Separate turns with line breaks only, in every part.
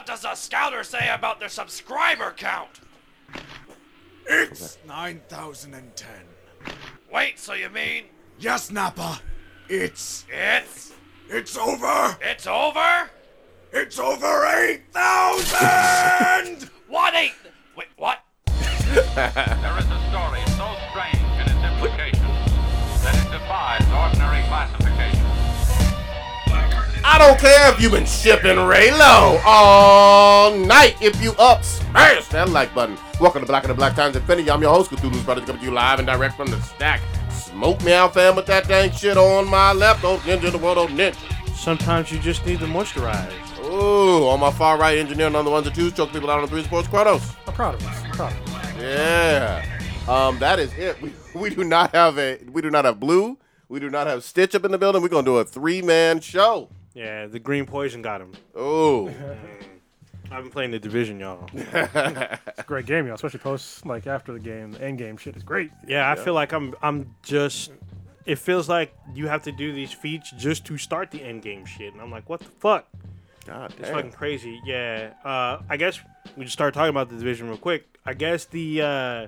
does the scouter say about their subscriber count?
It's 9,010.
Wait, so you mean
Yes, Nappa. It's.
it's
It's over!
it's over?
It's over 8,000!
What eight? Wait, what?
There is a story so strange in its implications that it defies ordinary classification.
I don't care if you've been shipping Raylo all night. If you up, smash that like button. Welcome to Black and the Black Times Infinity. I'm your host, Cthulhu's Brothers, coming to you live and direct from the stack. Smoke me out, fam, with that dang shit on my left. Oh, ninja, the world, oh, ninja.
Sometimes you just need to moisturize.
Ooh, on my far right, engineer, none of the ones and twos, choke people out on the three sports, Kratos.
I'm proud of us. I'm proud of us.
Yeah. Um, that is it. We, we do not have a, we do not have Blue. We do not have Stitch up in the building. We're going to do a three-man show.
Yeah, the green poison got him.
Ooh.
I've been playing the division, y'all.
It's a great game, y'all. Especially post like after the game, the end game shit is great.
Yeah, I feel like I'm. I'm just. It feels like you have to do these feats just to start the end game shit, and I'm like, what the fuck?
God
It's fucking crazy. Yeah. Uh, I guess we just start talking about the division real quick. I guess the uh,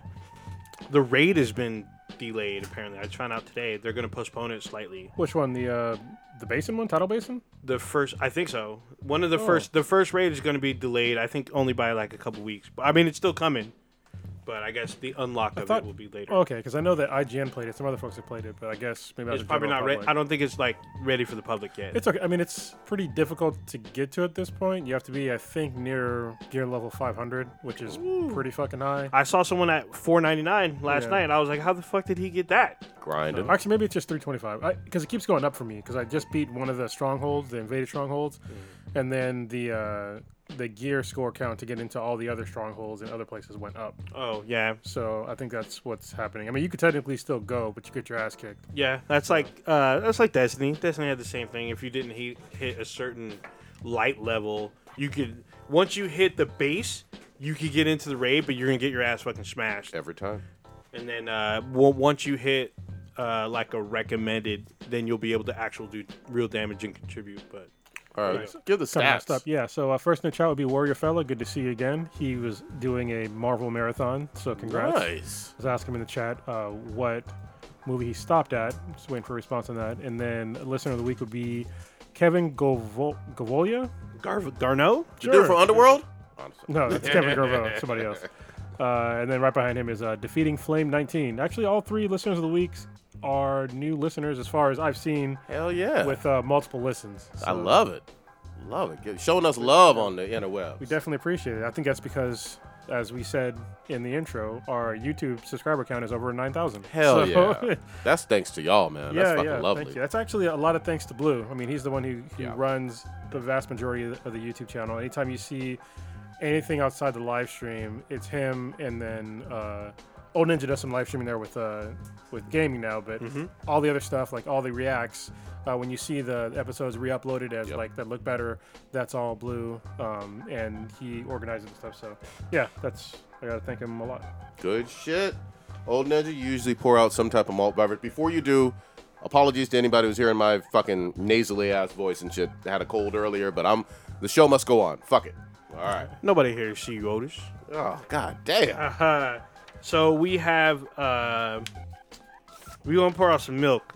the raid has been delayed. Apparently, I found out today they're gonna postpone it slightly.
Which one? The uh, the basin one, title basin.
the first i think so one of the
Oh.
first the first raid is going to be delayed i think only by like a couple weeks but i mean it's still coming but i guess the unlock of
thought-
it will be later
Oh, okay, because I know that IGN played it. Some other folks have played it, but I guess maybe
it's probably not ready
ready.
i don't think it's like ready for the public yet
It's okay. I mean, it's pretty difficult to get to at this point. You have to be, I think, near gear level 500, which is pretty fucking high.
i saw someone at 499 last
Yeah.
night i was like how the fuck did he get that
grinding.
Actually, maybe it's just 325 because it keeps going up for me because I just beat one of the strongholds, the invaded strongholds,
Mm.
and then the uh, the gear score count to get into all the other strongholds and other places went up.
oh yeah
So I think that's what's happening. I mean, you could technically still go, but you get your ass kicked.
yeah that's like uh that's like destiny destiny had the same thing if you didn't hit, hit a certain light level you could once you hit the base you could get into the raid but you're gonna get your ass fucking smashed
Every time.
and then uh, w- once you hit uh, like a recommended, then you'll be able to actual do real damage and contribute. But
All right,
Right.
give the
Some of that
stats.
stuff. Yeah. So uh, first in the chat would be Warrior Fella. Good to see you again. He was doing a Marvel marathon, so congrats.
Nice.
was asking him in the chat uh, what movie he stopped at. Just waiting for a response on that. And then listener of the week would be Kevin Govol- Govolia.
Gar- Garno,
Did you do it for Underworld?
No, that's Kevin Garvo, somebody else. Uh, and then right behind him is uh, Defeating Flame 19. Actually, all three listeners of the week are new listeners as far as I've seen
Hell yeah.
with uh, multiple listens.
I
So
love it. Love it. Give- Showing us love on the interweb.
We definitely appreciate it. I think that's because, as we said in the intro, our YouTube subscriber count is over 9,000.
Hell
So-
yeah. That's thanks to y'all, man. That's fucking
Thank
lovely.
you. That's actually a lot of thanks to Blue. I mean, he's the one who, who
Yeah.
runs the vast majority of the, of the YouTube channel. Anytime you see anything outside the live stream, it's him. And then uh, Old Ninja does some live streaming there with uh, with gaming now, but
Mm-hmm.
all the other stuff, like all the reacts, uh, when you see the episodes re-uploaded as
Yep.
like that look better, that's all Blue, um, and he organizes the stuff. So yeah, that's I gotta thank him a lot.
Good shit. Old Ninja, you usually pour out some type of malt beverage. Before you do, apologies to anybody who's hearing my fucking nasally ass voice and shit. I had a cold earlier, but I'm. The show must go on. Fuck it. All right.
nobody here see you, Otis.
Oh, god damn.
Ah.
Uh, so we have uh, we gonna pour out some milk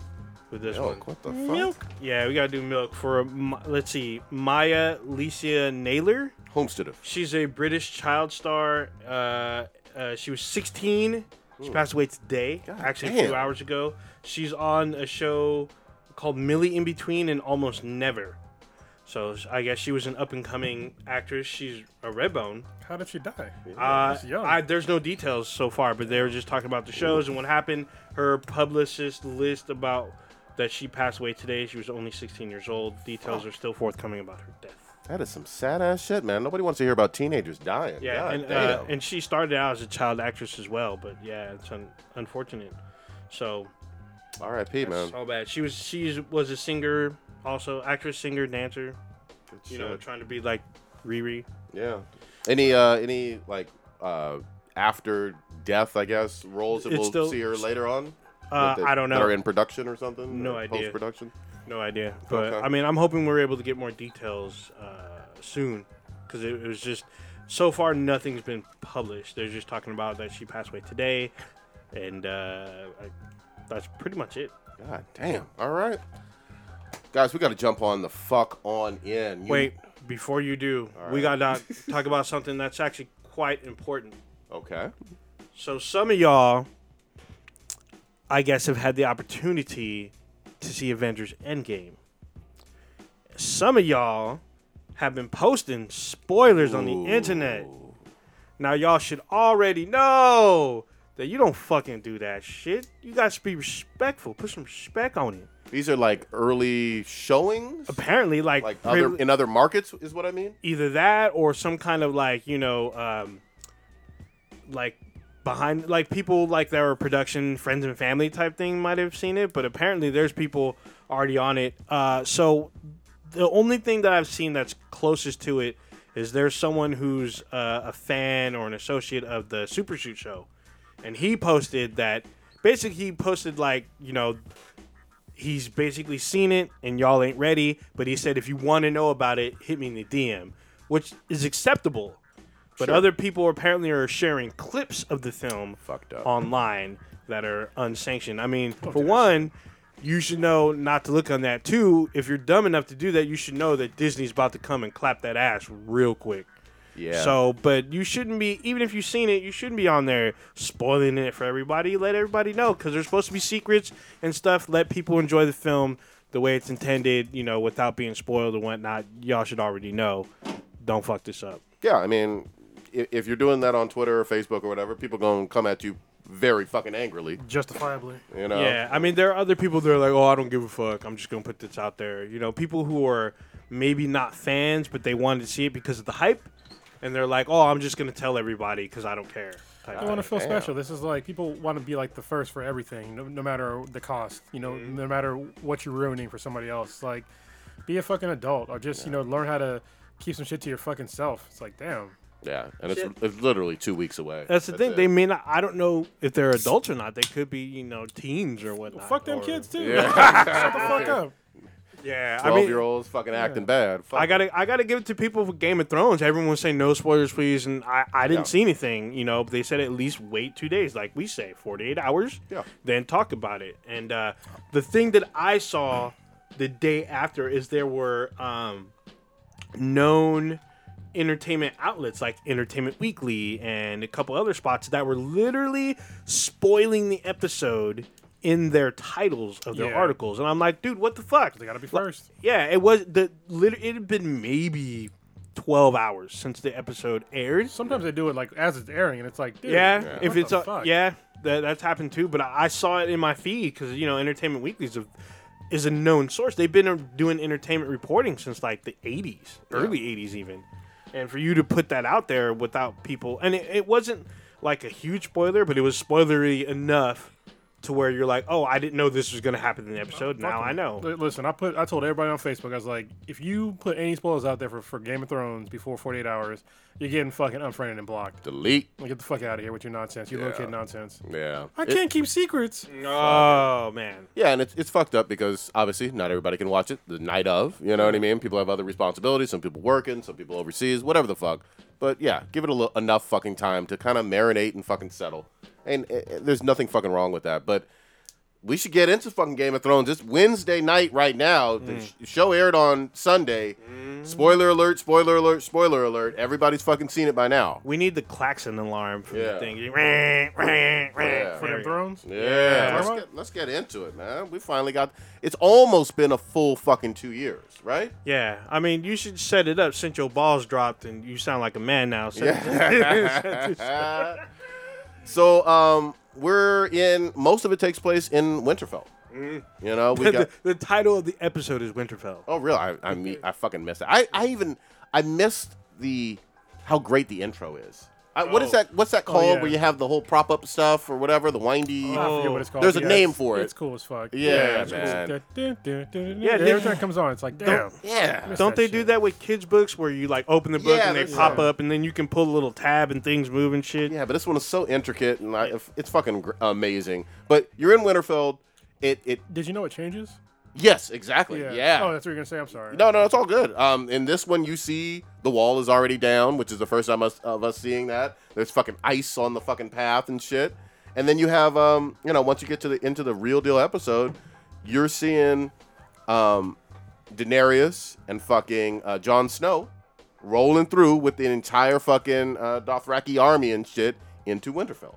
with this
Yo,
one.
what the fuck?
Yeah, we gotta do milk for um, let's see, Maya Licia Naylor.
Homesteaded.
She's a British child star. Uh, uh, she was 16. She passed away today, actually a few
damn.
hours ago. She's on a show called Millie in Between and Almost Never. So s- I guess she was an up and coming actress. She's a redbone.
How did she die?
Uh,
she's young.
I, there's no details so far, but they were just talking about the shows and what happened. Her publicist list about that she passed away today. She was only 16 years old. Details are still forthcoming about her death.
That is some sad ass shit, man. Nobody wants to hear about teenagers dying.
Yeah,
God
and
damn.
uh, and she started out as a child actress as well, but yeah, it's un- unfortunate. So
R.I.P. Man.
that's all bad. She was she was a singer, also actress, singer, dancer.
Good
You know,
shit.
trying to be like Riri.
yeah. Any uh any like uh after death, I guess, roles that
It's
we'll
still-
see her later on.
Uh,
That-
I don't
That are
know,
in production or something.
No
or
idea.
Post production.
no idea. But
Okay.
I mean, I'm hoping we're able to get more details uh, soon. because it, it was just so far nothing's been published. They're just talking about that she passed away today, and uh, I, that's pretty much it.
God damn. All right. Guys, we got to jump on the fuck on in. You-
Wait, before you do, we got to talk about something that's actually quite important.
Okay.
So some of y'all, I guess, have had the opportunity to see Avengers Endgame. Some of y'all have been posting spoilers on the internet. Now y'all should already know that you don't fucking do that shit. You guys should be respectful. Put some respect on it.
These are like early showings,
Apparently, like,
like
pre-
other in other markets, is what I mean.
either that or some kind of like you know um like behind like people like that were production friends and family type thing might have seen it but apparently there's people already on it uh so the only thing that i've seen that's closest to it is there's someone who's uh, a fan or an associate of the super shoot show and he posted that basically he posted like you know he's basically seen it and y'all ain't ready but he said if you want to know about it hit me in the dm which is acceptable but other people apparently are sharing clips of the film
Fucked up.
online that are unsanctioned i mean for one you should know not to look on that Two, if you're dumb enough to do that you should know that disney's about to come and clap that ass real quick
Yeah.
so, but you shouldn't be, even if you've seen it, you shouldn't be on there spoiling it for everybody. Let everybody know because there's supposed to be secrets and stuff. Let people enjoy the film the way it's intended, you know, without being spoiled and whatnot. Y'all should already know. Don't fuck this up.
yeah, I mean, if, if you're doing that on Twitter or Facebook or whatever, people gonna come at you very fucking angrily.
Justifiably.
You know.
Yeah, I mean, there are other people that are like, oh, I don't give a fuck. I'm just going to put this out there. You know, people who are maybe not fans, but they wanted to see it because of the hype. And they're like, oh, I'm just going to tell everybody because I don't care. type
I want
thing.
to feel
Damn.
special. This is like people want to be like the first for everything, no, no matter the cost. You know,
Mm-hmm.
no matter what you're ruining for somebody else. Like, be a fucking adult, or just you know learn how to keep some shit to your fucking self. It's like, damn.
Yeah, and it's, it's literally two weeks away.
That's the thing.
it.
They may not. I don't know if they're adults or not. They could be, you know, teens or whatnot.
Fuck them
or-
kids too.
Yeah.
Shut the fuck up.
Yeah, I
Twelve
mean,
year olds fucking acting bad. Fuck
I gotta, I gotta give it to people with Game of Thrones. Everyone was saying no spoilers, please, and I, I didn't
Yeah.
see anything. You know, they said at least wait two days, like we say, forty eight hours.
Yeah.
Then talk about it. And uh, the thing that I saw the day after is there were um, known entertainment outlets like Entertainment Weekly and a couple other spots that were literally spoiling the episode in their titles of their
Yeah.
articles. And I'm like, dude, what the fuck?
They gotta be
Like,
first.
yeah, it was the lit- it had been maybe 12 hours since the episode aired.
Sometimes they do it like as it's airing, and it's like, dude,
Yeah, if
what
it's
the
a,
fuck?
yeah, that, that's happened too. But I, I saw it in my feed because you know Entertainment Weekly is a, is a known source. They've been uh, doing entertainment reporting since like the '80s, early '80s even. And for you to put that out there without people, and it, it wasn't like a huge spoiler, but it was spoilery enough to where you're like, oh, I didn't know this was going to happen in the episode. Now I know.
Li- Listen, I put I told everybody on Facebook, I was like, if you put any spoilers out there for, for Game of Thrones before 48 hours, you're getting fucking unfriended and blocked.
delete.
Like, get the fuck out of here with your nonsense, your little kid nonsense.
Yeah.
I
It-
can't keep secrets.
Oh man.
Yeah, and it's, it's fucked up because obviously not everybody can watch it the night of. You know what I mean? People have other responsibilities. Some people working, some people overseas, whatever the fuck. But yeah, give it a little, enough fucking time to kind of marinate and fucking settle. And uh, uh, there's nothing fucking wrong with that. But we should get into fucking Game of Thrones. It's Wednesday night right now. The sh- show aired on Sunday. Spoiler alert! Spoiler alert! Spoiler alert! Everybody's fucking seen it by now.
We need the klaxon alarm for
Yeah.
the thing. Yeah.
For them Thrones?
Yeah,
Yeah.
Let's, get, let's get into it, man. We finally got. It's almost been a full fucking two years, right?
Yeah, I mean, you should set it up since your balls dropped and you sound like a man now. Set
So um, we're in. Most of it takes place in Winterfell.
Mm-hmm.
You know, we got.
the, the title of the episode is Winterfell.
oh, real? I I, me- I fucking missed it. I, I even I missed the how great the intro is. I, What is
Oh.
that? What's that called?
yeah.
Where you have the whole prop up stuff or whatever, the windy.
I forget
Oh.
what it's called.
There's a
Yeah,
name
it's-
for it.
It's cool as fuck.
Yeah,
it's
man.
cool. Du- du- du- du-
Yeah,
du-
they-
Every time it comes on, it's like, damn.
Yeah.
Don't
that
they
shit.
do that with kids' books where you like open the book
Yeah,
and they
that's-
pop
yeah.
up and then you can pull a little tab and things move and shit?
Yeah, but this one is so intricate and I, it's fucking gr- amazing. But you're in Winterfell. It it
Did you know it changes?
Yes, exactly. Yeah.
Oh, that's what you're gonna say. I'm sorry.
No, no, it's all good. Um, in this one, you see the wall is already down, which is the first time us, of us seeing that. There's fucking ice on the fucking path and shit. And then you have, um, you know, once you get to the into the real deal episode, you're seeing, um, Daenerys and fucking uh, Jon Snow rolling through with the entire fucking uh, Dothraki army and shit into Winterfell,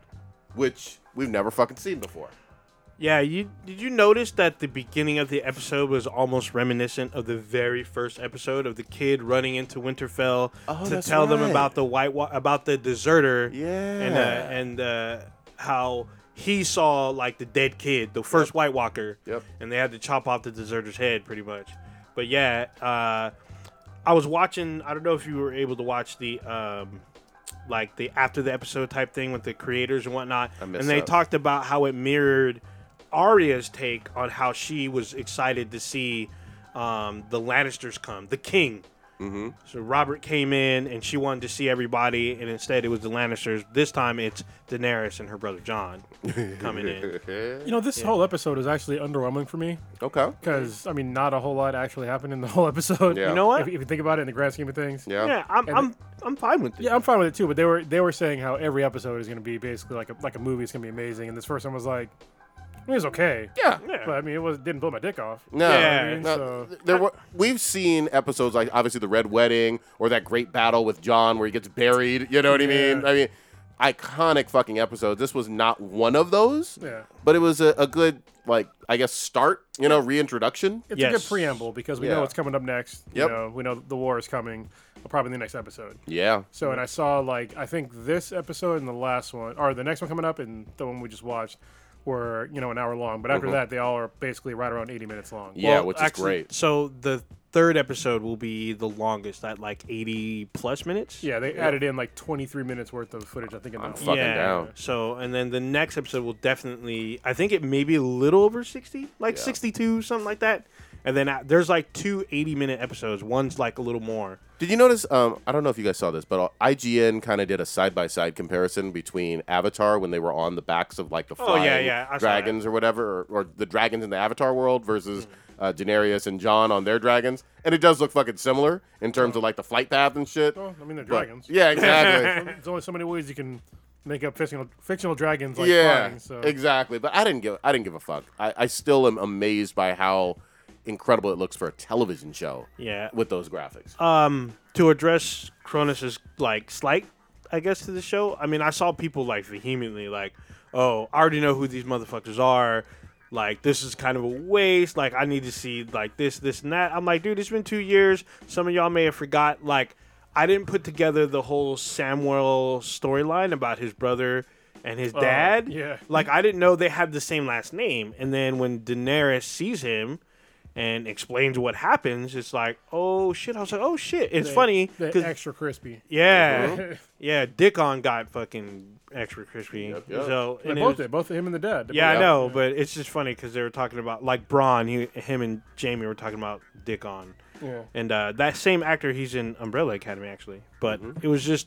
which we've never fucking seen before.
Yeah, you did you notice that the beginning of the episode was almost reminiscent of the very first episode of the kid running into Winterfell
Oh,
to
that's
tell them
right.
about the white wa- about the deserter. and uh,
Yeah.
and uh, how he saw like the dead kid, the first White Walker.
Yep.
And they had to chop off the deserter's head pretty much. But yeah, uh, I was watching. I don't know if you were able to watch the. Um, like the after the episode type thing with the creators and whatnot.
I
And
missed
they
that.
talked about how it mirrored Arya's take on how she was excited to see um, the Lannisters come, the king. Mm-hmm. So Robert came in and she wanted to see everybody, and instead it was the Lannisters. This time it's Daenerys and her brother John coming in.
You know, this whole episode is actually underwhelming for me
Okay.
because I mean, not a whole lot actually happened in the whole episode.
Yeah.
You know what?
If, if you think about it in the grand scheme of things.
Yeah.
Yeah, I'm,
And-
I'm, I'm fine with it.
Yeah, I'm fine with it too. But they were they were saying how every episode is going to be basically like a like a movie. It's going to be amazing. And this first one was like, it was okay.
Yeah.
Yeah.
But I mean, it was didn't blow my dick off.
No,
Yeah.
no,
So-
th- there were we've seen episodes like obviously the Red Wedding or that great battle with John where he gets buried. You know what I mean?
Yeah.
I mean, iconic fucking episodes. This was not one of those.
Yeah.
But it was a, a good like I guess start. You know, reintroduction.
It's a
Yes.
good preamble because we
Yeah.
know what's coming up next.
Yep.
You know, we know the war is coming, uh, probably in the next episode.
Yeah.
So, and I saw like I think this episode and the last one, or the next one coming up, and the one we just watched, were you know an hour long. But after that, they all are basically right around eighty minutes long.
Mm-hmm. Yeah,
Well,
which is
actually,
great.
So the third episode will be the longest at like 80 plus minutes.
Yeah, they added in like twenty three minutes worth of footage. I think in that
fucking down.
So, and then the next episode will definitely, I think it may be a little over 60, like 62, something like that. And then uh, there's like two 80 minute episodes. One's like a little more.
Did you notice? Um, I don't know if you guys saw this, but uh, IGN kind of did a side by side comparison between Avatar when they were on the backs of like the
Oh, yeah,
flying
yeah, I saw that.
dragons or whatever, or, or the dragons in the Avatar world
Mm.
versus uh, Daenerys and John on their dragons, and it does look fucking similar in terms of like the flight path and shit.
Well, I mean, they're
But-
dragons.
Yeah, exactly.
There's only so many ways you can make up fictional fictional dragons. Like
yeah,
flying, so.
exactly. But I didn't give I didn't give a fuck. I, I still am amazed by how incredible it looks for a television show.
Yeah.
with those graphics.
Um, to address Cronus's like slight, I guess, to the show. I mean, I saw people like vehemently like, "Oh, I already know who these motherfuckers are." Like this is kind of a waste. Like I need to see like this, this, and that. I'm like, dude, it's been two years. Some of y'all may have forgot. Like I didn't put together the whole Samuel storyline about his brother and his dad.
yeah.
Like I didn't know they had the same last name. And then when Daenerys sees him and explains what happens, it's like, oh shit. I was like, oh shit. It's funny
They're
because
extra crispy.
Mm-hmm.
yeah, yeah. Dickon got fucking extra crispy.
yep.
So
And
and it
both
was-
did, both him and the dad.
yeah, I
Yeah.
know, but it's just funny because they were talking about like Braun, he, him and Jamie were talking about Dick on,
Yeah.
and uh, that same actor he's in Umbrella Academy actually, but
Mm-hmm.
it was just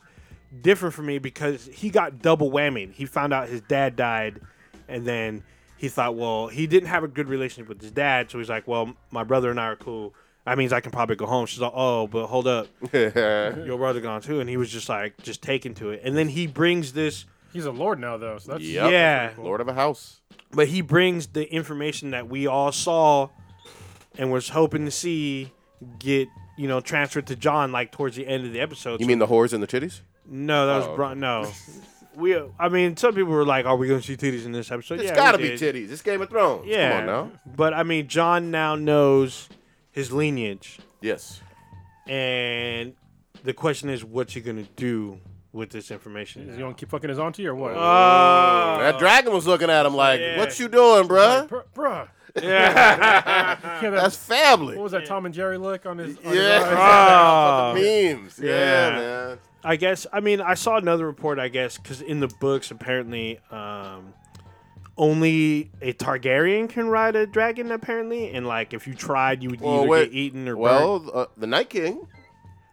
different for me because he got double whammy. He found out his dad died, and then he thought, well, he didn't have a good relationship with his dad, so he's like, well, my brother and I are cool. That means I can probably go home. She's like, oh, but hold up, your brother gone too, and he was just like, just taken to it, and then he brings this.
He's a lord now though, so that's
Yep.
Yeah.
Lord of a House.
but he brings the information that we all saw and was hoping to see get you know transferred to John like towards the end of the episode.
You mean the whores and the titties?
no? That was
Oh,
Bron- no. We, I mean, some people were like, "Are we going to see titties in this episode?"
It's
Yeah, we
gotta be
did.
titties. It's Game of Thrones.
Yeah,
Come on now.
But I mean, John now knows his lineage,
Yes.
and the question is, what's he going to do with this information?
Is he gonna keep fucking his auntie or what?
Oh,
that dragon was looking at him like,
Yeah.
"What you doing, bruh?
Br- bruh.
yeah.
Yeah, that,
That's family."
what was that Tom and Jerry look on his? On his eyes?
Yeah.
Oh.
Memes. Yeah,
Yeah.
man.
I guess. I mean, I saw another report. I guess because in the books, apparently, um, only a Targaryen can ride a dragon. Apparently, and like if you tried, you would
Well,
either
wait.
get eaten or
Well,
burnt.
uh, the Night King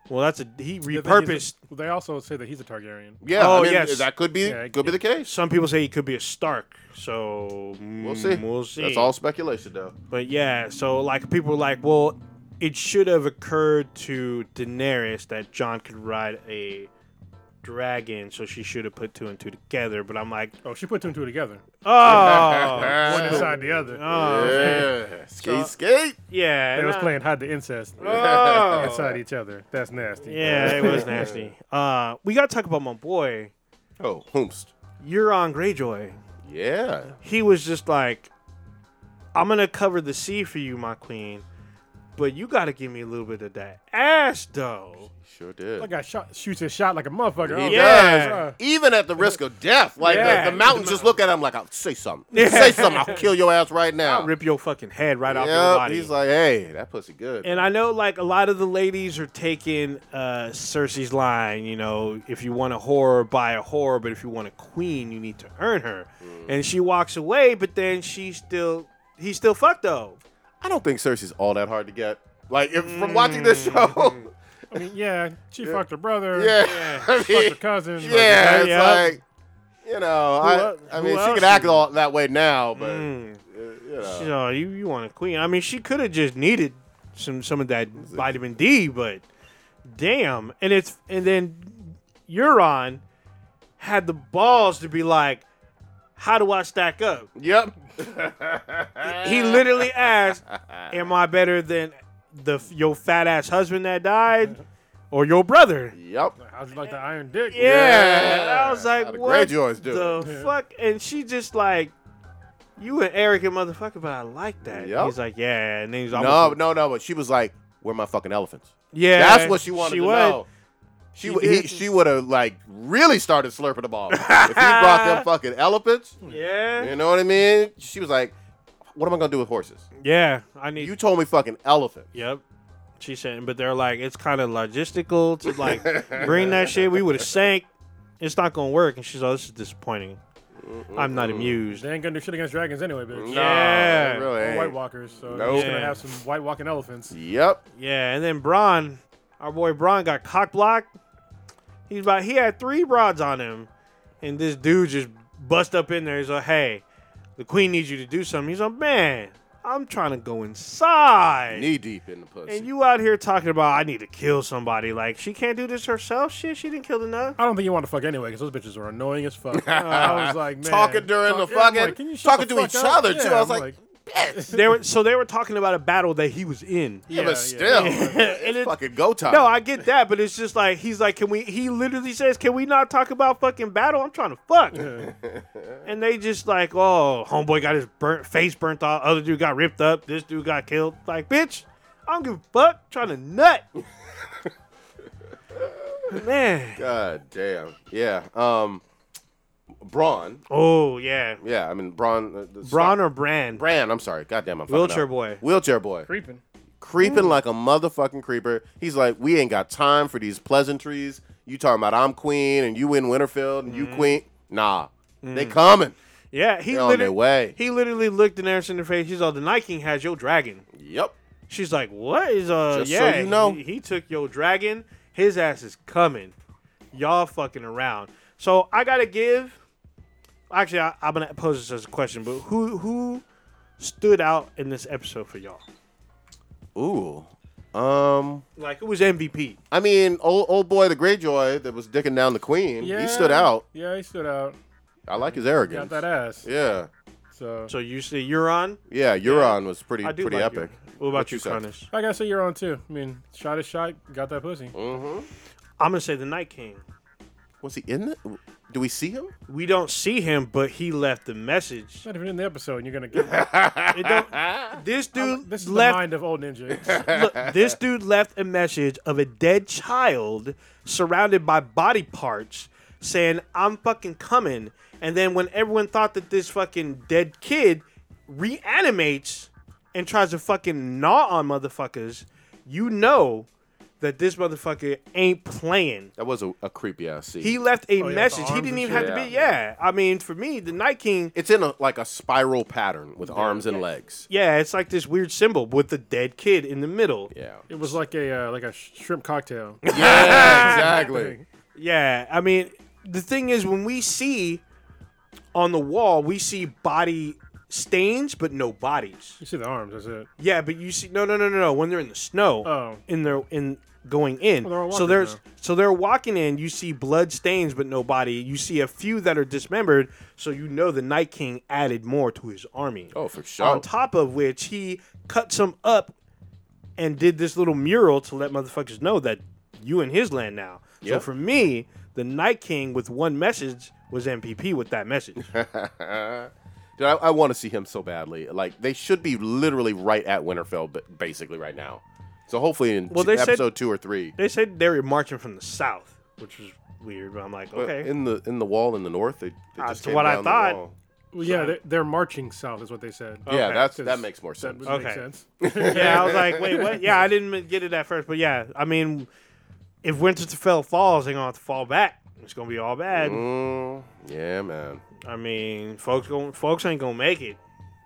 Well, that's a he
They think
repurposed.
he's a- they also say that he's a Targaryen.
Yeah.
Oh,
I mean,
yes.
That could be
Yeah,
could be the case.
Some people say he could be a Stark. So mm,
We'll see.
We'll see.
That's all speculation, though.
But yeah, so like people were like, well, it should have occurred to Daenerys that John could ride a dragon, so she should have put two and two together. But I'm like,
Oh, she put two and two together.
oh,
One inside the other.
yeah. Skate, skate.
yeah,
They was
nah.
playing hide the incest
Oh.
inside each other. That's nasty.
Yeah, it was nasty. Uh, we gotta talk about my boy
Oh, whomst.
Euron Greyjoy.
Yeah.
He was just like, I'm gonna cover the sea for you, my queen, but you gotta give me a little bit of that ass, though.
Sure did.
That guy shot, shoots his shot like a motherfucker.
He
Oh,
Yeah.
does. Even at the risk of death. Like,
Yeah.
the, the mountains just look at him like, I'll say something. Say something. I'll kill your ass right now.
Rip your fucking head right off your
Yep.
body.
He's like, hey, that pussy good.
and I know like a lot of the ladies are taking uh, Cersei's line. You know, if you want a whore, buy a whore, but if you want a queen, you need to earn her.
Mm.
And she walks away, but then she still he's still fucked though.
I don't think Cersei's all that hard to get. Like, if, from watching this
Mm.
show.
I mean, Oh, yeah, she fucked her brother.
yeah. I
Fucked
mean,
her cousin. fucked her-
yeah, it's
Yeah.
like, you know,
el-
I, I
who
mean, she
else
can act
is-
all that way now, but,
Mm.
uh, you know.
So you you want a queen? I mean, she could have just needed some some of that vitamin D, but damn. And it's and then Euron had the balls to be like, "How do I stack up?"
Yep.
he literally asked, "Am I better than the your fat ass husband that died, or your brother?"
Yep.
How'd you like the iron dick?
Yeah, And I was like,
How the
"What
Greyjoys do
the fuck?" And she just like, "You an arrogant motherfucker, but I like that."
Yep.
He's like, "Yeah," and then he's
No,
almost,
no, no. But she was like, "Where my fucking elephants?"
yeah,
That's what she wanted to
would.
know. She
She
w- he,
did.
she would have like really started slurping the ball if he brought them fucking elephants.
Yeah,
You know what I mean? She was like, "What am I gonna do with horses?"
yeah, I need.
You told me fucking elephant.
yep. She said, but they're like, it's kind of logistical to like bring that shit. We would have sank. It's not gonna work. And she's like, this is disappointing. I'm not amused.
They ain't gonna do shit against dragons anyway, bitch.
No,
Yeah.
it really
Or
ain't.
White Walkers. So
Nope.
they're just gonna
Yeah.
have some white walking elephants.
Yep.
Yeah, and then Braun, our boy Braun got cock blocked. He's about he had three broads on him, and this dude just bust up in there. He's like, "Hey, the queen needs you to do something." He's like, "Man, I'm trying to go inside,
Knee deep in the pussy.
and you out here talking about I need to kill somebody. Like she can't do this herself. Shit, she didn't kill enough."
I don't think you want to fuck anyway, because those bitches are annoying as fuck. I was like, man.
talking during
Talk-
the
yeah, I'm
fucking
like, can you shut
talking
the
to
fuck
each
up?
other too.
Yeah,
I was
I'm
like,
They were so they were talking about a battle that he was in.
yeah,
yeah,
but
yeah.
still,
And
it's
it-
fucking go time.
No, I get that, but it's just like he's like, can we? He literally says, "Can we not talk about fucking battle? I'm trying to fuck." and they just like, oh, homeboy got his burnt face burnt off. Other dude got ripped up. This dude got killed. Like, bitch, I don't give a fuck. Trying to nut. Man.
God damn. Yeah. Um, Braun.
Oh yeah.
Yeah. I mean Braun. Uh, the-
Braun or Brand.
Bran, I'm sorry. Goddamn, I'm fucking
Wheelchair
up.
boy.
Wheelchair boy.
creeping.
Mm.
Creeping like a motherfucking creeper. He's like, we ain't got time for these pleasantries. You talking about I'm queen and you in Winterfell and
Mm-hmm.
you queen? Nah, they
Mm.
coming.
Yeah, he
They're on their
literally.
way.
He literally looked Daenerys in the face. He's all, "The Night King has your dragon."
Yep.
She's like, "What is uh?
Just so
yeah,
you know.
he, he took your dragon. His ass is coming. Y'all fucking around. So I gotta give. Actually, I, I'm gonna pose this as a question, but who who stood out in this episode for y'all?
Ooh. Um.
Like who was MVP?
I mean, old old boy, the Greyjoy that was dicking down the queen. He stood out.
Yeah, he stood out.
I like his
Got
arrogance.
that ass.
Yeah.
So,
So you say Euron.
Yeah. Euron was pretty
I do
pretty
like
epic.
Euron. What about
What
you,
you say?
Cronus?
I gotta say you're on too. I mean, shot is shot. Got that pussy.
Oh.
I'm gonna say the Night King.
Was he in it? Do we see him?
We don't see him, but he left the message.
Not even in the episode. and You're gonna get
It don't, this dude
this is the
left
mind of old ninja.
Look, this dude left a message of a dead child surrounded by body parts saying, I'm fucking coming. And then when everyone thought that this fucking dead kid reanimates and tries to fucking gnaw on motherfuckers, you know that this motherfucker ain't playing.
That was a, a creepy ass scene.
He left a
Oh, yeah, with the
message. He
arms
didn't
and
even
shit.
have to be. Yeah, I mean, for me, the Night King.
it's in a like a spiral pattern with arms and legs.
Yeah, it's like this weird symbol with the dead kid in the middle.
Yeah.
It was like a uh, like a sh- shrimp cocktail.
Yeah, exactly.
Yeah, I mean, the thing is, when we see on the wall, we see body stains, but no bodies.
You see the arms, that's it.
Yeah, but you see, no, no, no, no, no. When they're in the snow,
Oh.
in their in going in,
Well, they're all
so
walking
there's
now.
so they're walking in. You see blood stains, but no body. You see a few that are dismembered, so you know the Night King added more to his army.
Oh, for sure.
On top of which, he cut some up and did this little mural to let motherfuckers know that you in his land now.
Yeah.
So for me, the Night King with one message was MPP with that message.
Dude, I, I want to see him so badly. Like they should be literally right at Winterfell, but basically right now. So hopefully in
Well,
t-
they said-
episode two or three,
they said they were marching from the south, which was weird, but I'm like,
But
okay.
in the in the wall in the north, they, they
Ah,
just
to
came
what I
down the
thought.
wall.
Well, yeah, they're, they're marching south, is what they said.
Yeah, that's that
'Cause
makes more
That
sense.
would
Okay.
make sense.
yeah, I was like, wait, what? Yeah, I didn't get it at first, but yeah, I mean, if Winterfell falls, they're gonna have to fall back. It's gonna be all bad.
Mm, yeah, man.
I mean, folks going, folks ain't gonna make it.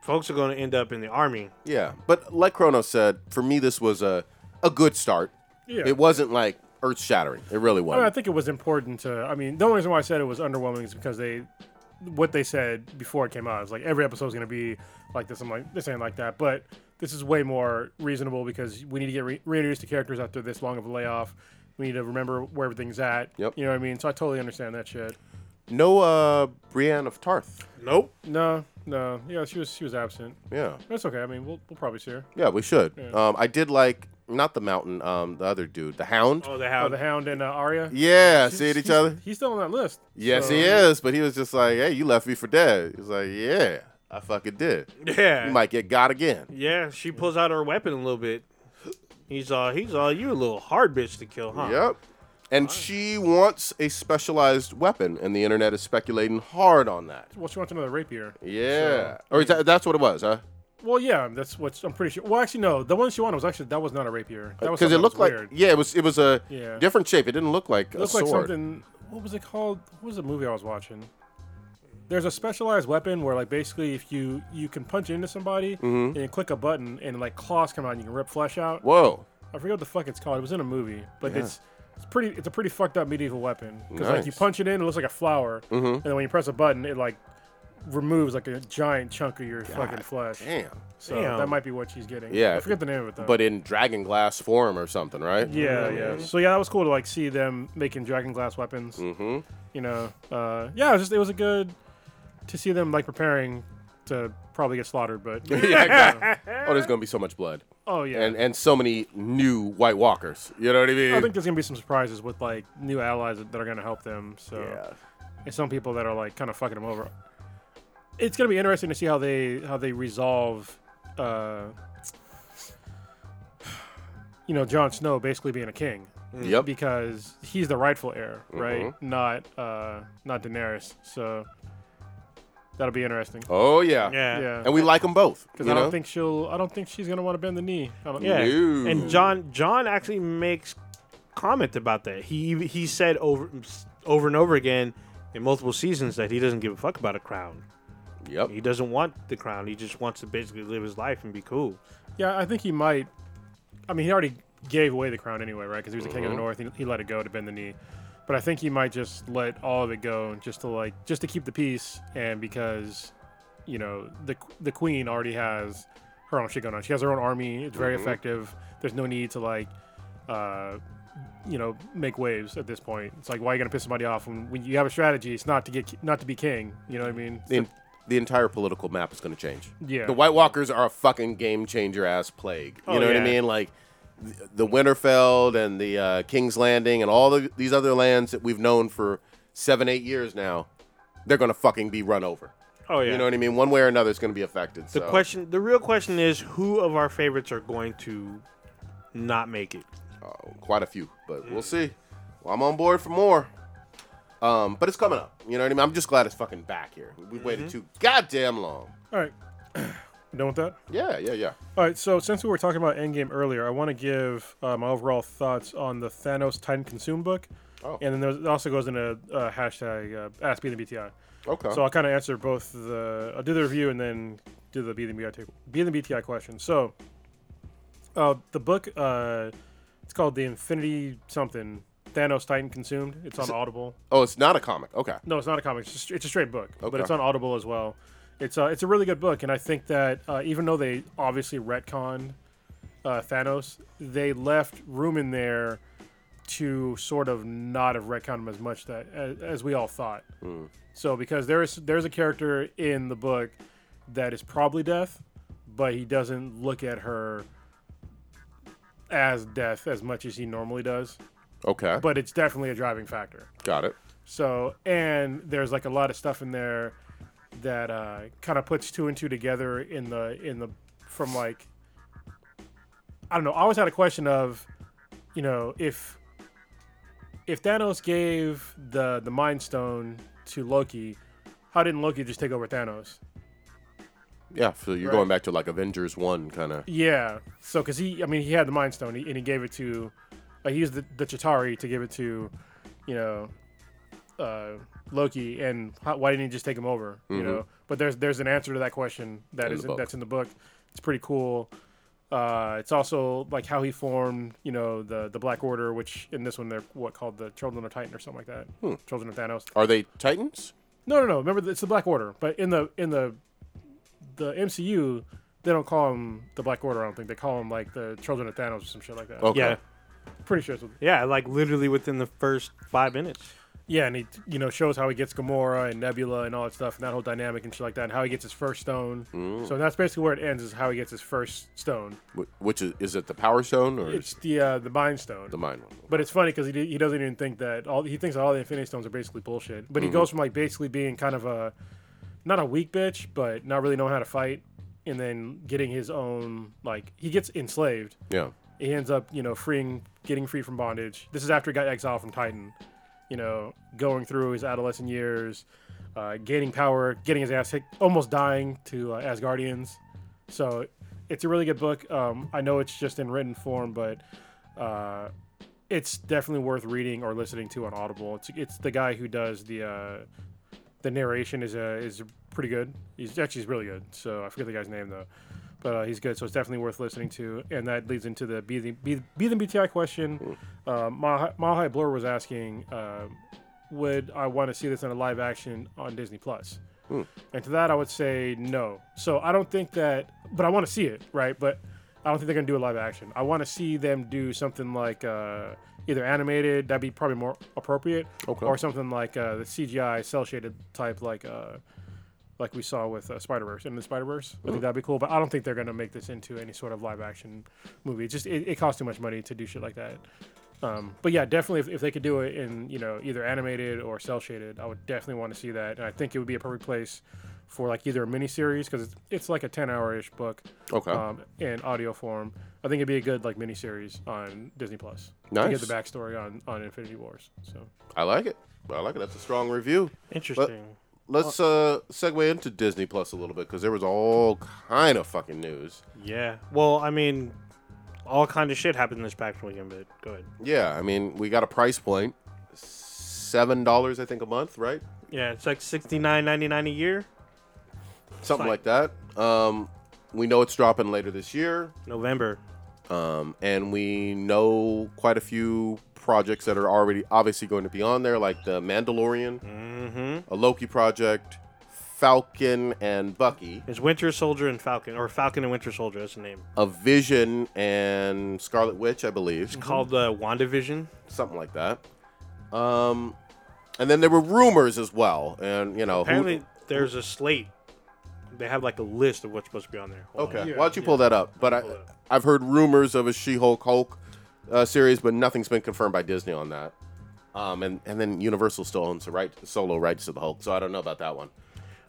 Folks are gonna end up in the army.
Yeah, but like Kronos said, for me this was a a good start.
Yeah.
It wasn't like earth shattering. It really
I, mean, I
wasn't.
think it was important to. I mean, the only reason why I said it was underwhelming is because they, what they said before it came out, is like every episode's gonna be like this. I'm like this ain't like that, but this is way more reasonable because we need to get re- reintroduced to characters after this long of a layoff. We need to remember where everything's at.
Yep.
You know what I mean? So I totally understand that shit.
no uh Brienne of Tarth.
Nope.
No, no, yeah, she was she was absent.
Yeah.
That's okay. I mean, we'll, we'll probably see her.
Yeah, we should. Um I did like not the mountain, um the other dude, the hound.
Oh, they
Oh,
have.
the Hound and uh, Arya.
Yeah, see
He's-
at each
he's-
other.
He's still on that list.
Yes,
so-
he is, but he was just like, "Hey, you left me for dead." He was like, "Yeah, I fucking did.
yeah.
You might get got again."
Yeah, she pulls out her weapon a little bit. He's all, he's all, you a little hard bitch to kill, huh?
Yep. And she wants a specialized weapon, and the internet is speculating hard on that.
Well, she wants another rapier.
Yeah, or is that, that's what it was, huh?
Well, yeah, that's what I'm pretty sure. Well, actually, no, the one she wanted was actually that was not a rapier. That was
Because it
something that
looked
was
like
weird.
yeah, it was it was a
Yeah.
different shape. It didn't look like
it looked
a
like
sword.
something. What was it called? What was the movie I was watching? There's a specialized weapon where, like, basically, if you you can punch into somebody
Mm-hmm.
and you click a button and like claws come out and you can rip flesh out.
Whoa,
I forget what the fuck it's called. It was in a movie, but it's it's pretty. It's a pretty fucked up medieval weapon because like you
Nice. Mm-hmm.
punch it in, it looks like a flower, and then when you press a button, it like removes like a giant chunk of your fucking flesh.
damn!
So
Damn.
that might be what she's getting.
Yeah.
I forget the name of it though.
But in dragon glass form or something, right?
Yeah, yeah. So yeah, that was cool to like see them making dragon glass weapons. Mm-hmm. You know, uh, yeah, it was just it was a good to see them like preparing to probably get slaughtered, but
yeah. exactly. Oh, there's gonna be so much blood,
oh yeah,
and and so many new White Walkers. You know what I mean?
I think there's gonna be some surprises with like new allies that that are gonna help them. So and some people that are like kind of fucking them over. It's gonna be interesting to see how they how they resolve. Uh, you know, Jon Snow basically being a king.
Yep. Mm-hmm.
because he's the rightful heir, right? Not uh, not Daenerys. So that'll be interesting.
Oh yeah.
Yeah.
Yeah,
And we like them both.
because
you
I don't
know?
think she'll. I don't think she's gonna want to bend the knee. I don't,
Yeah.
No.
And John, John actually makes comment about that. He he said over over and over again in multiple seasons that he doesn't give a fuck about a crown.
Yep.
He doesn't want the crown. He just wants to basically live his life and be cool.
yeah. I think he might. I mean, he already gave away the crown anyway, right? Because he was the king of the north. He, he let it go to bend the knee. But I think he might just let all of it go, just to like, just to keep the peace, and because, you know, the the queen already has her own shit going on. She has her own army. It's very effective. There's no need to like uh, you know, make waves at this point. It's like, why are you gonna piss somebody off when, when you have a strategy? It's not to get, ki- not to be king. You know what I mean?
The, en- the entire political map is going to change.
Yeah.
The White Walkers are a fucking game changer ass plague. You
Oh,
know what I
yeah.
mean? Like th- the Winterfeld and the uh, King's Landing and all the, these other lands that we've known for seven, eight years now, they're going to fucking be run over.
Oh yeah.
You know what I mean? One way or another, it's going to be affected.
the
so.
question, the real question is, who of our favorites are going to not make it?
uh, quite a few, but we'll see. Well, I'm on board for more. Um, but it's coming up. You know what I mean? I'm just glad it's fucking back here. We've waited too goddamn long.
All right. You done with that?
Yeah, yeah, yeah.
All right, so since we were talking about Endgame earlier, I want to give uh, my overall thoughts on the Thanos Titan Consume book.
Oh.
And then there's, it also goes into uh, hashtag uh, Ask BTI.
Okay.
So I'll kind of answer both the. I'll do the review and then do the BTI, take, BTI question. So uh, the book, uh, it's called The Infinity Something Thanos Titan Consumed. It's on Audible.
oh, it's not a comic. Okay.
No, it's not a comic. It's a, str- it's a straight book,
Okay.
but it's on Audible as well. It's a, it's a really good book, and I think that uh, even though they obviously retconned uh, Thanos, they left room in there to sort of not have retconned him as much that as, as we all thought. So because there is there's a character in the book that is probably death, but he doesn't look at her as death as much as he normally does.
Okay.
But it's definitely a driving factor.
Got it.
So, and there's like a lot of stuff in there that uh, kind of puts two and two together in the in the from like I don't know. I always had a question of, you know, if if Thanos gave the the Mind Stone to Loki, how didn't Loki just take over Thanos?
Yeah. So you're going back to like Avengers One kind of.
Yeah. So, because he, I mean, he had the Mind Stone, he- and he gave it to, uh, he used the, the Chitari to give it to, you know, uh, Loki. And how, why didn't he just take him over? You know. But there's there's an answer to that question that
Mm-hmm. In
is
the book.
that's in the book. It's pretty cool. Uh, it's also like how he formed, you know, the the Black Order, which in this one they're what called the Children of Titan or something like that.
Hmm.
Children of Thanos.
Are they Titans?
No, no, no. Remember, it's the Black Order. But in the in the the MCU, they don't call him the Black Order. I don't think they call him like the Children of Thanos or some shit like that.
Okay.
Yeah,
pretty sure. It's what,
yeah, like literally within the first five minutes.
yeah, and he you know shows how he gets Gamora and Nebula and all that stuff and that whole dynamic and shit like that, and how he gets his first stone. So that's basically where it ends is how he gets his first stone.
Wh- Which is is it the Power Stone or
It's the uh, the Mind Stone.
the Mind One?
But it's funny because he, d- he doesn't even think that all he thinks that all the Infinity Stones are basically bullshit. But he goes from like basically being kind of a not a weak bitch, but not really knowing how to fight, and then getting his own like he gets enslaved.
Yeah.
He ends up you know freeing, getting free from bondage. This is after he got exiled from Titan. You know, going through his adolescent years, uh, gaining power, getting his ass kicked, almost dying to uh, Asgardians. So it's a really good book. Um, I know it's just in written form, but uh, it's definitely worth reading or listening to on Audible. It's it's the guy who does the uh, the narration is uh, is pretty good. He's actually he's really good. So I forget the guy's name though, but uh, he's good. So it's definitely worth listening to. And that leads into the be the be, be the BTI question. Uh, Mile Mile High Blur was asking, uh, would I want to see this in a live action on Disney Plus? And to that, I would say no. So I don't think that, but I want to see it, right? But I don't think they're gonna do a live action. I want to see them do something like uh, either animated, that'd be probably more appropriate,
Okay.
or something like uh, the CGI cell shaded type, like uh, like we saw with uh, Spider Verse and the Spider Verse. I think that'd be cool. But I don't think they're gonna make this into any sort of live action movie. It's just it, it costs too much money to do shit like that. Um, but yeah, definitely if, if they could do it in you know either animated or cell shaded, I would definitely want to see that. And I think it would be a perfect place for like either a miniseries because it's, it's like a ten hour ish book
Okay.
um, in audio form. I think it'd be a good like miniseries on Disney Plus. To
Nice.
get the backstory on on Infinity Wars. So
I like it. I like it. That's a strong review.
Interesting.
Let's uh segue into Disney Plus a little bit because there was all kind of fucking news.
yeah. Well, I mean, all kind of shit happened this past weekend, but go ahead.
Yeah, I mean we got a price point, seven dollars I think a month, right?
Yeah, it's like sixty nine ninety nine a year.
Something
Fine.
like that. Um, we know it's dropping later this year,
November.
um, and we know quite a few projects that are already obviously going to be on there, like the Mandalorian, a Loki project, Falcon and Bucky,
It's Winter Soldier and Falcon, or Falcon and Winter Soldier. That's the name.
a Vision and Scarlet Witch, I believe.
Called uh, WandaVision.
something like that. Um, and then there were rumors as well, and you know, who-
Apparently, there's a slate. They have like a list of what's supposed to be on there. Hold on.
okay, why don't you pull that up? But I, I've heard rumors of a She-Hulk Hulk uh, series, but nothing's been confirmed by Disney on that. Um, and and then Universal still owns the right solo rights to the Hulk, so I don't know about that one.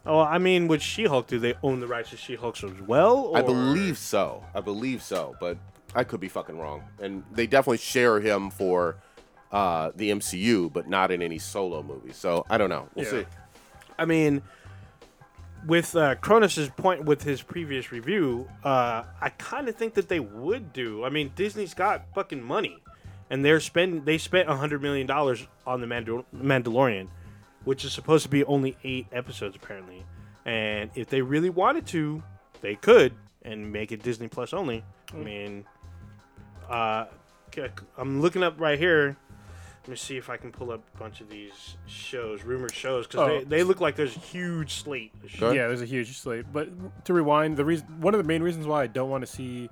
Oh, I mean, with She-Hulk, do they own the rights to She-Hulk as well?
I
or-
believe so. I believe so, but I could be fucking wrong. And they definitely share him for uh, the MCU, but not in any solo movie. So I don't know. We'll
Yeah.
see.
I mean, with uh, Cronus's point with his previous review, uh, I kind of think that they would do. I mean, Disney's got fucking money, and they're spend they spent hundred million dollars on the Mandal- Mandalorian, which is supposed to be only eight episodes apparently. And if they really wanted to, they could and make it Disney Plus only. I mean, uh, c- I'm looking up right here. Let me see if I can pull up a bunch of these shows, rumored shows, because
Oh.
they, they look like there's a huge slate. Of shows.
Go ahead.
Yeah, there's a huge slate. But to rewind, the reason one of the main reasons why I don't want to see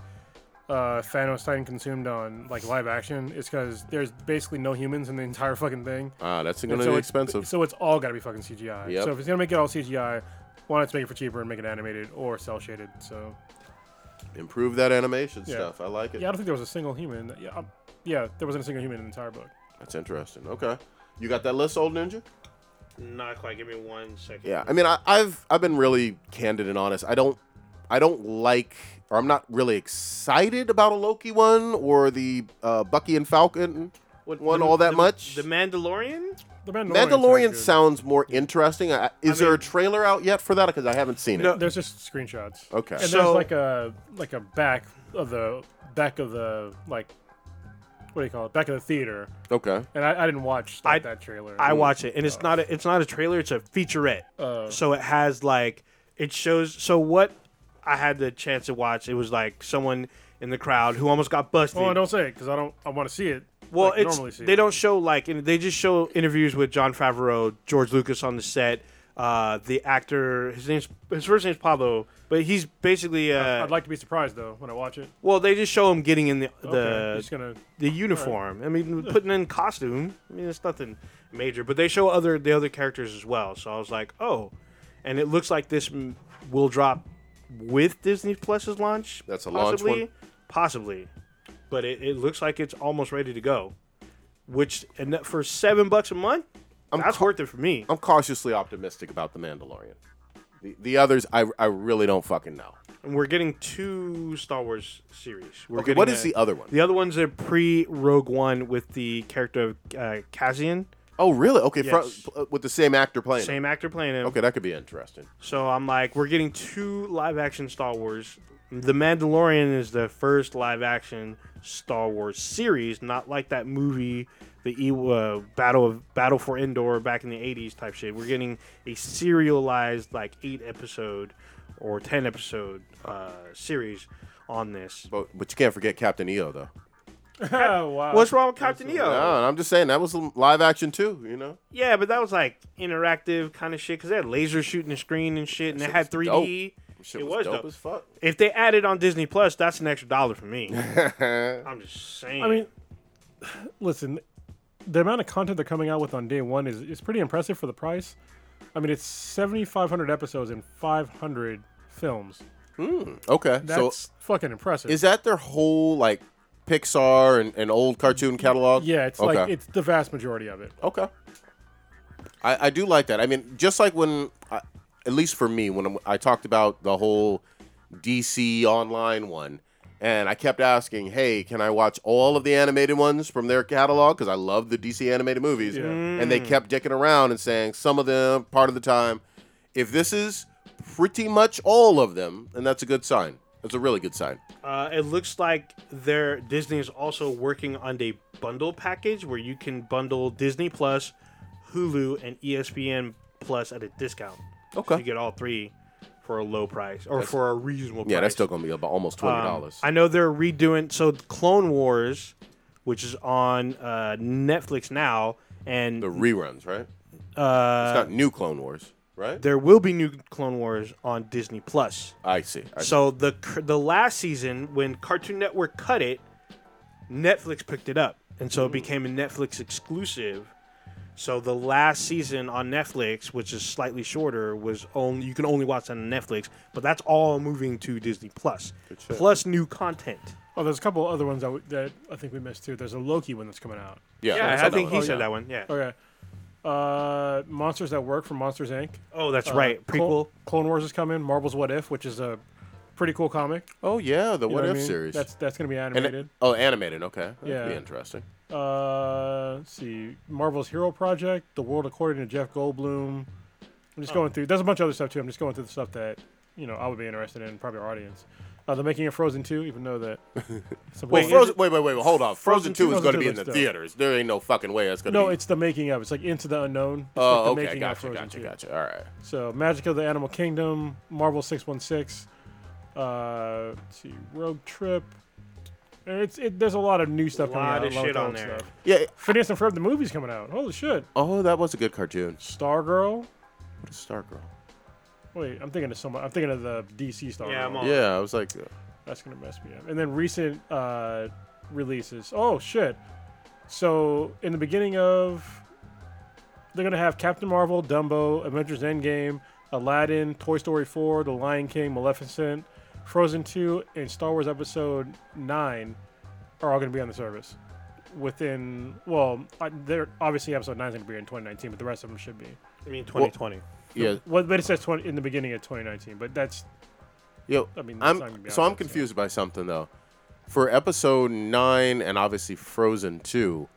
uh, Thanos Titan consumed on like live action is because there's basically no humans in the entire fucking thing.
Ah, that's
And
gonna be
it's-
expensive.
So it's all got to be fucking CGI.
Yep.
So if it's gonna make it all CGI, why not make it for cheaper and make it animated or cell shaded? So
Improve that animation
Yeah.
stuff. I like it.
yeah, I don't think there was a single human. Yeah, I'm- yeah, there wasn't a single human in the entire book.
That's interesting. Okay. You got that list, old ninja?
Not quite. Give me one second.
Yeah, I mean, I, I've I've been really candid and honest. I don't I don't like or I'm not really excited about a Loki one or the uh, Bucky and Falcon
What-
one
the-
all that
the-
much.
The Mandalorian?
The Mandalorian,
Mandalorian
sounds
sounds more interesting. I, is there a
mean-
trailer out yet for that? Because I haven't seen it.
No.
good. There's just screenshots.
Okay.
And
So-
there's like a like a back of the back of the like what do you call it? Back of the theater.
Okay.
And I, I didn't watch like,
I-
that trailer.
I watch it, and it's not a, it's not a trailer. It's a featurette.
Oh.
so it has like it shows. So what I had the chance to watch, it was like someone in the crowd who almost got busted.
Well, I Oh, don't say it because I don't. I want to see it.
Well,
like, normally
it's
see
they
it.
don't show like and they just show interviews with John Favreau, George Lucas on the set. Uh, the actor, his name's his first name's Pablo, but he's basically uh,
I'd like to be surprised though when I watch it.
well, they just show him getting in the the
Okay, I'm just gonna.
the uniform. I mean, putting in costume. I mean, it's nothing major, but they show other the other characters as well. So I was like, oh, and it looks like this m- will drop with Disney Plus's launch.
That's a launch
possibly,
one?
possibly, but it, it looks like it's almost ready to go. Which and that for seven bucks a month, that's worth it for me.
I'm cautiously optimistic about the Mandalorian. The, the others, I, I really don't fucking know.
and we're getting two Star Wars series. We're
Okay, what
getting
is
a-
the other one?
The other one's a pre Rogue One with the character of uh, Cassian,
Oh, really? Okay, fro-
Yes.
uh, with the same actor playing. it.
same actor playing him.
Okay, that could be interesting.
So I'm like, we're getting two live action Star Wars. The Mandalorian is the first live action Star Wars series, not like that movie, the Ewa Battle of Battle for Endor back in the '80s type shit. We're getting a serialized, like eight episode or ten episode uh, series on this.
But but you can't forget Captain EO though.
oh, wow.
What's wrong with Captain EO?
No, and I'm just saying that was l- live action too. You know,
Yeah, but that was like interactive kind of shit because they had lasers shooting the screen and shit, and
That
it
shit
had
was
3D.
Shit
it was
dope,
dope.
as fuck.
If they added on Disney Plus, that's an extra dollar for me. I'm just saying.
I mean, listen, the amount of content they're coming out with on day one is is pretty impressive for the price. I mean, it's 7,500 episodes and 500 films.
Okay, so
That's fucking impressive.
is that their whole like Pixar and, and old cartoon catalog?
yeah, it's
okay.
like it's the vast majority of it.
okay. I I do like that. I mean, just like when, I, at least for me, when I'm, I talked about the whole DC online one. And I kept asking, "Hey, can I watch all of the animated ones from their catalog? Because I love the DC animated movies."
Yeah.
And they kept dicking around and saying some of them part of the time. If this is pretty much all of them, and that's a good sign. That's a really good sign.
uh, it looks like their Disney is also working on a bundle package where you can bundle Disney Plus, Hulu, and E ESPN Plus at a discount.
Okay.
you get all three for a low price or for a reasonable price. Um,
Yeah, that's still gonna be about almost twenty dollars.
I know they're redoing so Clone Wars, which is on uh, Netflix now, and
the reruns, right?
uh,
It's not new Clone Wars, right?
there will be new Clone Wars on Disney Plus.
I see. I see.
So the cr- the last season when Cartoon Network cut it, Netflix picked it up, and
Mm.
so it became a Netflix exclusive. So the last season on Netflix, which is slightly shorter, was only you can only watch on Netflix, but that's all moving to Disney Plus,
shit.
plus new content.
Oh, there's a couple other ones that, w- that I think we missed too. There's a Loki one that's coming out.
yeah,
Yeah,
that's
I
on
think
one.
he
Oh,
said
yeah.
that one. Yeah.
Okay. Uh, Monsters that Work from Monsters Inc.
Oh, that's
Uh,
right. Prequel.
Clone, Clone Wars is coming. Marvel's What If, which is a pretty cool comic.
Oh yeah, the
You know
What
I
If
mean?
series.
That's that's gonna be
And it-
animated.
oh, animated. Okay, that'd
Yeah.
be interesting.
Uh, let's see, Marvel's Hero Project, The World According to Jeff Goldblum, I'm just
Oh.
going through. There's a bunch of other stuff too. I'm just going through the stuff that you know I would be interested in, probably our audience. Uh, they're making a Frozen 2, even though that. some
Well,
people-
Frozen, wait, wait, wait, wait, hold on. Frozen,
Frozen
2 is
2
going to be in
looks
the
dope.
theaters. There ain't no fucking way that's going to
No,
be.
it's the making of. It's like Into the Unknown. It's
Oh,
like the
okay.
making of
Gotcha,
Frozen
gotcha,
2.
gotcha. All right.
So Magic of the Animal Kingdom, Marvel 616, uh, let's see, Rogue Trip. It's it, there's a lot of new stuff coming
Lot
out.
of
a lot
shit on
old
there.
Stuff.
Yeah.
Phineas and Ferb, the movie's coming out. Holy shit.
Oh, that was a good cartoon.
Stargirl.
What is Stargirl?
Wait, I'm thinking of someone. I'm thinking of the DC Stargirl.
Yeah, I'm on.
Yeah, I was like, uh,
That's gonna mess me up. And then recent uh, releases. Oh shit! So in the beginning of, they're gonna have Captain Marvel, Dumbo, Avengers: Endgame, Aladdin, Toy Story 4, The Lion King, Maleficent, Frozen 2, and Star Wars Episode 9 are all gonna be on the service. Within well, I- they're obviously Episode 9 is gonna be in 2019, but the rest of them should be.
I mean, 2020.
yeah,
Well, but it says 20 in the beginning of 2019, but that's
Yo, I
I mean, that's not gonna
am
be
so
out
I'm
yet, so-
confused by something though. For episode nine and obviously Frozen two,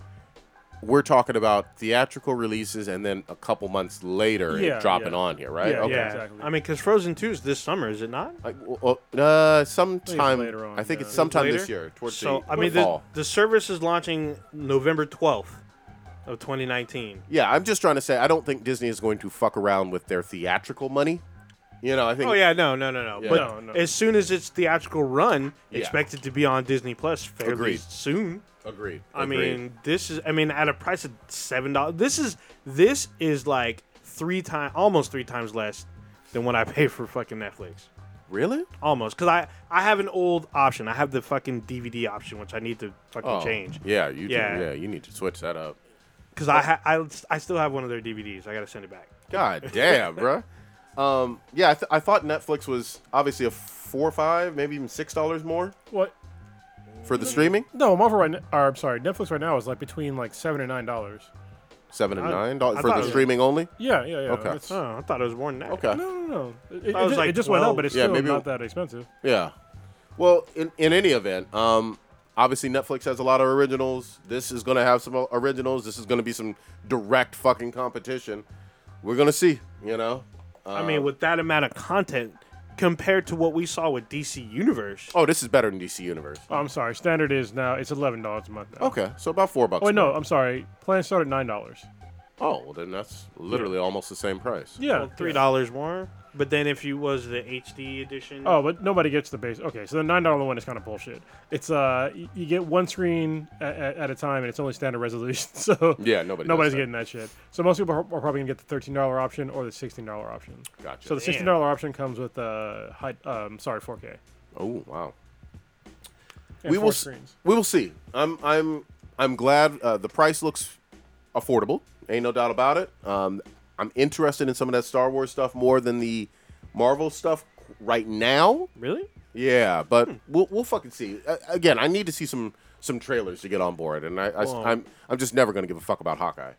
we're talking about theatrical releases and then a couple months later
Yeah,
it dropping
yeah.
on here, right?
Yeah,
okay.
yeah,
exactly.
I mean, because Frozen 2 is this summer, is it not?
Like, well, uh, sometime
later on,
I think
yeah.
it's sometime
Later?
this year, towards
So
the
I mean, the,
fall.
the service is launching November 12th of 2019.
yeah, I'm just trying to say I don't think Disney is going to fuck around with their theatrical money. You know, I think
Oh yeah, no, no, no, no.
Yeah.
But
No, no.
as soon as its theatrical run,
Yeah.
expect it to be on Disney Plus fairly
Agreed.
soon.
agreed.
I
agreed.
mean, this is I mean at a price of seven dollars. This is this is like three times, almost three times less than what I pay for fucking Netflix.
really?
Almost, cause I I have an old option. I have the fucking DVD option, which I need to fucking change.
Oh, Yeah, you do-
Yeah.
yeah, you need to switch that up.
Cause I ha- I I still have one of their DVDs. I gotta send it back.
God damn, bruh. Um, yeah, I, th- I thought Netflix was obviously a four or five, maybe even six dollars more
what
for the streaming.
No, Marvel right now, or I'm sorry, Netflix right now is like between like seven and nine dollars.
Seven and
I-
nine dollars
I
for
thought it
the
was-
streaming only.
Yeah, yeah, yeah.
Okay.
It's- uh,
Oh, I thought it was more than that.
Okay.
No, no, no. It, it,
I was
ju-
like
it just went up,
12.
but it's
Yeah,
still
maybe-
not that expensive.
Yeah. Well, in, in any event, um, obviously Netflix has a lot of originals. This is gonna have some o- originals. This is gonna be some direct fucking competition. We're gonna see, you know.
I mean, with that amount of content compared to what we saw with DC Universe.
Oh, this is better than DC Universe.
Oh, I'm sorry. Standard is now it's eleven dollars a month now.
Okay, so about four bucks.
Oh wait,
more.
no, I'm sorry. Plan started at nine dollars.
Oh, well then that's literally almost the same price.
Yeah,
well, three dollars more. But then if you was the HD edition,
Oh, but nobody gets the base. Okay, so the nine dollar one is kind of bullshit. It's uh, y- you get one screen at, at a time, and it's only standard resolution. So
Yeah, nobody does
nobody's
that.
getting that shit. So most people are, are probably gonna get the thirteen dollar option or the sixteen dollar option.
Gotcha.
So the sixteen dollar option comes with uh, high, um, sorry, four K.
Oh wow.
and
we
four
will s-
screens.
we will see. I'm I'm I'm glad uh, the price looks affordable. Ain't no doubt about it. Um, I'm interested in some of that Star Wars stuff more than the Marvel stuff right now.
really?
Yeah, but
Hmm.
we'll we'll fucking see. Uh, again, I need to see some some trailers to get on board, and I,
Well-
I am I'm just never gonna give a fuck about Hawkeye.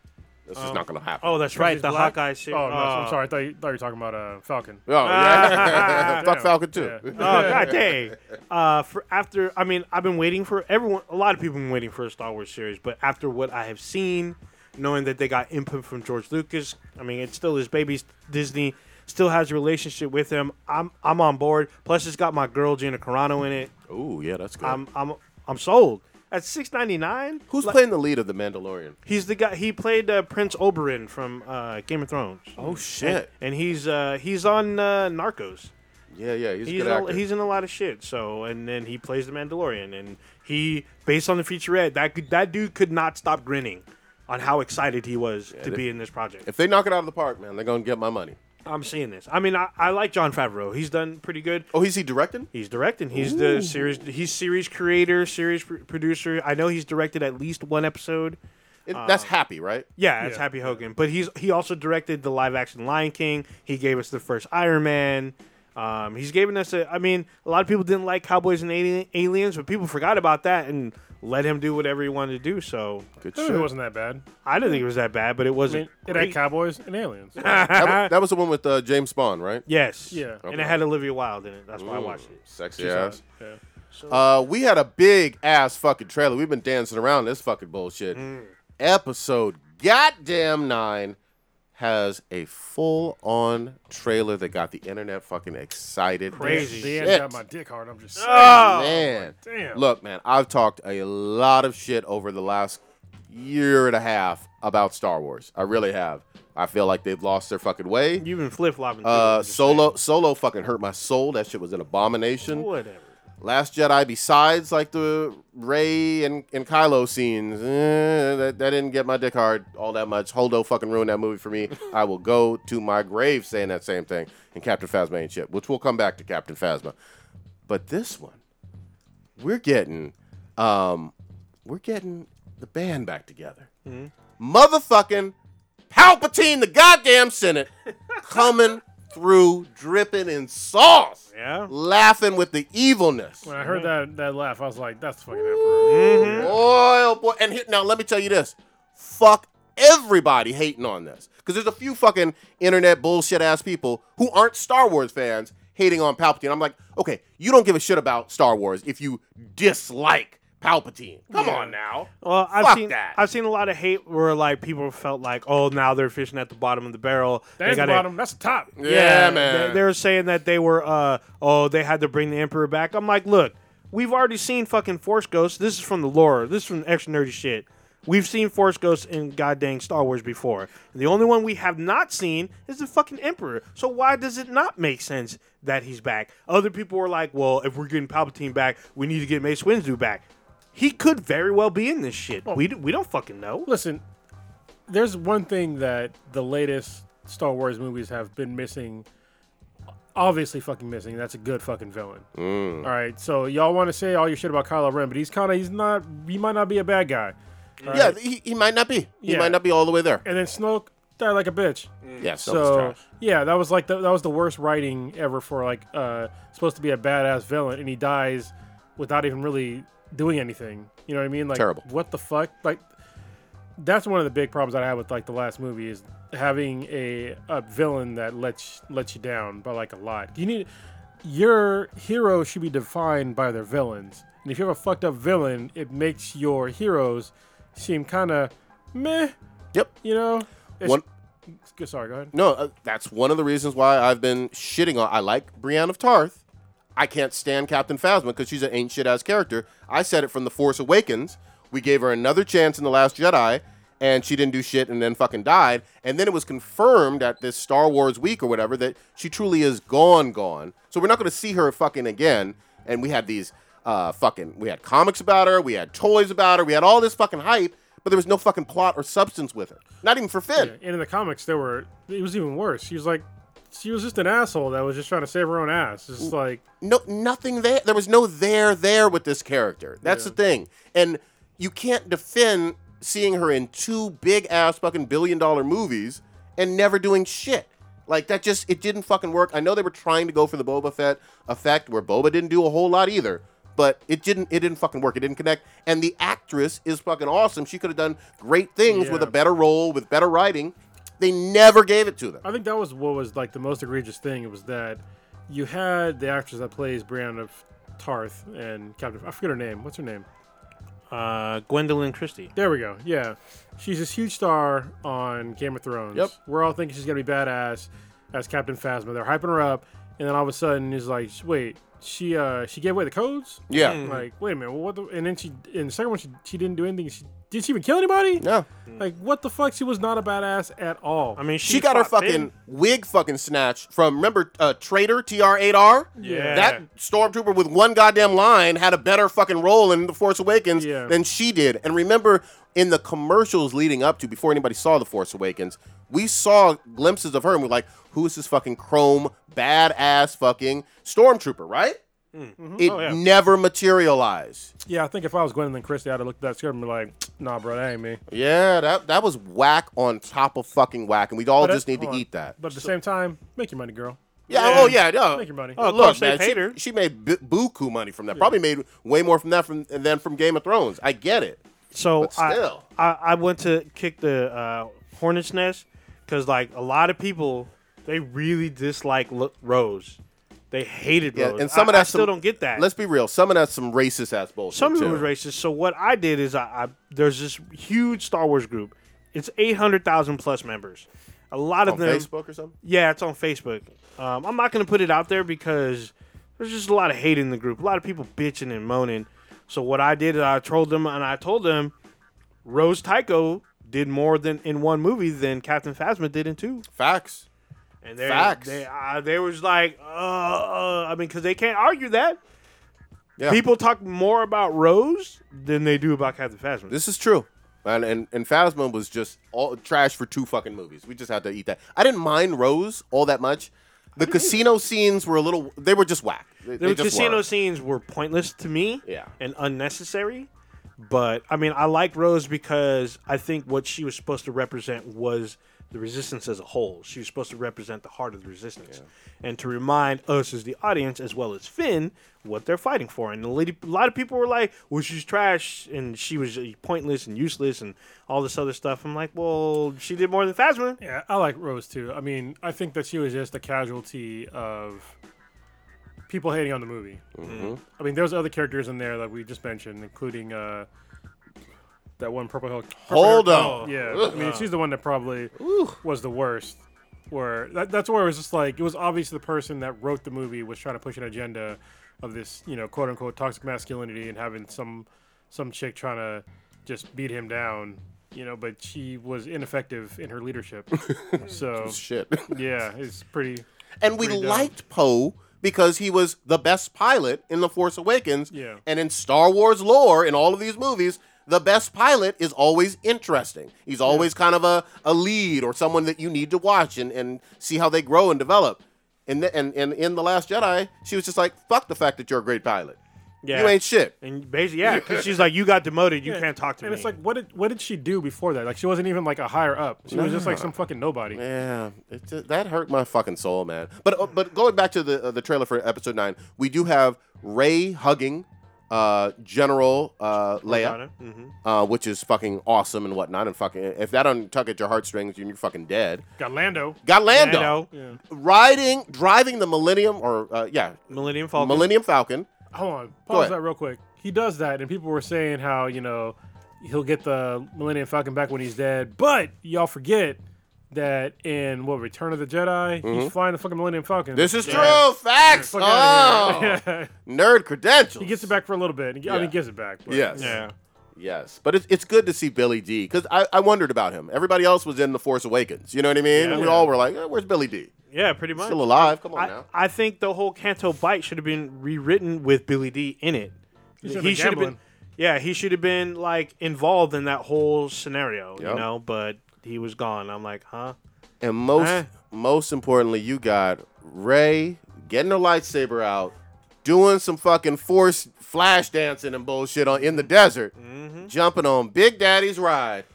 That's just not gonna happen.
Oh, that's right.
She's
The
black?
Hawkeye series.
Oh, no,
Ah.
I'm sorry. I thought you, thought you were talking about uh, Falcon.
Oh, yeah, fuck
Ah, Damn.
Falcon too.
Yeah.
Oh god dang! Uh, for after, I mean, I've been waiting for everyone. A lot of people have been waiting for a Star Wars series, but after what I have seen, knowing that they got input from George Lucas, I mean, it's still his baby. Disney still has a relationship with him. I'm I'm on board. Plus, it's got my girl Gina Carano in it.
Oh yeah, that's good.
I'm I'm I'm sold. At six ninety nine,
Who's playing the lead of the Mandalorian?
he's the guy. He played uh, Prince Oberyn from uh, Game of Thrones.
Oh shit.
and he's uh, he's on uh, Narcos.
Yeah, yeah, he's,
He's
a good
in
actor.
a, he's in a lot of shit. So and then he plays the Mandalorian, and he based on the featurette that could, that dude could not stop grinning on how excited he was to
they-
be in this project.
if they knock it out of the park, man, they're gonna get my money.
I'm seeing this. I mean, I, I like John Favreau. He's done pretty good.
Oh, he's he directing?
He's directing. He's the series. He's series creator, series pr- producer. I know he's directed at least one episode.
It,
Uh,
that's happy, right?
Yeah, it's
Yeah.
Happy Hogan. But he's he also directed the live action Lion King. He gave us the first Iron Man. Um, he's given us a. I mean, a lot of people didn't like Cowboys and Ali- Aliens, but people forgot about that and let him do whatever he wanted to do. So
Good
That
shit.
movie wasn't that bad.
I didn't think it was that bad, but it
I mean,
wasn't.
it
great.
had cowboys and aliens.
that, wa- that was the one with uh, James Bond, right? Mm,
yes.
Yeah.
And it had Olivia Wilde in it. That's why I watched it.
Sexy ass.
Yeah.
Uh, we had a big ass fucking trailer. We've been
Mm.
dancing around this fucking bullshit. Episode goddamn nine, has a full-on trailer that got the internet fucking excited.
Crazy.
Dan
shit. Ah.
got my dick hard. I'm just saying.
man.
damn.
Look, man, I've talked a lot of shit over the last year and a half about Star Wars. I really have. I feel like they've lost their fucking way.
You've been flip flopping.
Uh, solo, solo fucking hurt my soul. That shit was an abomination.
Whatever.
Last Jedi, besides like the Ray and, and Kylo scenes, eh, that, that didn't get my dick hard all that much. Holdo fucking ruined that movie for me. I will go to my grave saying that same thing. And Captain Phasma ain't shit, which we'll come back to Captain Phasma. But this one, we're getting, um, we're getting the band back together. Motherfucking Palpatine, the goddamn Senate, coming through, dripping in sauce
Yeah.
laughing with the evilness.
When I heard that that laugh, I was like, "That's fucking emperor."
Boy, oh boy. And here, now let me tell you this. Fuck everybody hating on this. Because there's a few fucking internet bullshit ass people who aren't Star Wars fans hating on Palpatine. I'm like, okay, you don't give a shit about Star Wars if you dislike Palpatine. Come on now.
Well, I've
Fuck
seen
that.
I've seen a lot of hate where like people felt like, oh, now they're fishing at the bottom of the barrel. They
That's the
gotta-
bottom. That's the top.
Yeah,
they-
man.
They, were saying that they were, uh, oh, they had to bring the Emperor back. I'm like, look, we've already seen fucking Force Ghosts. This is from the lore. This is from extra nerdy shit. We've seen Force Ghosts in goddamn Star Wars before. the only one we have not seen is the fucking Emperor. So why does it not make sense that he's back? Other people were like, well, if we're getting Palpatine back, we need to get Mace Windu back. He could very well be in this shit. We, d- we don't fucking know.
Listen, there's one thing that the latest Star Wars movies have been missing. Obviously, fucking missing. That's a good fucking villain.
Mm.
All right, so y'all want to say all your shit about Kylo Ren, but he's kind of he's not. He might not be a bad guy.
yeah, he, he might not be. He
Yeah.
might not be all the way there.
And then Snoke died like a bitch.
Yeah, so,
So yeah, that was like the, that was the worst writing ever for like uh supposed to be a badass villain, and he dies without even really doing anything. You know what I mean? Like
Terrible.
What the fuck? Like that's one of the big problems that I had with like the last movie is having a a villain that lets lets you down by like a lot. You need your hero should be defined by their villains, and if you have a fucked up villain, it makes your heroes seem kind of meh.
Yep.
You know. It's-
One-
Sorry, go ahead.
No, uh, that's one of the reasons why I've been shitting on. I like Brienne of Tarth. I can't stand Captain Phasma because she's an ain't shit ass character. I said it from The Force Awakens. We gave her another chance in The Last Jedi, and she didn't do shit and then fucking died. And then it was confirmed at this Star Wars week or whatever that she truly is gone, gone. So we're not going to see her fucking again. And we had these uh, fucking, we had comics about her, we had toys about her, we had all this fucking hype, but there was no fucking plot or substance with her. Not even for Finn.
And in the comics, there were it was even worse. She was like, she was just an asshole that was just trying to save her own ass. It's Just like,
no nothing there there was no there there with this character that's the thing and you can't defend seeing her in two big ass fucking billion dollar movies and never doing shit like that just it didn't fucking work i know they were trying to go for the boba fett effect where boba didn't do a whole lot either but it didn't it didn't fucking work it didn't connect and the actress is fucking awesome she could have done great things with a
Yeah.
better role with better writing they never gave it to them
I think that was what was like the most egregious thing. It was that you had the actress that plays Brienne of Tarth and Captain. I forget her name. What's her name?
Uh, Gwendolyn Christie.
There we go. Yeah, she's this huge star on Game of Thrones.
Yep.
We're all thinking she's gonna be badass as Captain Phasma. They're hyping her up, and then all of a sudden, it's like, wait, she uh she gave away the codes.
yeah
Hmm.
Like, wait a minute, what? The, and then she, in the second one, she, she didn't do anything. She did she even kill anybody?
no
Like, what the fuck? She was not a badass at all.
I mean,
She, got her
fought
fucking
Finn.
wig fucking snatched from remember uh, Traitor T R eight R.
Yeah.
That stormtrooper with one goddamn line had a better fucking role in The Force Awakens
Yeah.
than she did. And remember in the commercials leading up to before anybody saw The Force Awakens, we saw glimpses of her and we're like, who is this fucking chrome badass fucking stormtrooper, right?
Mm-hmm. Oh,
It never materialized.
yeah, I think if I was Gwendolyn Christie, I'd have looked at that script and be like, nah, bro, that ain't me.
Yeah, that that was whack on top of fucking whack, and we'd all
But
just
that-
need to
hold on.
eat that.
But at the same time, make your money, girl.
Yeah, oh yeah, no.
Make your money.
Oh, of
Look,
course they
man,
paid
she,
her.
she made b- buku money from that. Probably made way more from that from than from Game of Thrones. I get it.
So
But
I,
still.
I I went to kick the uh, hornet's nest because like a lot of people they really dislike Lo- Rose. They hated
Yeah,
Rose.
and some
I,
of that
I still don't get that.
Let's be real. Some of that's some racist ass bullshit.
some of
too.
it was racist. So what I did is I, I there's this huge Star Wars group. It's eight hundred thousand plus members. A lot of
on
them.
Facebook or something.
Yeah, it's on Facebook. Um, I'm not gonna put it out there because there's just a lot of hate in the group. A lot of people bitching and moaning. So what I did is I trolled them and I told them Rose Tycho did more than in one movie than Captain Phasma did in two.
Facts.
And they
Facts.
they uh, they was like, uh, uh, I mean, because they can't argue that.
Yeah.
People talk more about Rose than they do about Captain Phasma.
This is true. And, and and Phasma was just all trash for two fucking movies. We just had to eat that. I didn't mind Rose all that much. The casino scenes were a little. They were just whack. They,
the
they just
casino
were.
scenes were pointless to me
Yeah.
and unnecessary but i mean i like rose because i think what she was supposed to represent was the resistance as a whole she was supposed to represent the heart of the resistance and to remind us as the audience as well as finn what they're fighting for and a lady- a lot of people were like well she's trash and she was uh, pointless and useless and all this other stuff i'm like well she did more than phasma
Yeah, I like Rose too. I mean, I think that she was just a casualty of people hating on the movie.
Mm-hmm.
I mean, there's other characters in there that we just mentioned, including uh, that one purple Hulk. Purple
Hold
Hulk-
on.
Yeah, I mean, she's the one that probably was the worst. Where that, that's where it was just like it was obvious the person that wrote the movie was trying to push an agenda of this, you know, quote unquote toxic masculinity and having some some chick trying to just beat him down, you know. But she was ineffective in her leadership. so
Shit.
yeah, it's pretty.
and we
Pretty dumb.
liked Poe because he was the best pilot in The Force Awakens.
Yeah.
And in Star Wars lore, in all of these movies, the best pilot is always interesting. He's always kind of a, a lead or someone that you need to watch and, and see how they grow and develop. And, the, and, and in The Last Jedi, she was just like, fuck the fact that you're a great pilot.
yeah
You ain't shit.
and basically yeah because she's like you got demoted you can't talk to
and
me
it's like, what did what did she do before that? Like, she wasn't even like a higher up. She was just like some fucking nobody.
Yeah, it, ju- that hurt my fucking soul, man. But uh, but going back to the uh, the trailer for episode nine, we do have Ray hugging uh, General uh, Leia,
mm-hmm.
uh, which is fucking awesome and whatnot. And fucking, if that don't tug at your heartstrings, you're you're fucking dead.
Got Lando.
Got Lando
Lando.
riding, driving the Millennium or uh, yeah,
Millennium Falcon.
Millennium Falcon.
Hold on,
ahead.
pause that real quick. He does that, and people were saying how you know he'll get the Millennium Falcon back when he's dead. But y'all forget that in what Return of the Jedi, he's flying the fucking Millennium Falcon.
Mm-hmm. This is
Yeah.
true facts.
Fuck
Oh,
outta here. Yeah.
nerd credentials.
he gets it back for a little bit. I
Yeah.
mean, he gives it back. but-
Yes.
Yeah.
Yes, but it's, it's good to see Billy D because I, I wondered about him. Everybody else was in The Force Awakens. You know what I mean?
Yeah.
we all were like, eh, "Where's Billy D?
Yeah, pretty much.
Still alive? Come on
I,
now."
I think the whole Canto Bite should have been rewritten with Billy D in it. He
should've been gambling.
Yeah, he should have been like involved in that whole scenario, you
Yep.
know. But he was gone. I'm like, huh?
And most
Eh.
most importantly, you got Ray getting her lightsaber out, doing some fucking Force flash dancing and bullshit on in the desert,
Mm-hmm.
jumping on Big Daddy's ride,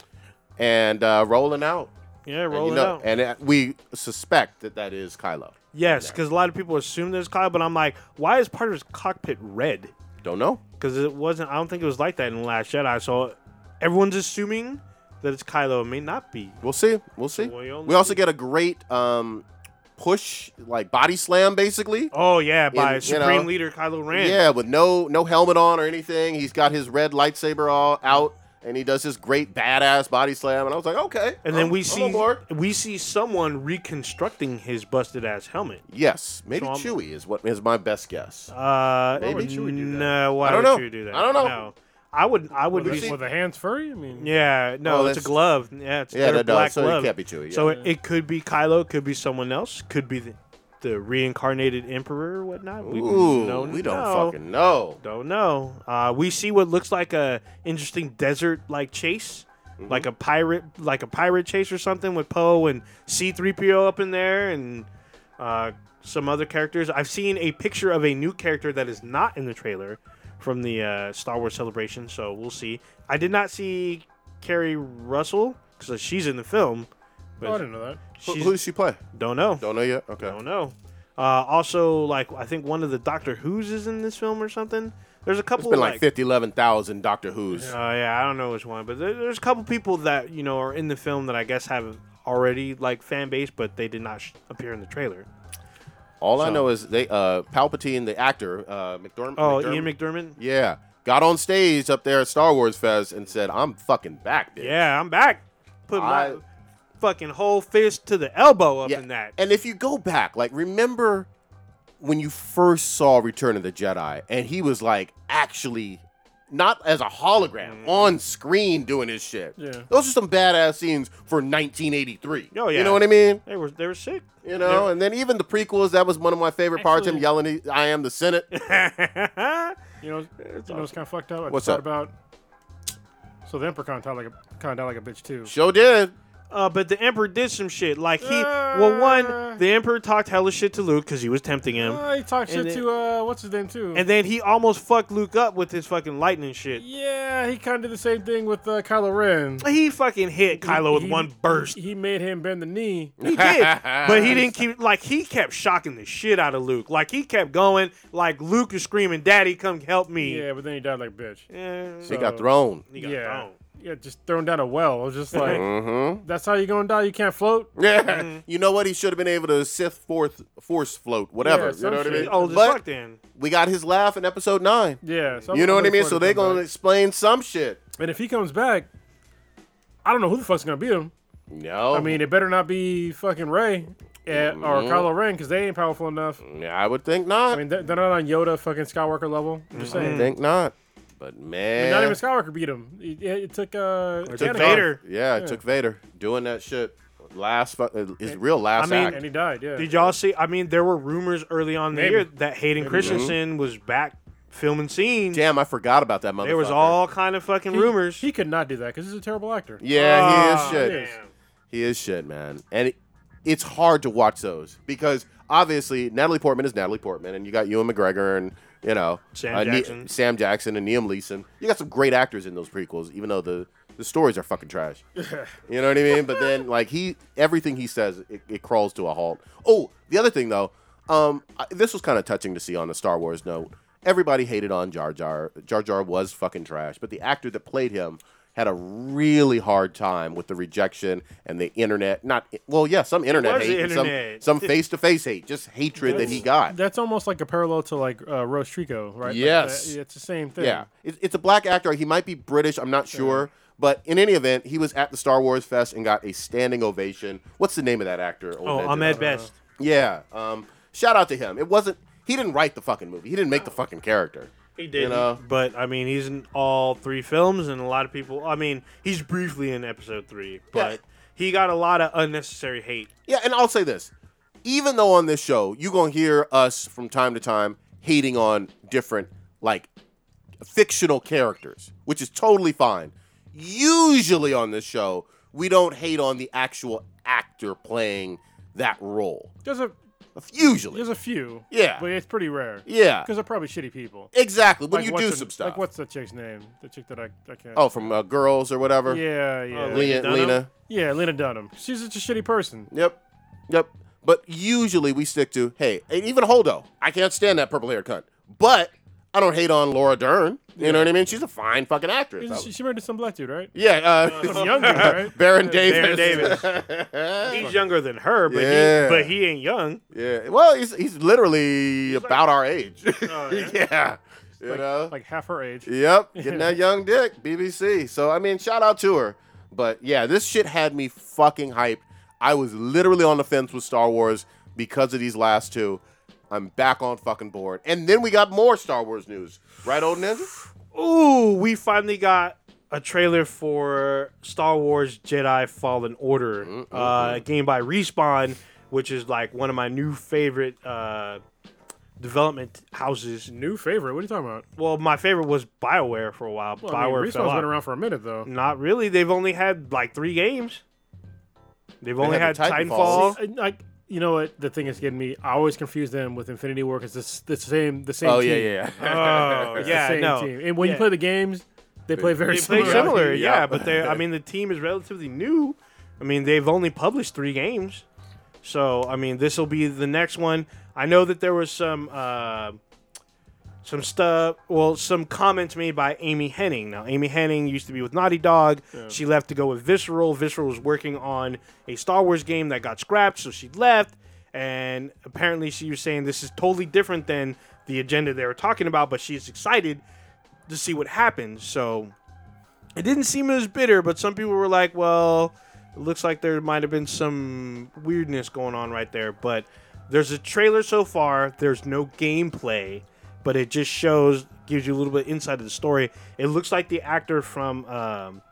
and uh, rolling out.
Yeah,
And, you
rolling
know-
out.
and uh, we suspect that that is Kylo.
yes, because a lot of people assume there's Kyle, but I'm like, why is part of his cockpit red?
Don't know.
Because it wasn't. I don't think it was like that in Last Jedi. So everyone's assuming that it's Kylo. It may not be.
We'll see. We'll see.
We only-
We also get a great um, push, like body slam, basically.
Oh yeah, by
you
Supreme
know,
Leader Kylo Ren.
Yeah, with no no helmet on or anything. He's got his red lightsaber all out, and he does this great badass body slam. And I was like, okay.
And then
I'm-
we
I'm
see
on board.
we see someone reconstructing his busted ass helmet.
Yes, maybe
So I'm-
Chewie is what is my best guess.
Uh,
Maybe. Why would
Chewie
Chewie
do
do
that? No, why
I don't
would
know.
Chewie do that?
I don't know.
No. I would. I would
With,
be.
the- with the hands furry, I mean,
Yeah,
Oh,
no, it's a
that's-
glove. Yeah, it's
Yeah,
yeah,
no, no,
black
so it
glove.
can't be Chewie,
So
yeah.
it, it could be Kylo, it could be someone else, could be the, the reincarnated emperor or whatnot. We
Ooh,
don't
we don't
know.
fucking know.
Don't know. Uh, we see what looks like a interesting desert like chase,
Mm-hmm.
like a pirate, like a pirate chase or something with Poe and C three PO up in there and uh, some other characters. I've seen a picture of a new character that is not in the trailer from the uh, Star Wars Celebration, so we'll see. I did not see Carrie Russell because she's in the film.
oh, I didn't know that.
Who,
She's,
who does she play?
don't know.
Don't know yet. Okay.
Don't know. Uh, also, like I think one of the Doctor Who's is in this film or something. There's a couple
It's been like
like
fifty eleven thousand Doctor Who's.
Oh yeah, I don't know which one, but there, there's a couple people that you know are in the film that I guess have already like fan base, but they did not sh- appear in the trailer.
All I
So-
know is they uh, Palpatine, the actor uh, McDorm-
Oh,
McDermott.
Ian McDermott.
Yeah. Got on stage up there at Star Wars Fest and said, I'm fucking back, bitch.
Yeah, I'm back. Put
I-
my fucking whole fist to the elbow up in that.
And if you go back, like remember when you first saw Return of the Jedi, and he was like actually not as a hologram
Mm-hmm.
on screen doing his shit.
Yeah.
Those are some badass scenes for 1983.
Oh,
You
yeah.
know what I mean?
They were they were sick.
You know, and then even the prequels, that was one of my favorite parts, him
Actually-
yelling, I am the Senate.
You know, you know, it's kind of fucked up. I
What's
thought
up?
about. So the Emperor kind of died like a kind of died like a bitch too.
Show did.
Uh, but the Emperor did some shit. Like he, well, one, the Emperor talked hella shit to Luke because he was tempting him,
Uh, he talked
And
shit
then-
to uh, what's his name too.
and then he almost fucked Luke up with his fucking lightning shit.
yeah, he kind of did the same thing with uh, Kylo Ren.
He fucking hit Kylo with
He-
one burst.
He made him bend the knee.
He did, but he didn't keep like he kept shocking the shit out of Luke. Like he kept going. Like Luke is screaming, "Daddy, come help me!"
Yeah, but then he died like a bitch.
Yeah.
He got thrown.
He got
yeah,
thrown.
yeah, just thrown down a well. It was just like
Mm-hmm.
that's how you gonna die. You can't float.
Yeah.
Mm.
You know what? He should have been able to Sith forth, force float, whatever.
Yeah,
you
some
know what I
shit. Oh,
mean?
Old as
but
fuck then.
we got his laugh in episode nine.
Yeah, so I'm
You know what I
looking
mean?
forward
So
to
they
coming
gonna
back.
explain some shit.
And if he comes back, I don't know who the fuck's gonna beat him.
No,
I mean, it better not be fucking Ray eh,
Mm-hmm.
or Kylo Ren because they ain't powerful enough.
yeah, I would think not. I,
I mean, they're they're not on Yoda fucking Skywalker level. I'm just saying.
think not. But man,
Not even Skywalker beat him. It, it- it took uh, it
took Vader.
Yeah, it took Vader doing that shit. Last, fu- uh, his real last
mean-
act.
and he died. Yeah.
Did y'all see? I mean, there were rumors early on in the
Maybe.
year that Hayden Christensen was back filming scenes.
Mm-hmm. Damn, I forgot about that motherfucker.
There was all kind of fucking
He-
rumors.
He could not do that because he's a terrible actor.
Yeah,
Ah,
he is shit.
damn.
He is shit, man. And it, it's hard to watch those because obviously Natalie Portman is Natalie Portman, and you got Ewan McGregor and you know uh,
Sam
Ne-
Jackson.
Sam Jackson and Liam Leeson. You got some great actors in those prequels, even though the the stories are fucking trash. you know what I mean? But then like he everything he says it, it crawls to a halt. Oh, the other thing though, um, I, this was kind of touching to see on the Star Wars note. Everybody hated on Jar Jar. Jar Jar was fucking trash, but the actor that played him had a really hard time with the rejection and the internet. Not well, yeah, some internet
was
hate, and
internet.
some some face to face hate, just hatred that he got.
That's almost like a parallel to like uh, Rose Trico, right? Like,
Yes.
that- it's the same thing.
yeah, it's, it's a black actor. He might be British. I'm not sure, but in any event, he was at the Star Wars Fest and got a standing ovation. What's the name of that actor? Old
Oh,
Benjamin.
Ahmed Best.
Uh-huh.
Yeah. Um, shout out to him. It wasn't. He didn't write the fucking movie. He didn't make the fucking character.
He did,
know.
but I mean, he's in all three films, and a lot of people. I mean, he's briefly in episode three, but
Yeah.
he got a lot of unnecessary hate.
Yeah, and I'll say this. Even though on this show, you're going to hear us from time to time hating on different, like, fictional characters, which is totally fine. Usually on this show, we don't hate on the actual actor playing that role.
There's a
Usually.
there's a few.
Yeah.
But it's pretty rare.
Yeah.
Because they're probably shitty people.
Exactly. When
Like,
you
what's
do
the-
some stuff.
Like what's the chick's name? The chick that I, I can't.
oh, from uh, Girls or whatever?
Yeah,
Oh,
yeah.
Lena
Lena.
Dunham?
Lena.
Yeah, Lena Dunham. She's such a shitty person.
Yep. Yep. But usually we stick to, hey, and even Holdo. I can't stand that purple hair cunt. But I don't hate on Laura Dern. You know what I mean? She's a fine fucking actress.
Isn't She, she married to some black dude, right?
yeah. Uh,
Some young dude, right?
Baron Davis.
Baron Davis. he's younger than her, but
Yeah.
he but he ain't young.
yeah. Well, he's, he's literally about our age. yeah. You know?
Like half her age.
Yep, getting that young dick, BBC. So I mean, shout out to her. But yeah, this shit had me fucking hyped. I was literally on the fence with Star Wars because of these last two. I'm back on fucking board. And then we got more Star Wars news, right, old ninja?
Ooh, we finally got a trailer for Star Wars Jedi Fallen Order,
Mm,
uh, a game by Respawn, which is like one of my new favorite uh, development houses.
New favorite. What are you talking about?
Well, my favorite was BioWare for a while.
Well, I mean,
BioWare
Respawn's
fell
been
off.
around for a minute though.
Not really. They've only had like three games. They've only
had
had,
the Titanfall.
Titanfall.
I, I- you know what? The thing is getting me. I always confuse them with Infinity War because it's the same. The same.
Oh
team.
yeah, yeah, yeah.
Uh,
Oh,
It's
yeah,
the same
no.
team. And when
Yeah.
you play the games, they play very
They play
similar.
similar,
Yeah.
yeah, but they I mean the team is relatively new. I mean, they've only published 3 games. So, I mean, this will be the next one. I know that there was some uh, some stuff, well, some comments made by Amy Henning. Now, Amy Henning used to be with Naughty Dog. She left to go with Visceral. Visceral was working on a Star Wars game that got scrapped, so she left. And apparently, she was saying this is totally different than the agenda they were talking about, but she's excited to see what happens. So, it didn't seem as bitter, but some people were like, well, It looks like there might have been some weirdness going on right there, but there's a trailer so far. There's no gameplay, but it just shows, gives you a little bit insight of the story. It looks like the actor from um,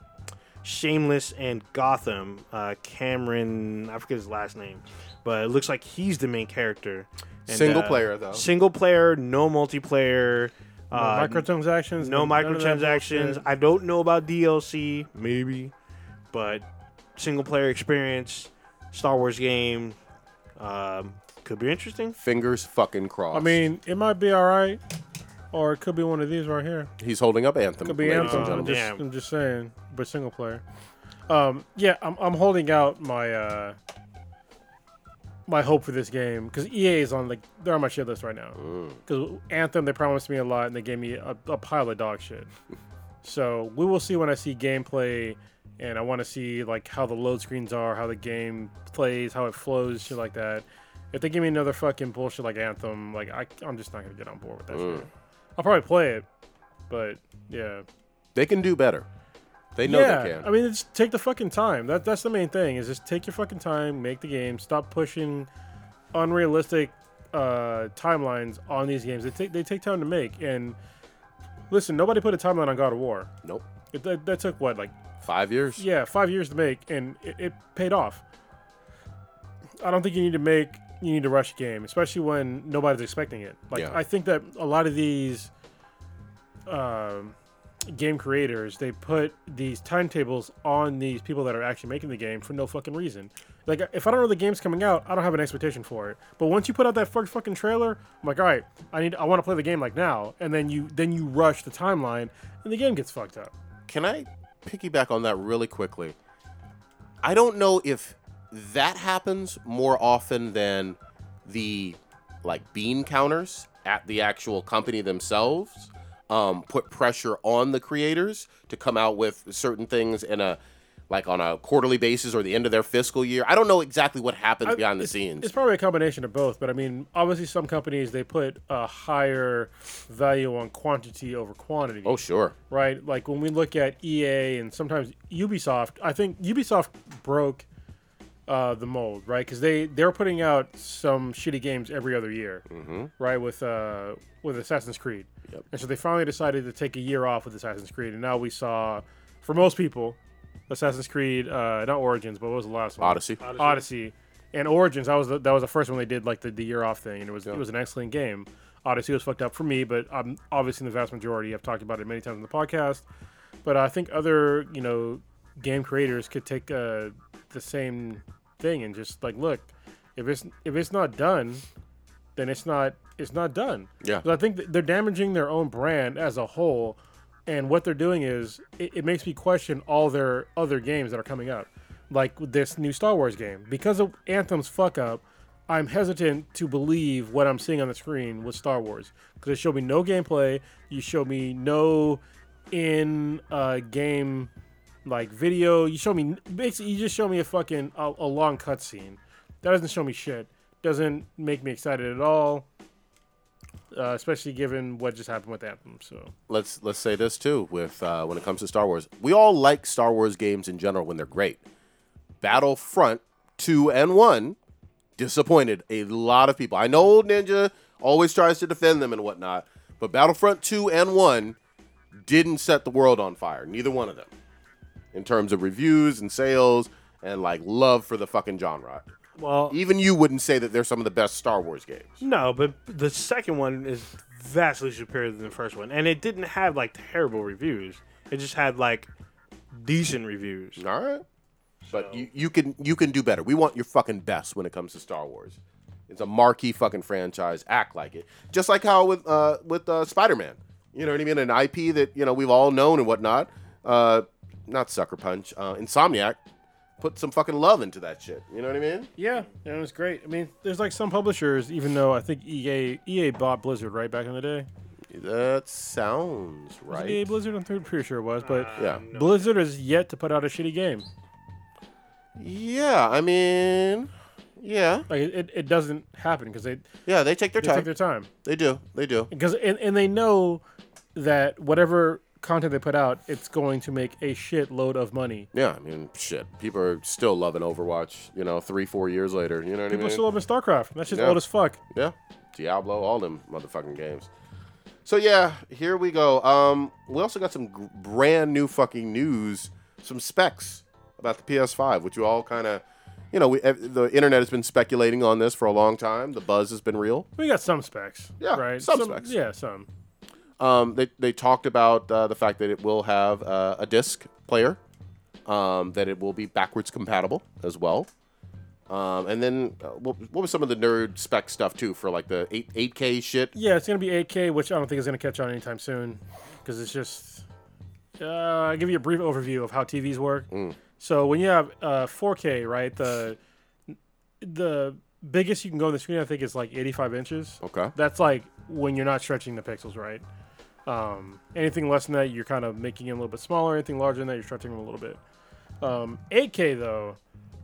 Shameless and Gotham, uh, Cameron, I forget his last name, but it looks like he's the main character. And, uh,
Single player, though.
Single player, no multiplayer.
No
uh,
microtransactions.
no
none of that
microtransactions.
bullshit.
I don't know about DLC, maybe, but single player experience, Star Wars game, um, could be interesting.
Fingers fucking crossed.
I mean, it might be all right, or it could be one of these right here.
he's holding up Anthem.
Could be
ladies and
Anthem.
gentlemen.
I'm just,
Damn.
I'm just saying, but single player. Um, yeah, I'm, I'm holding out my uh, my hope for this game because EA is on like they're on my shit list right now. Because Anthem, they promised me a lot and they gave me a, a pile of dog shit. so we will see when I see gameplay, and I want to see like how the load screens are, how the game plays, how it flows, shit like that. If they give me another fucking bullshit like Anthem, like I, I'm just not gonna get on board with that. Shit. I'll probably play it, but yeah.
They can do better. They know
yeah,
they can.
I mean, it's take the fucking time. That that's the main thing. Is just take your fucking time, make the game, stop pushing unrealistic uh, timelines on these games. They take they take time to make. And listen, nobody put a timeline on God of War.
nope.
It, that, that took what like
Five years.
yeah five years to make, and it, it paid off. I don't think you need to make you need to rush a game, especially when nobody's expecting it. Like
Yeah.
I think that a lot of these um, game creators they put these timetables on these people that are actually making the game for no fucking reason. Like uh, if I don't know the game's coming out, I don't have an expectation for it. But once you put out that first fucking trailer, I'm like, all right, I need I want to play the game like now, and then you then you rush the timeline, and the game gets fucked up.
Can I piggyback on that really quickly? I don't know if that happens more often than the like bean counters at the actual company themselves um, put pressure on the creators to come out with certain things in a like on a quarterly basis or the end of their fiscal year. I don't know exactly what happens
I-
behind the
it's-
scenes.
It's probably a combination of both, but I mean, obviously, some companies they put a higher value on quantity over quantity.
Oh sure.
right. Like when we look at EA and sometimes Ubisoft, I think Ubisoft broke uh, the mold, right? Because they they're putting out some shitty games every other year, mm-hmm. right? With uh, with Assassin's Creed,
Yep.
and so they finally decided to take a year off with Assassin's Creed, and now we saw, for most people, Assassin's Creed, uh, not Origins, but what was the last one?
Odyssey.
Odyssey and Origins. That was the, that was the first one they did like the, the year off thing, and it was it was an excellent game. Odyssey was fucked up for me, but I'm obviously in the vast majority. I've talked about it many times on the podcast, but I think other you know game creators could take uh, the same thing and just like look if it's if it's not done, then it's not it's not done.
Yeah.
But I think that they're damaging their own brand as a whole, and what they're doing is it, it makes me question all their other games that are coming up, like with this new Star Wars game because of Anthem's fuck up. I'm hesitant to believe what I'm seeing on the screen with Star Wars because it showed me no gameplay. You showed me no in uh, game like video. You show me basically you just show me a fucking a, a long cutscene. That doesn't show me shit. Doesn't make me excited at all. Uh, especially given what just happened with Anthem. So
let's let's say this too with uh, when it comes to Star Wars. We all like Star Wars games in general when they're great. Battlefront two and one disappointed a lot of people. I know Old Ninja always tries to defend them and whatnot, but Battlefront two and one didn't set the world on fire. Neither one of them, in terms of reviews and sales and like love for the fucking genre.
Well,
Even you wouldn't say that they're some of the best Star Wars games.
no, but the second one is vastly superior than the first one, and it didn't have like terrible reviews. It just had like decent reviews.
All right. But you, you can you can do better. We want your fucking best when it comes to Star Wars. It's a marquee fucking franchise. Act like it. Just like how with uh, with uh, Spider Man. You know what I mean? An IP that you know we've all known and whatnot. Uh, not Sucker Punch. Uh, Insomniac put some fucking love into that shit. You know what I mean?
yeah, and it was great. I mean, there's like some publishers, even though I think E EA EA bought Blizzard right back in the day.
That sounds
Was it EA
right.
Blizzard, I'm pretty sure it was, but
Yeah.
Blizzard has yet to put out a shitty game.
Yeah. I mean, yeah,
Like it, it, it doesn't happen because they,
yeah. They take their
they take
time.
their time.
They do. They do.
because and, and they know that whatever content they put out, it's going to make a shitload of money.
Yeah, I mean, shit. People are still loving Overwatch. You know, three, four years later. You know what I mean?
People are still loving StarCraft. That's just
Yeah.
old as fuck.
Yeah. Diablo, all them motherfucking games. So yeah, here we go. Um, we also got some gr brand new fucking news, some specs about the PS5, which you all kind of, you know, we ev- the internet has been speculating on this for a long time. The buzz has been real.
We got some specs.
Yeah,
right.
some specs.
Yeah, some.
Um, they they talked about uh, the fact that it will have uh, a disc player, um, that it will be backwards compatible as well. Um, and then uh, what, what was some of the nerd spec stuff too for like the eight eight K shit?
Yeah, it's gonna be 8K, which I don't think is gonna catch on anytime soon, because it's just. Uh, I'll give you a brief overview of how TVs work. So when you have uh, 4K, right, the the biggest you can go on the screen, I think, is like 85 inches.
Okay.
That's like when you're not stretching the pixels, right? Um, anything less than that, you're kind of making it a little bit smaller. Anything larger than that, you're stretching them a little bit. Um, 8K though,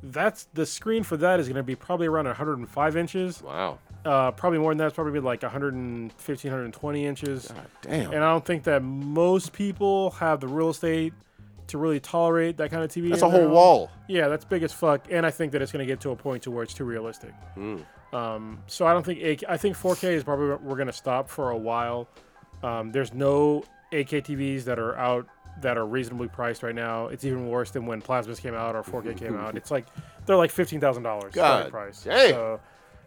that's the screen for that is going to be probably around 105 inches.
Wow.
Uh, probably more than that. It's probably like 115, 120 inches.
Damn.
And I don't think that most people have the real estate to really tolerate that kind of TV.
That's
in
a
their
whole
home.
wall.
Yeah, that's big as fuck, and I think that it's going to get to a point to where it's too realistic.
Hmm.
Um, so I don't think 8K I think 4K is probably where we're going to stop for a while. Um, there's no 8K TVs that are out that are reasonably priced right now. It's even worse than when plasmas came out or 4K came out. It's like they're like fifteen thousand dollars
God
price.
dang.
So,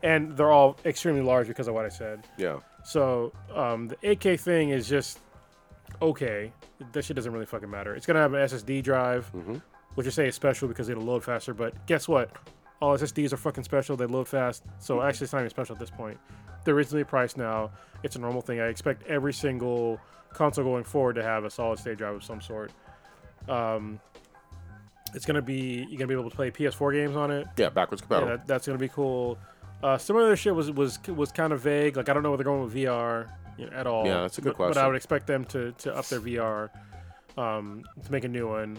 and they're all extremely large because of what I said.
Yeah.
So um, the 8K thing is just okay. That shit doesn't really fucking matter. It's gonna have an SSD drive, which I say is special because it'll load faster. But guess what? All SSDs are fucking special. They load fast. So actually, it's not even special at this point. They're reasonably priced now. It's a normal thing. I expect every single console going forward to have a solid state drive of some sort. Um, it's gonna be you're gonna be able to play PS4 games on it.
Yeah, backwards
Yeah,
compatible.
that, that's gonna be cool. Uh, some of their shit was was was kind of vague. Like I don't know where they're going with VR you know, at all.
Yeah, that's a good
but, But I
question.
would expect them to to up their VR um, to make a new one.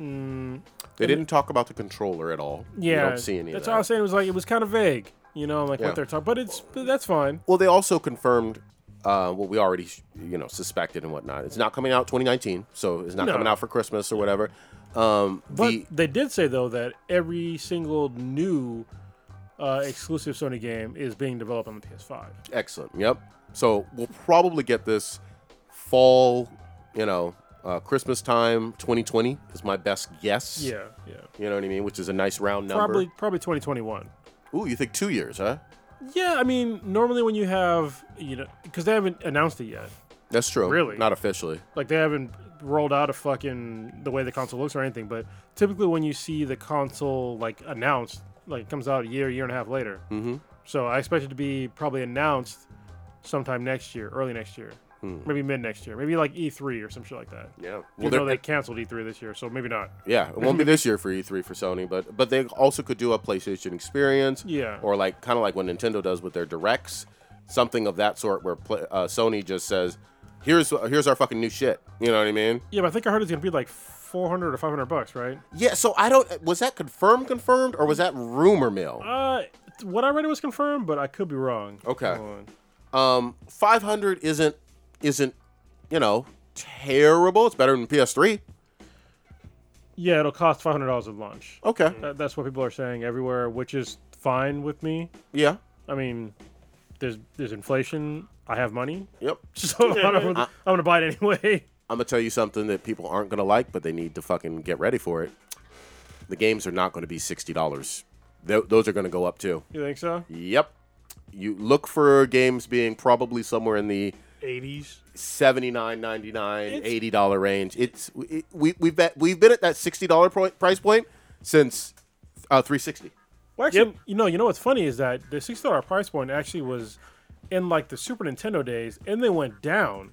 Mm,
they didn't talk about the controller at all. You
yeah,
don't see any
That's
of
all I
that.
was saying. It was like it was kind of vague. You know, like
Yeah.
what they're talking. But it's but that's fine.
Well, they also confirmed uh, what we already, you know, suspected and whatnot. It's not coming out 2019, so it's not
No.
coming out for Christmas or whatever. Um,
But
the
they did say though that every single new uh, exclusive Sony game is being developed on the PS5.
excellent. Yep. So we'll probably get this fall, you know, uh, Christmas time 2020 is my best guess.
Yeah, yeah.
You know what I mean? Which is a nice round number.
Probably probably 2021.
Ooh, you think two years, huh?
Yeah, I mean, normally when you have, you know, because they haven't announced it yet.
That's true.
Really?
Not officially.
Like they haven't rolled out a fucking the way the console looks or anything. But typically, when you see the console like announced, like it comes out a year, year and a half later. Mm-hmm. So I expect it to be probably announced sometime next year, early next year, maybe mid next year, maybe like E3 or some shit like that.
Hmm. Yeah.
Even
Well,
though
they're-
they canceled E3 this year, so maybe not.
Yeah, it won't be this year for E3 for Sony, but but they also could do a PlayStation experience,
Yeah.
or like kind of like what Nintendo does with their directs, something of that sort, where pla uh, Sony just says, "Here's here's our fucking new shit," you know what I mean?
Yeah, but I think I heard it's gonna be like 400 or 500 bucks, right?
Yeah. So I don't was that confirmed, confirmed, or was that rumor mill?
Uh, what I read was confirmed, but I could be wrong.
Okay.
Hold on.
Um, 500 isn't isn't you know terrible. It's better than PS3.
Yeah, it'll cost five hundred dollars at launch.
Okay.
That, that's what people are saying everywhere, which is fine with me.
Yeah.
I mean, there's there's inflation. I have money,
Yep.
so I'm, gonna, I'm gonna buy it anyway.
I'm gonna tell you something that people aren't gonna like, but they need to fucking get ready for it. The games are not gonna be sixty dollars. Th- those are gonna go up too.
You think so?
Yep. You look for games being probably somewhere in the
80s.
seventy nine ninety nine,
It's-
eighty dollar range. It's it, we we've been, we've been at that sixty dollar point, price point since uh, three sixty.
Well, actually, you know, you know what's funny is that the six dollar price point actually was in like the Super Nintendo days, and they went down,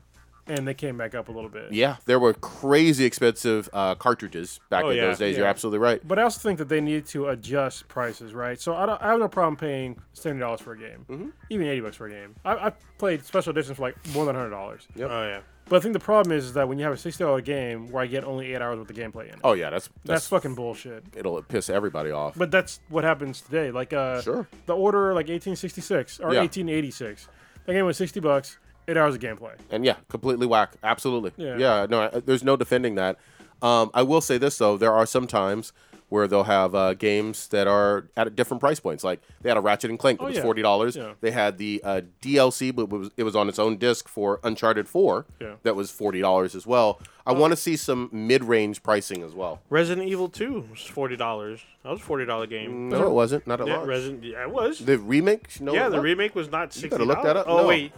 and they came back up a little bit.
Yeah, there were crazy expensive uh, cartridges back
Oh,
in
yeah,
those days. You're
yeah.
absolutely right.
But I also think that they need to adjust prices, right? So I, don't, I have no problem paying seventy dollars for a game,
Mm-hmm.
even eighty bucks for a game. I, I played special editions for like more than hundred dollars.
Yep.
Oh, yeah.
But I think the problem is, is that when you have a sixty dollar game where I get only eight hours with the gameplay in it,
Oh yeah, that's
that's
that's,
fucking bullshit.
it'll piss everybody off.
But that's what happens today. Like uh,
Sure.
the order like eighteen sixty six or
Yeah.
eighteen eighty six. That game was sixty bucks. Eight hours of gameplay.
and yeah, completely whack. Absolutely. Yeah.
Yeah.
no, I, there's no defending that. Um, I will say this though, there are some times where they'll have uh, games that are at different price points. Like they had a Ratchet and Clank that
Oh,
was
yeah.
forty dollars.
Yeah.
They had the uh, DLC, but it was, it was on its own disc for Uncharted Four.
Yeah.
That was forty dollars as well. I want to see some mid-range pricing as well.
Resident Evil 2 was forty dollars. That was a forty dollar game.
No, it wasn't. Not at
Yeah,
all.
Resident. Yeah, it was.
the remake? No,
yeah,
it
the
wasn't.
remake was not sixty.
better look that up.
Oh
No.
wait,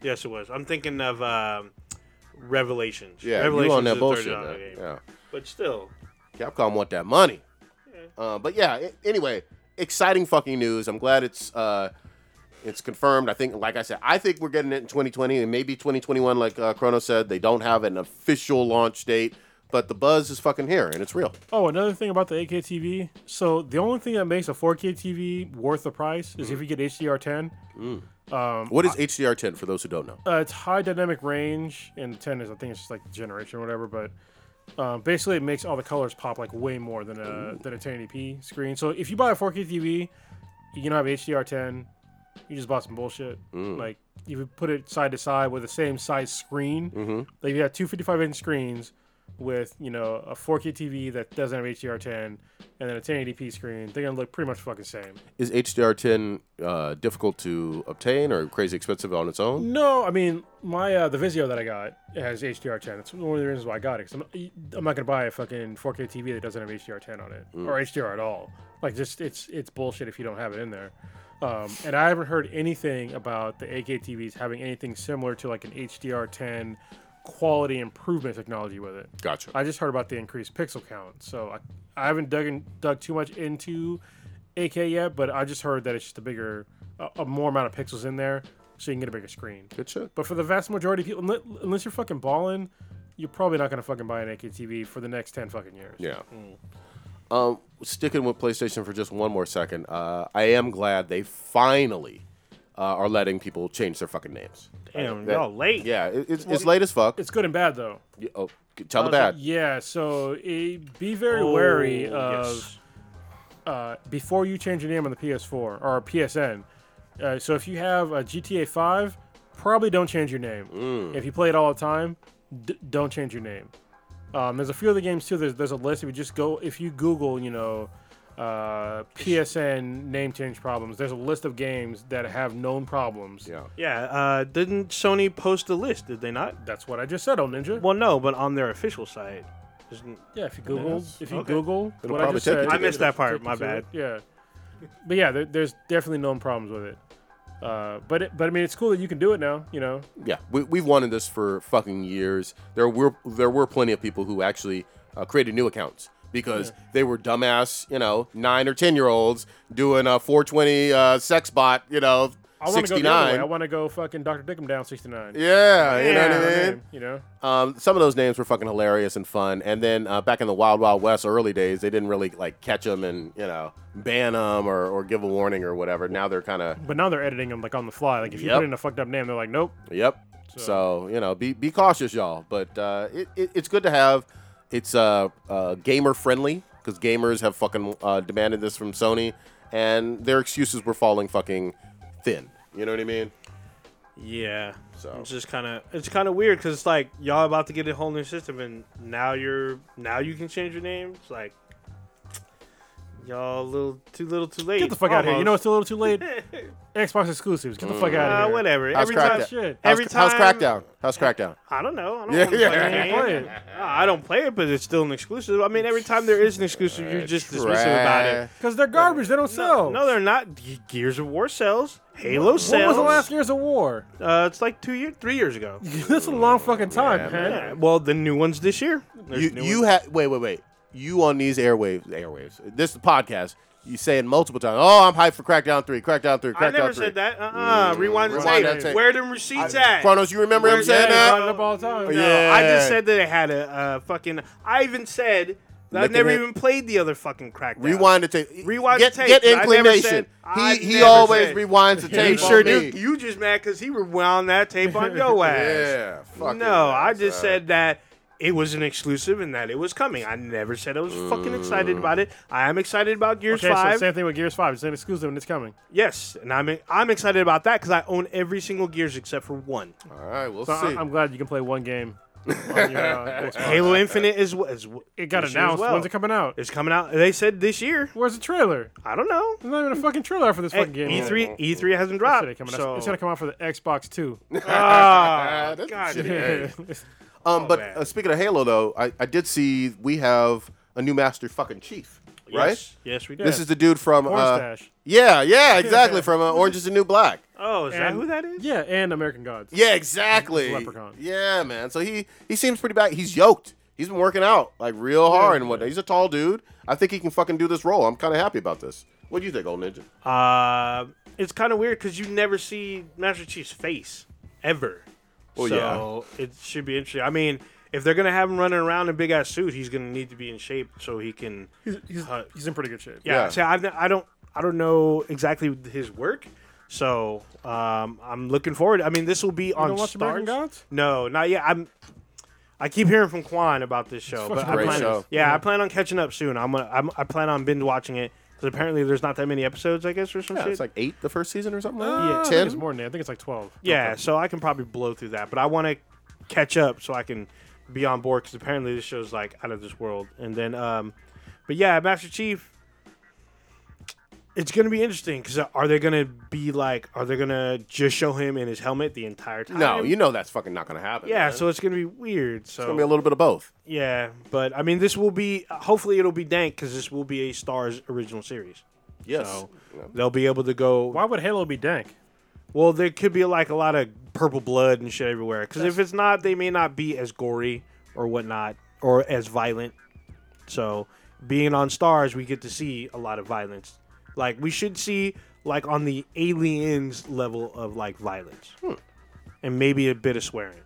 yes, it was. I'm thinking of um, Revelations.
Yeah,
Revelations
you on that
is a
bullshit?
$30
man.
game.
Yeah.
But still,
Capcom want that money. Uh, but yeah, a- anyway, exciting fucking news. I'm glad it's uh, it's confirmed. I think, like I said, I think we're getting it in 2020 and maybe 2021. Like uh, Chrono said, they don't have an official launch date, but the buzz is fucking here and it's real.
Oh, another thing about the 8K TV. So the only thing that makes a 4K TV worth the price is if you get HDR10.
What is HDR10 for those who don't know?
Uh, it's high dynamic range, and 10 is I think it's just like the generation or whatever. But um, basically, it makes all the colors pop like way more than a than a 1080p screen. So if you buy a 4K TV, you can have HDR10. You just bought some bullshit. Like you would put it side to side with the same size screen. Like you have two 55 inch screens with you know a 4K TV that doesn't have HDR10 and then a 1080p screen. They're gonna look pretty much fucking same.
Is HDR10 uh, difficult to obtain or crazy expensive on its own?
No, I mean my uh, the Vizio that I got has HDR10. That's one of the reasons why I got it. i I'm, I'm not gonna buy a fucking 4K TV that doesn't have HDR10 on it or HDR at all. Like just it's it's bullshit if you don't have it in there. Um, and I haven't heard anything about the AK TVs having anything similar to like an HDR10 quality improvement technology with it.
Gotcha.
I just heard about the increased pixel count, so I, I haven't dug in, dug too much into AK yet, but I just heard that it's just a bigger, a, a more amount of pixels in there, so you can get a bigger screen.
Good shit.
But for the vast majority of people, unle- unless you're fucking balling, you're probably not gonna fucking buy an AK TV for the next ten fucking years.
Yeah. Um, sticking with PlayStation for just one more second, uh, I am glad they finally uh, are letting people change their fucking names.
damn,
That-
y'all late.
Yeah, it, it's, it's late as fuck.
It's good and bad though.
Yeah, oh, c- tell the bad.
Yeah, so eh, be very
Oh,
wary
yes.
of uh, before you change your name on the PS4 or PSN. Uh, so if you have a GTA 5, probably don't change your name. If you play it all the time, d- don't change your name. Um, there's a few other games too. There's there's a list. If you just go, if you Google, you know, uh, PSN name change problems, there's a list of games that have known problems.
Yeah.
Yeah, uh, didn't Sony post a list? Did they not?
That's what I just said, old ninja.
Well, no, but on their official site. Isn't-
Yeah, if you Google, if you
Okay.
Google,
It'll
what I
probably
just
take you
said,
to I the-
missed that part,
take you
my
to
bad.
it, Yeah, but yeah, there, there's definitely known problems with it. Uh, but it, but I mean, it's cool that you can do it now. You know,
Yeah, we, we've wanted this for fucking years. There were there were plenty of people who actually uh, created new accounts because they were dumbass, you know, nine or ten year olds doing a 420 uh, sex bot, you know,
I want to go. the other way.
69.
I want to go fucking Doctor Dickum down 69.
yeah, you know what I
Yeah,
mean.
Name, you know,
Um, some of those names were fucking hilarious and fun. And then uh, back in the Wild Wild West early days, they didn't really like catch them and you know ban them or, or give a warning or whatever. Now they're kind of
but now they're editing them like on the fly. Like if you
Yep.
put in a fucked up name, they're like, nope.
yep. So, you know, be be cautious, y'all. But uh, it, it, it's good to have. It's uh, uh, gamer friendly because gamers have fucking uh, demanded this from Sony, and their excuses were falling fucking thin. You know what I mean?
Yeah.
So.
it's just kind of it's kind of weird because it's like y'all about to get a whole new system and now you're now you can change your name. It's like y'all a little too little too late.
Get the fuck out of here. You know
almost.
it's a little too late. Xbox exclusives. Get the fuck out
Uh,
of here.
whatever.
How's
every time,
Crackdown?
shit.
How's,
every
how's
time-
Crackdown? How's Crackdown?
I don't know. I don't
Yeah, yeah.
wanna play, the
You
game.
play it.
Uh, I don't play it, but it's still an exclusive. I mean, every time there is an exclusive,
Uh,
you're just dismissive about it.
Because they're garbage. They don't sell.
No, they're not. Ge- Gears of War sells. Halo sells.
When was the last year's of war?
Uh, it's like two years, three years ago.
That's a long fucking time, man.
Yeah, well, the new ones this year. There's
you
new
you
ones.
have wait wait wait you on these airwaves airwaves this podcast you saying multiple times oh I'm hyped for Crackdown three Crackdown three Crackdown
I never
three Mm.
said that. Uh uh Rewind the
Rewind
tape.
that tape.
Where them receipts at?
Chronos you remember him
Where's
saying
that?
Brought
that
it up all the time.
No,
Yeah.
I just said that it had a uh, fucking. I even said that I've
Looking
never
at-
even played the other fucking crackdown.
rewind the tape
Rewind
get,
the tape,
get
but I never
inclination
said- I
he he
never
always
said.
rewinds the tape
You
on
sure
me.
do. You just mad because he rewound that tape on your ass.
yeah fuck
no, I just said that it was an exclusive and that it was coming. I never said I was fucking excited about it. I am excited about Gears
Okay, so
Five.
same thing with Gears Five. It's an exclusive and it's coming.
yes, and I'm I'm excited about that because I own every single Gears except for one.
All right, we'll
So
Uh-uh.
I-
see.
I'm glad you can play one game. on your, uh, Xbox.
Halo Infinite is, w- is w-
it got
this year as
announced.
well.
When's it coming out?
It's coming out. They said this year.
Where's the trailer?
I don't know.
There's not even a fucking trailer for this
Mm. Hey, E
fucking game.
E3
yet.
E3 hasn't
That's
dropped.
it, coming out.
so
It's gonna come out for the Xbox Two.
Ah, that's
God
shitty.
damn.
Um, but
man.
uh, speaking of Halo, though, I, I did see we have a new master fucking chief, right?
Yes, yes, we did.
This is the dude from uh,
Mustache.
yeah, yeah, exactly from uh, Orange Is the New Black.
oh, is that who that is?
Yeah, and American Gods.
Yeah, exactly.
Leprechaun.
Yeah, man. So he he seems pretty bad. He's yoked. He's been working out like real hard and whatnot. He's a tall dude. I think he can fucking do this role. I'm kind of happy about this. What do you think, old ninja?
Uh, it's kind of weird because you never see Master Chief's face ever.
Well,
so it should be interesting. I mean, if they're gonna have him running around in a big ass suit, he's gonna need to be in shape so he can.
He's, he's, he's in pretty good shape.
Yeah.
Yeah.
So I've, I don't I don't know exactly his work. So um, I'm looking forward. I mean, this will be on
don't watch
Stars.
American Gods?
No, not yet. I'm. I keep hearing from Quan about this show, but
fucking
I
great
plan,
show.
yeah, I plan on catching up soon. I'm, gonna, I'm I plan on binge watching it because apparently there's not that many episodes, I guess, or some
Yeah,
Oh, shit.
it's like eight the first season or something. Like
Uh, I
that?
think
ten.
it's more than that. I think it's like twelve.
Yeah, so I can probably blow through that, but I want to catch up so I can be on board because apparently this show's like out of this world. And then, um, but yeah, Master Chief, it's gonna be interesting because are they gonna be like, are they gonna just show him in his helmet the entire time?
No, you know that's fucking not gonna happen.
yeah,
man.
so it's gonna be weird. So
it's gonna be a little bit of both.
yeah, but I mean, this will be hopefully it'll be dank because this will be a Starz original series.
Yes.
So
You know.
they'll be able to go.
Why would Halo be dank?
Well, there could be like a lot of purple blood and shit everywhere. Because if it's not, they may not be as gory or whatnot or as violent. So, being on stars, we get to see a lot of violence. Like we should see like on the aliens level of like violence,
Hmm.
and maybe a bit of swearing.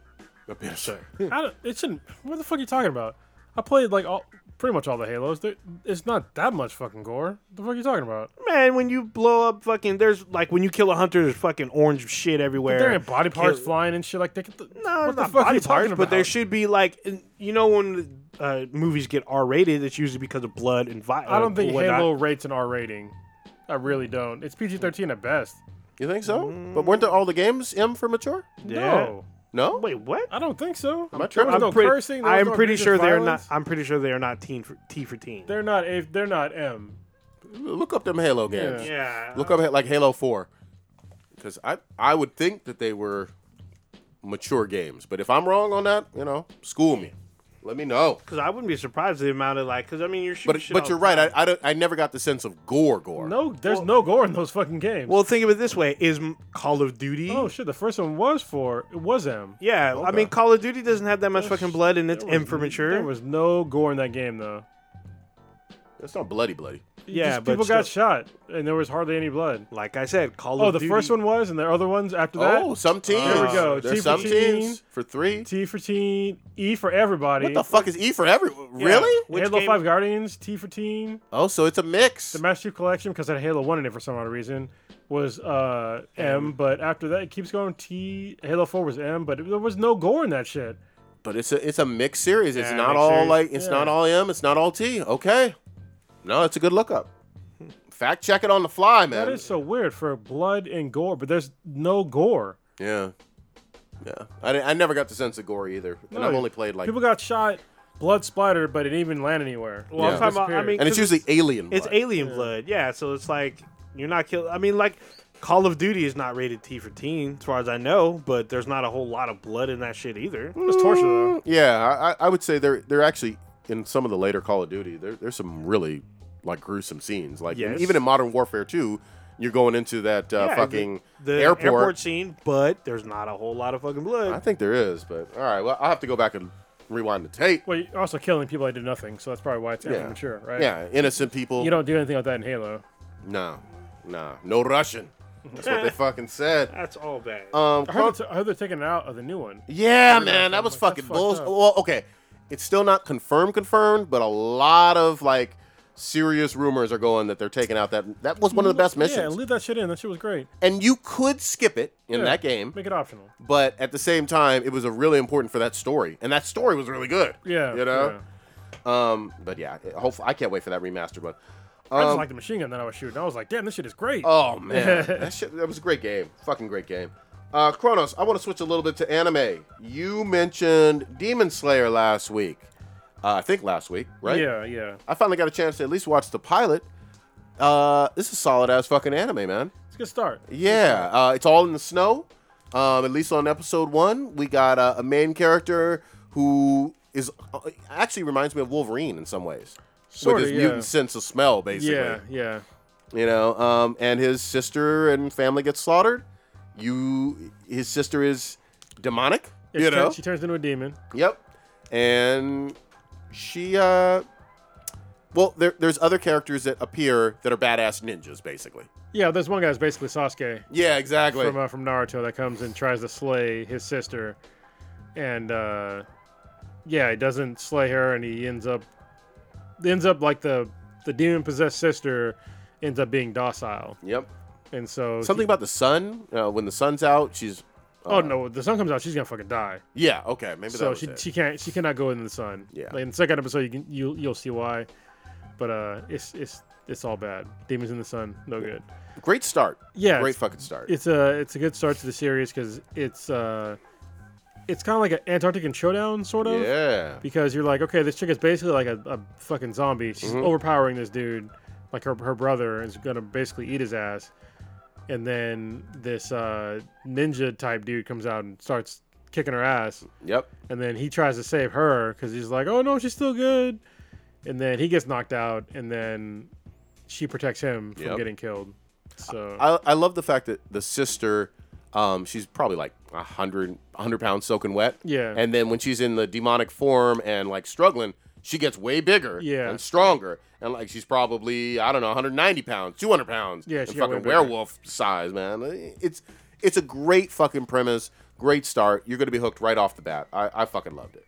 A bit of-
Hmm.
I don't, it shouldn't. What the fuck are you talking about? I played like all, pretty much all the Halos. There, it's not that much fucking gore. The fuck are you talking about?
Man, when you blow up fucking, there's like when you kill a hunter, there's fucking orange shit everywhere.
There ain't body parts
Kill-
flying and shit like that. Get the-
No,
what the
not
fuck are
body
you talking
parts,
about?
but there should be like in- you know when uh, movies get R rated, it's usually because of blood and uh, violence.
I don't think Halo rates an R rating. I really don't. It's PG thirteen at best.
You think so? But weren't there all the games M for mature?
No,
No.
Wait, what?
I don't think so.
Am I
There
tripping?
was
I'm
no
Pretty-
cursing. there was
I am
no
pretty
egregious
sure they're not.
violence.
I'm pretty sure they are not teen for, T for teen.
They're not A. They're not M.
Look up them Halo games.
yeah.
Look up like Halo Four, because I I would think that they were mature games. But if I'm wrong on that, you know, school me. Let me know.
because I wouldn't be surprised the amount of like. Because I mean, you're shooting.
But
shit
but
all
you're
the time.
right. I I, don't, I never got the sense of gore gore.
No, there's no gore in those fucking games.
Well, think of it this way: is m- Call of Duty?
oh shit, the first one was for it was M.
yeah. I mean, Call of Duty doesn't have that
Oh,
much fucking blood, and it's
There was-
M for mature.
There was no gore in that game though.
It's not bloody bloody.
yeah,
Just
but
people got
still-
shot and there was hardly any blood.
like I said, Call
Oh,
of
the
Duty.
first one was, and the other ones after that.
Oh, some teams.
There we go. T
There's
for
some
teen.
teams for three.
T for teen, E for everybody.
What the fuck is E for every? Really?
Which
Halo
game-
Five Guardians, T for teen.
Oh, so it's a mix.
The Master Chief Collection, because I had Halo One in it for some odd reason, was uh M. But after that, it keeps going. T Halo Four was M, but there was no gore in that shit.
But it's a it's a mixed series. It's
Yeah,
not
mixed
all
series.
like it's
Yeah.
not all M. It's not all T. Okay. No, it's a good lookup. Fact check it on the fly, man.
That is so weird for blood and gore, but there's no gore.
Yeah. Yeah. I, di- I never got the sense of gore either. And I've
No,
only played like.
People got shot, blood splattered, but it didn't even land anywhere.
Well,
Yeah.
I'm talking about. I
Disappeared.
mean,
and it's
'cause
usually alien.
It's
blood.
alien blood, yeah. So it's like you're not kill. I mean, like Call of Duty is not rated T for teen, as far as I know. But there's not a whole lot of blood in that shit either.
It's torture though.
Yeah, I, I- I would say they're they're actually in some of the later Call of Duty. There, there's some really like gruesome scenes. Like
Yes.
even in Modern Warfare 2, you're going into that uh,
Yeah,
fucking
the, the
airport.
scene, but there's not a whole lot of fucking blood.
I think there is, but all right. Well, I'll have to go back and rewind the tape.
Well, you're also killing people that did nothing, so that's probably why it's
Yeah.
immature, right?
Yeah, innocent people.
You don't do anything like that in Halo.
No, no, no Russian. That's what they fucking said.
That's all bad.
Um,
I heard, it's- I heard they're taking it out of the new one.
yeah, man, that was
Like, that's
fucking
fucked
bullshit.
up.
Well, okay, it's still not confirmed, confirmed, but a lot of like serious rumors are going that they're taking out that. That was one of the best missions.
Yeah, leave that shit in. That shit was great.
and you could skip it in
Yeah,
that game,
Make it optional.
but at the same time, it was a really important for that story, and that story was really good.
Yeah.
you know.
yeah.
Um, but yeah, hopefully I can't wait for that remaster. But
I just like the machine gun that I was shooting. I was like, damn, this shit is great.
Um, oh man, that shit, that was a great game, fucking great game. Uh, Kronos, I want to switch a little bit to anime. You mentioned Demon Slayer last week. Uh, I think last week, right?
Yeah, yeah.
I finally got a chance to at least watch the pilot. Uh, this is solid ass fucking anime, man.
It's a good start.
Yeah, uh, it's all in the snow. Um, at least on episode one, we got uh, a main character who is uh, actually reminds me of Wolverine in some ways,
Sorta,
with his
yeah.
mutant sense of smell, basically.
Yeah, yeah.
You know, um, and his sister and family get slaughtered. You, his sister is demonic.
It's
you
tur-
know,
she turns into a demon.
Yep. And she uh well, there, there's other characters that appear that are badass ninjas, basically.
Yeah, there's one guy that's basically Sasuke
Yeah, exactly.
from uh, from Naruto that comes and tries to slay his sister, and uh, yeah, he doesn't slay her, and he ends up ends up like the the demon possessed sister ends up being docile,
yep.
and so
Something about the sun. Uh, when the sun's out, she's.
He, oh no, the sun comes out, she's gonna fucking die.
Yeah. Okay. Maybe that
So
was
she
it.
she can't she cannot go in the sun.
Yeah.
Like in the second episode, you can you you'll see why, but uh, it's it's it's all bad. Demons in the sun, no good.
Great start.
Yeah,
Great
it's-
fucking start.
it's a it's a good start to the series because it's uh it's kind of like an Antarctic showdown sort of
yeah.
because you're like okay this chick is basically like a, a fucking zombie she's
Mm-hmm.
overpowering this dude like her, her brother is gonna basically eat his ass and then this uh ninja type dude comes out and starts kicking her ass
Yep.
and then he tries to save her because he's like, "Oh no, she's still good." And then he gets knocked out, and then she protects him from
Yep.
getting killed. So
I, I love the fact that the sister, um, she's probably like 100, 100 pounds soaking wet.
Yeah.
And then when she's in the demonic form and like struggling, she gets way bigger
Yeah.
and stronger. And like she's probably, I don't know, 190 pounds, 200 pounds.
Yeah,
and
she got way
fucking
bigger.
werewolf size, man. It's it's a great fucking premise, great start. You're going to be hooked right off the bat. I, I fucking loved it.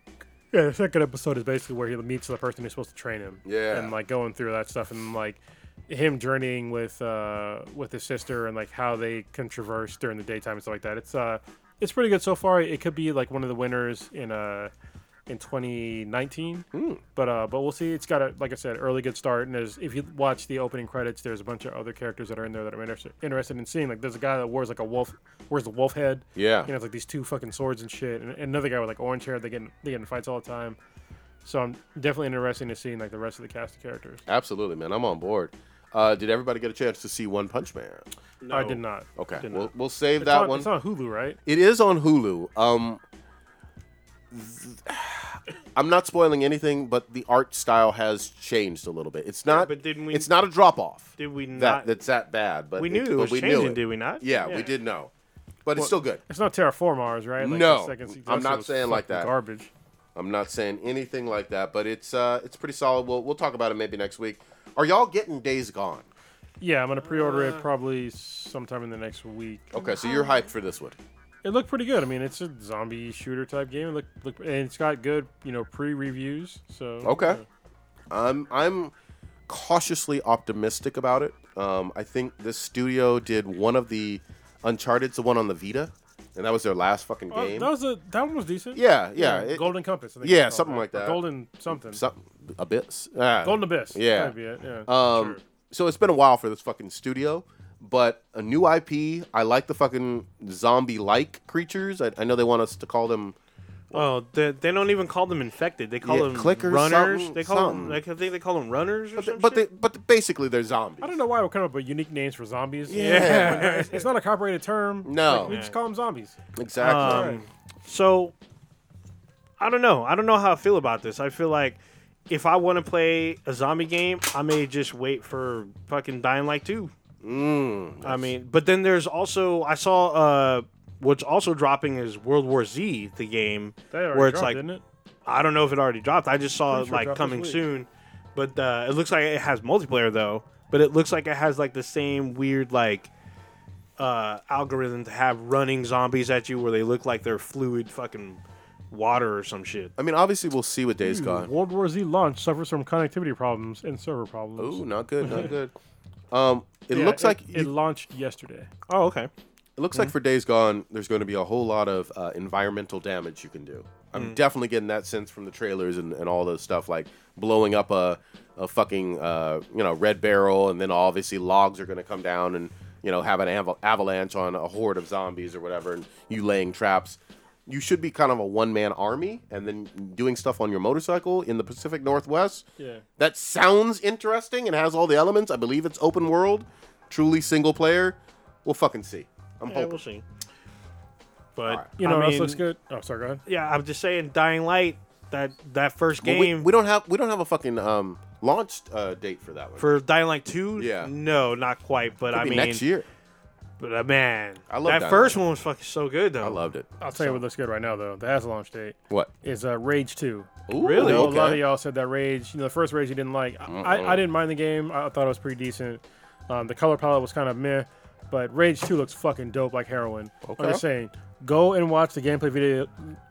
yeah, the second episode is basically where he meets the person who's supposed to train him.
Yeah.
and like going through that stuff and like him journeying with uh with his sister and like how they can traverse during the daytime and stuff like that. It's uh it's pretty good so far. It could be like one of the winners in uh in 2019. But uh, but we'll see. It's got a like I said, early good start. And there's if you watch the opening credits, there's a bunch of other characters that are in there that I'm interested interested in seeing. Like there's a guy that wears like a wolf, wears the wolf head.
Yeah.
You know, it's like these two fucking swords and shit. And, and another guy with like orange hair. They get in, they get in fights all the time. So I'm definitely interested in seeing like the rest of the cast of characters.
Absolutely, man. I'm on board. Uh, did everybody get a chance to see One Punch Man?
I did not.
Okay.
Did
We'll,
not.
we'll save
It's
oh, that
on-
one.
It's on Hulu, right?
It is on Hulu. Um, th- I'm not spoiling anything, but the art style has changed a little bit. It's not.
but didn't we-
It's not a drop off.
Did we
that
not?
that's that bad? But
we
it-
knew it
but
was
we knew
changing,
it.
did we not?
Yeah, we did know. But it's still good.
It's not Terraform Mars, right? Like, the
No, I'm
second season
not
was
saying like
fucking
that.
Garbage.
I'm not saying anything like that, but it's uh, it's pretty solid. We'll we'll talk about it maybe next week. Are y'all getting Days Gone?
Yeah, I'm gonna pre-order
Uh.
it probably sometime in the next week.
Okay, so you're hyped for this one.
It looked pretty good. I mean, it's a zombie shooter type game. It looked, looked and it's got good, you know, pre-reviews. So
Okay.
yeah.
I'm I'm cautiously optimistic about it. Um, I think this studio did one of the Uncharted's the one on the Vita, and that was their last fucking
Oh,
game.
that was a that one was decent.
yeah, yeah, it-
Golden Compass. I think
yeah,
it's called,
something
right?
like that.
Or Golden something.
some, Abyss. Ah.
Golden Abyss.
Yeah.
That'd be it, yeah.
Um,
sure.
so it's been a while for this fucking studio, but a new IP. I like the fucking zombie-like creatures. I, I know they want us to call them.
Oh, they, they don't even call them infected. They call
Yeah,
them
clickers,
runners.
something-
They call
something.
them. Like, I think they call them runners or
But, they,
something.
but, they, but basically they're zombies.
I don't know why we're coming up with unique names for zombies.
Yeah.
It's- it's not a copyrighted term.
No.
Like, we just call them zombies.
Exactly.
Uh,
Um, So I don't know. I don't know how I feel about this. I feel like if I want to play a zombie game, I may just wait for fucking Dying Light 2. Mm, I mean, but then there's also I saw uh what's also dropping is World War Z, the game
They already
where it's
dropped,
like
didn't it?
I don't know if it already dropped. I just saw
Pretty
it
sure it
like
dropped
coming
this week.
soon, but uh, it looks like it has multiplayer though. But it looks like it has like the same weird like uh, algorithm to have running zombies at you, where they look like they're fluid fucking water or some shit.
I mean, obviously, we'll see what Days Gone.
World War Z launch suffers from connectivity problems and server problems.
Ooh, not good, not good. Um, it
Yeah,
looks like
it
you-
launched yesterday.
Oh, okay.
It looks like for Days Gone, there's going to be a whole lot of uh, environmental damage you can do. I'm definitely getting that sense from the trailers and, and all the stuff, like blowing up a, a fucking uh, you know red barrel, and then obviously logs are going to come down and you know have an aval- avalanche on a horde of zombies or whatever, and you laying traps. You should be kind of a one man army, and then doing stuff on your motorcycle in the Pacific Northwest.
Yeah.
That sounds interesting and has all the elements. I believe it's open world, truly single player. We'll fucking see. I'm
Yeah,
hoping.
we'll see. But
You know,
I
what else
mean,
looks good. Oh, sorry, go ahead.
Yeah, I'm just saying, Dying Light. That that first
But
game
we, we don't have we don't have a fucking um launch uh, date for that one.
for Dying Light two.
Yeah.
No, not quite. But
Could
I
be
mean,
next year.
But uh, man,
I love
that
Dying
first
Light.
one was fucking so good though.
I loved it.
I'll tell you what looks good right now, though. That has a launch date.
What?
Is uh, Rage Two.
Ooh,
Really?
I know
Okay.
a lot of y'all said that Rage, you know, the first Rage you didn't like. I, I, I didn't mind the game. I thought it was pretty decent. Um, the color palette was kind of meh, but Rage 2 looks fucking dope like heroin.
Okay.
I'm just saying, go and watch the gameplay video,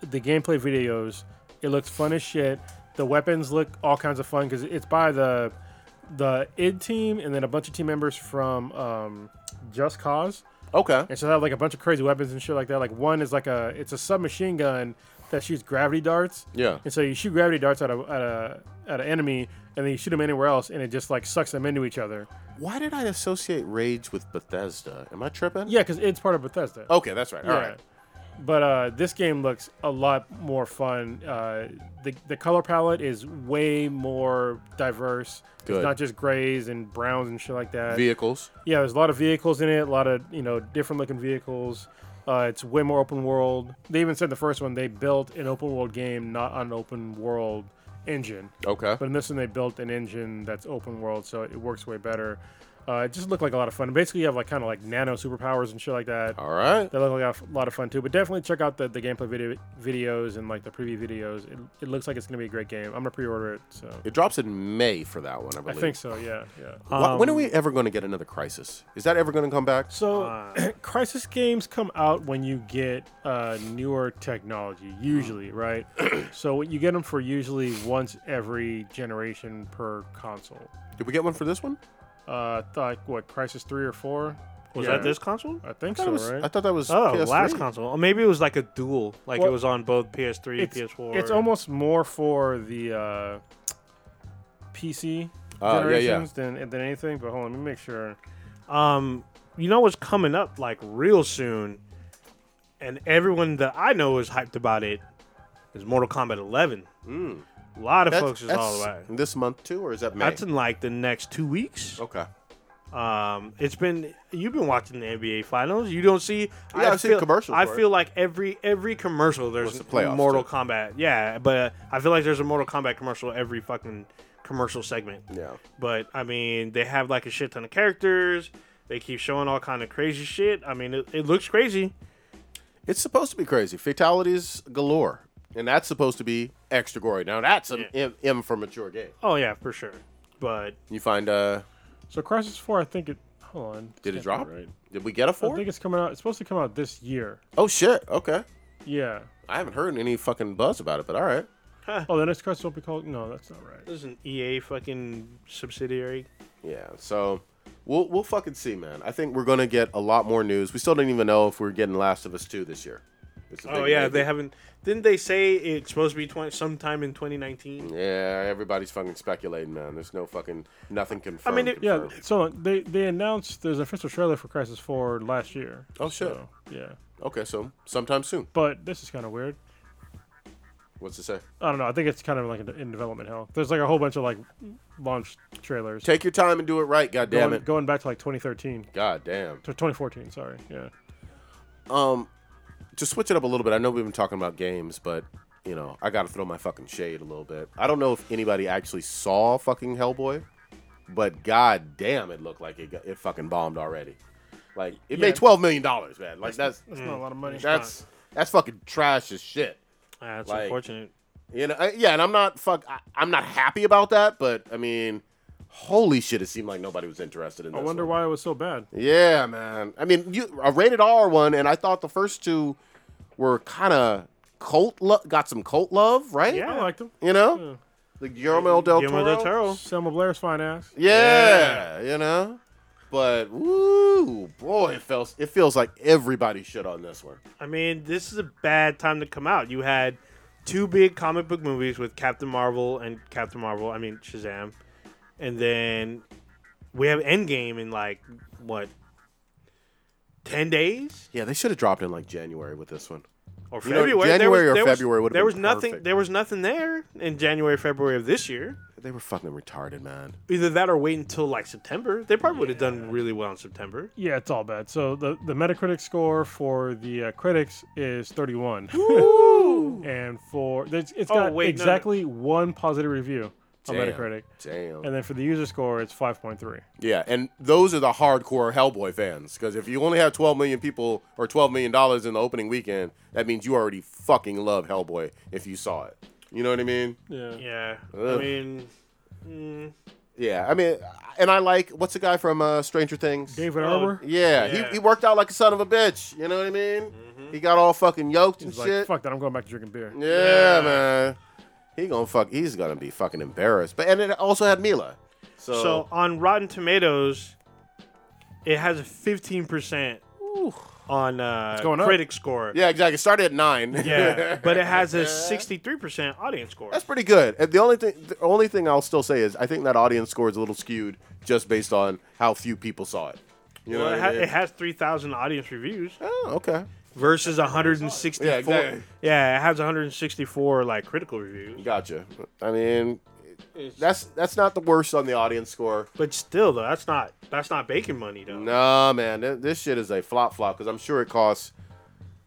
the gameplay videos. It looks fun as shit. The weapons look all kinds of fun because it's by the the id team and then a bunch of team members from um, Just Cause.
okay.
And so they have like a bunch of crazy weapons and shit like that. Like one is like a it's a submachine gun that shoots gravity darts.
Yeah.
And so you shoot gravity darts at a at a at an enemy, and then you shoot them anywhere else, and it just like sucks them into each other.
Why did I associate Rage with Bethesda? Am I tripping?
Yeah, because it's part of Bethesda.
Okay, that's right. All
Yeah.
right.
But uh, this game looks a lot more fun. Uh, the, the color palette is way more diverse.
Good.
It's not just grays and browns and shit like that.
Vehicles.
yeah, there's a lot of vehicles in it, a lot of you know different looking vehicles. Uh, it's way more open world. They even said in the first one they built an open world game, not on an open world engine.
Okay.
But in this one, they built an engine that's open world, so it works way better. Uh, it just looked like a lot of fun. Basically, you have like kind of like nano superpowers and shit like that.
All right.
They look like a lot of fun too. But definitely check out the, the gameplay video, videos and like the preview videos. It, it looks like it's gonna be a great game. I'm gonna pre-order it. So
It drops in May for that one, I
I
believe.
think so. Yeah, yeah.
Wh- when are
um,
we ever going to get another Crisis? Is that ever going to come back?
So,
Uh,
crisis games come out when you get uh, newer technology,
Mm.
usually, right? so, what you get them for usually once every generation per console.
Did we get one for this one?
Uh, I thought what Crisis three or four?
was
Yeah.
that this console?
I think
I thought,
so,
it was,
right?
I thought that was.
Oh,
PS3.
last console. Or maybe it was like a dual. Like it
Well,
was on both PS3,
it's,
PS4.
it's almost more for the uh, PC
Uh, yeah, yeah.
generations than than anything. But hold on, let me make sure.
um you know what's coming up like real soon and everyone that I know is hyped about it is Mortal Kombat 11. A lot of
That's,
folks is
that's
all about it.
this month too, or is that May?
That's in like the next 2 weeks.
okay.
Um it's been you've been watching the NBA finals. You don't see
Yeah, I've seen commercials
I
for it.
feel like every every commercial there's
the playoffs,
Mortal
too.
Kombat. Yeah, but uh, I feel like there's a Mortal Kombat commercial every fucking commercial segment.
Yeah.
But I mean, they have like a shit ton of characters. They keep showing all kind of crazy shit. I mean, it, it looks crazy.
It's supposed to be crazy. Fatalities galore. And that's supposed to be extra gory. Now that's an
Yeah.
M, M for mature game.
Oh yeah, for sure. But
You find uh
So, Crisis four, I think it. Hold on.
did it
Can't be
drop?
Right.
Did we get a
I
four?
think it's coming out. It's supposed to come out this year.
Oh shit. Okay.
Yeah.
I haven't heard any fucking buzz about it, but all right.
Oh, the next crisis will be called. No, that's not right.
this is an EA fucking subsidiary.
Yeah. So we'll we'll fucking see, man. I think we're gonna get a lot more news. We still don't even know if we're getting Last of Us two this year. It's a
Oh
big
yeah,
maybe.
they haven't. Didn't they say it's supposed to be 20, sometime in 2019?
Yeah, everybody's fucking speculating, man. There's no fucking nothing confirmed.
mean, it-
Yeah.
confirmed.
So they they announced there's an official trailer for Crisis Four last year.
Oh, shit.
So, yeah.
Okay, so sometime soon.
But this is kind of weird.
What's it say?
I don't know. I think it's kind of like in, in development hell. There's like a whole bunch of like launch trailers.
Take your time and do it right, god damn
going,
it.
going back to like 2013 to
God damn.
2014. Sorry. Yeah.
Um, to switch it up a little bit, I know we've been talking about games, but you know, I got to throw my fucking shade a little bit. I don't know if anybody actually saw fucking Hellboy, but god damn, it looked like it got, it fucking bombed already. Like it
Yeah.
made twelve million dollars, man. Like that's
That's not a lot of money.
that's that's fucking trash as shit.
Ah, that's
Like-
unfortunate.
You know, I- yeah, and I'm not fuck. I, I'm not happy about that, but I mean, holy shit, it seemed like nobody was interested in.
I
this
wonder
one.
why it was so bad.
Yeah, man. I mean, you a rated R one, and I thought the first two were kind of cult lo- got some cult love, right?
Yeah.
I liked him.
You know, like Guillermo del
Guillermo
Toro.
del Toro.
Selma Blair's fine ass.
Yeah, you know. But woo, boy, it feels it feels like everybody shit on this one.
I mean, this is a bad time to come out. You had two big comic book movies with Captain Marvel and Captain Marvel, I mean Shazam. And then we have Endgame in like what 10 days
Yeah, they should have dropped in like January with this one.
or
You know,
February. There
January
was-
or
there was-
February would've
There
been
was nothing
perfect.
there was nothing there in January February of this year.
They were fucking retarded, man.
Either that or wait until like September. They probably would have done really well in September.
Yeah, it's all bad. So the, the Metacritic score for the uh, critics is 31. and for it's, it's
Oh,
got
wait, no, no.
exactly one positive review on
Damn.
Metacritic.
Damn.
And then for the user score, it's 5.3.
yeah, and those are the hardcore Hellboy fans because if you only have 12 million people or 12 million dollars in the opening weekend, that means you already fucking love Hellboy if you saw it. You know what I mean?
Yeah.
Yeah.
Ugh.
I mean,
Yeah, I mean, and I like what's the guy from uh, Stranger Things?
David
Oh,
Arbor.
Yeah, Mm-hmm.
Yeah.
He, he worked out like a son of a bitch. You know what I mean? He got all fucking yoked and
He's
shit.
like, fuck that, I'm going back to drinking beer.
yeah,
Yeah.
man. He gonna fuck. He's gonna be fucking embarrassed. But and it also had Mila. So,
So on Rotten Tomatoes, it has a fifteen percent on uh,
going up.
critic score.
yeah, exactly. It started at nine.
Yeah, but it has a sixty-three percent audience score.
That's pretty good. And the only thing, the only thing I'll still say is I think that audience score is a little skewed just based on how few people saw it. You know
Well,
what
it,
I
ha-
mean?
it has three thousand audience reviews
oh, okay.
versus one hundred and sixty-four.
Yeah, exactly.
Yeah, it has one hundred and sixty-four like critical reviews.
Gotcha. I mean, that's that's not the worst on the audience score.
But still, though, that's not that's not bacon money though.
Nah, man, th- this shit is a flop flop because I'm sure it costs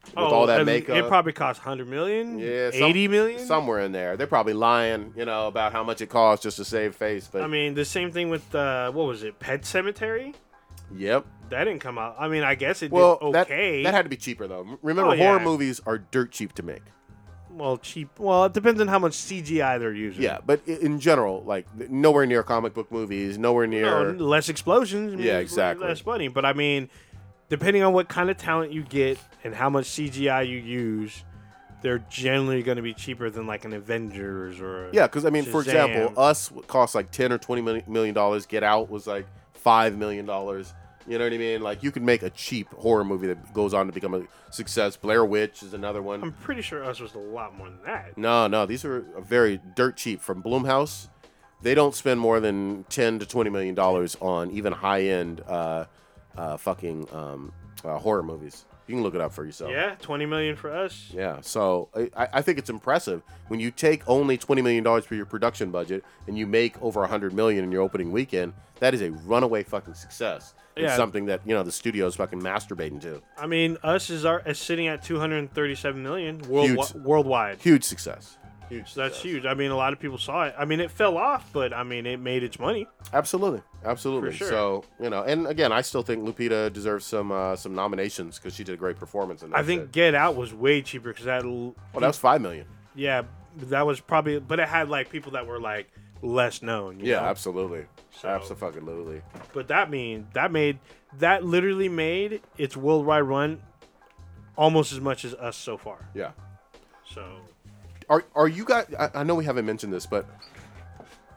with
Oh,
all that
and
makeup.
it probably costs hundred million.
yeah, some-
eighty million.
somewhere in there. They're probably lying, you know, about how much it costs just to save face. But
I mean, the same thing with uh, what was it? Pet Cemetery.
yep.
That didn't come out. I mean, I guess it
Well,
did
that-
okay.
that had to be cheaper though. Remember,
Oh,
horror
yeah.
movies are dirt cheap to make.
Well, cheap. Well, it depends on how much CGI they're using.
Yeah, but i- in general, like nowhere near comic book movies, nowhere
No,
near.
less explosions. means
Yeah, exactly.
Less money. But I mean, depending on what kind of talent you get and how much CGI you use, they're generally going to be cheaper than like an Avengers or. a
Yeah, because I mean, for
Shazam.
example, Us w- cost like ten or twenty million million dollars. Get Out was like five million dollars. You know what I mean? Like you can make a cheap horror movie that goes on to become a success. Blair Witch is another one.
I'm pretty sure us was a lot more than that.
No, no, these are very dirt cheap from Bloomhouse. They don't spend more than ten to twenty million dollars on even high end, uh, uh, fucking um, uh, horror movies. You can look it up for yourself.
Yeah, twenty million for us.
Yeah, so I, I I think it's impressive when you take only twenty million dollars for your production budget and you make over a hundred million in your opening weekend. That is a runaway fucking success. It's
Yeah.
something that you know the studio's fucking masturbating to.
I mean, us is our is sitting at two hundred thirty-seven million worldwide.
Huge.
Worldwide.
Huge success.
So that's huge. I mean, a lot of people saw it. I mean, it fell off, but I mean, it made its money.
Absolutely, absolutely.
For sure.
So you know, and again, I still think Lupita deserves some uh, some nominations because she did a great performance. In that
I think
shit.
Get Out was way cheaper because that, l-
well, that was five million.
yeah, that was probably, but it had like people that were like less known. you
Yeah,
know?
absolutely,
So-
absolutely.
But that mean that made that literally made its worldwide run almost as much as us so far.
Yeah.
So
Are are you guys? I, I know we haven't mentioned this, but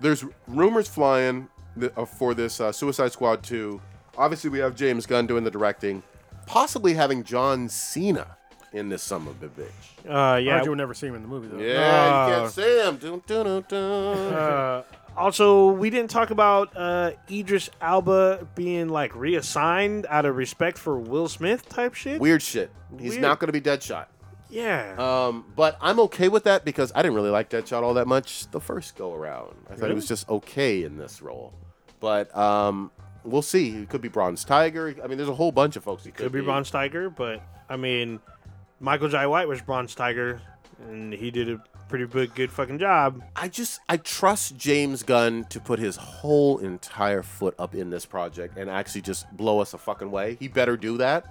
there's rumors flying th- uh, for this uh, Suicide Squad two. Obviously, we have James Gunn doing the directing, possibly having John Cena in this summer, of a bitch.
uh,
Yeah.
yeah.
you would never see him in the movie, though.
Yeah, you
Uh,
can't see him. Dun, dun, dun, dun.
Uh, also, we didn't talk about uh, Idris Alba being like reassigned out of respect for Will Smith type shit.
Weird shit. He's
Weird.
not going to be Deadshot.
yeah.
Um, but I'm okay with that because I didn't really like Deadshot all that much the first go around. I thought he was just okay in this role. But um, we'll see. He could be Bronze Tiger. I mean, there's a whole bunch of folks he could,
Could be Bron Tiger, but I mean, Michael J. White was Bron Tiger, and he did a pretty good, good fucking job.
I just I trust James Gunn to put his whole entire foot up in this project and actually just blow us a fucking way. He better do that.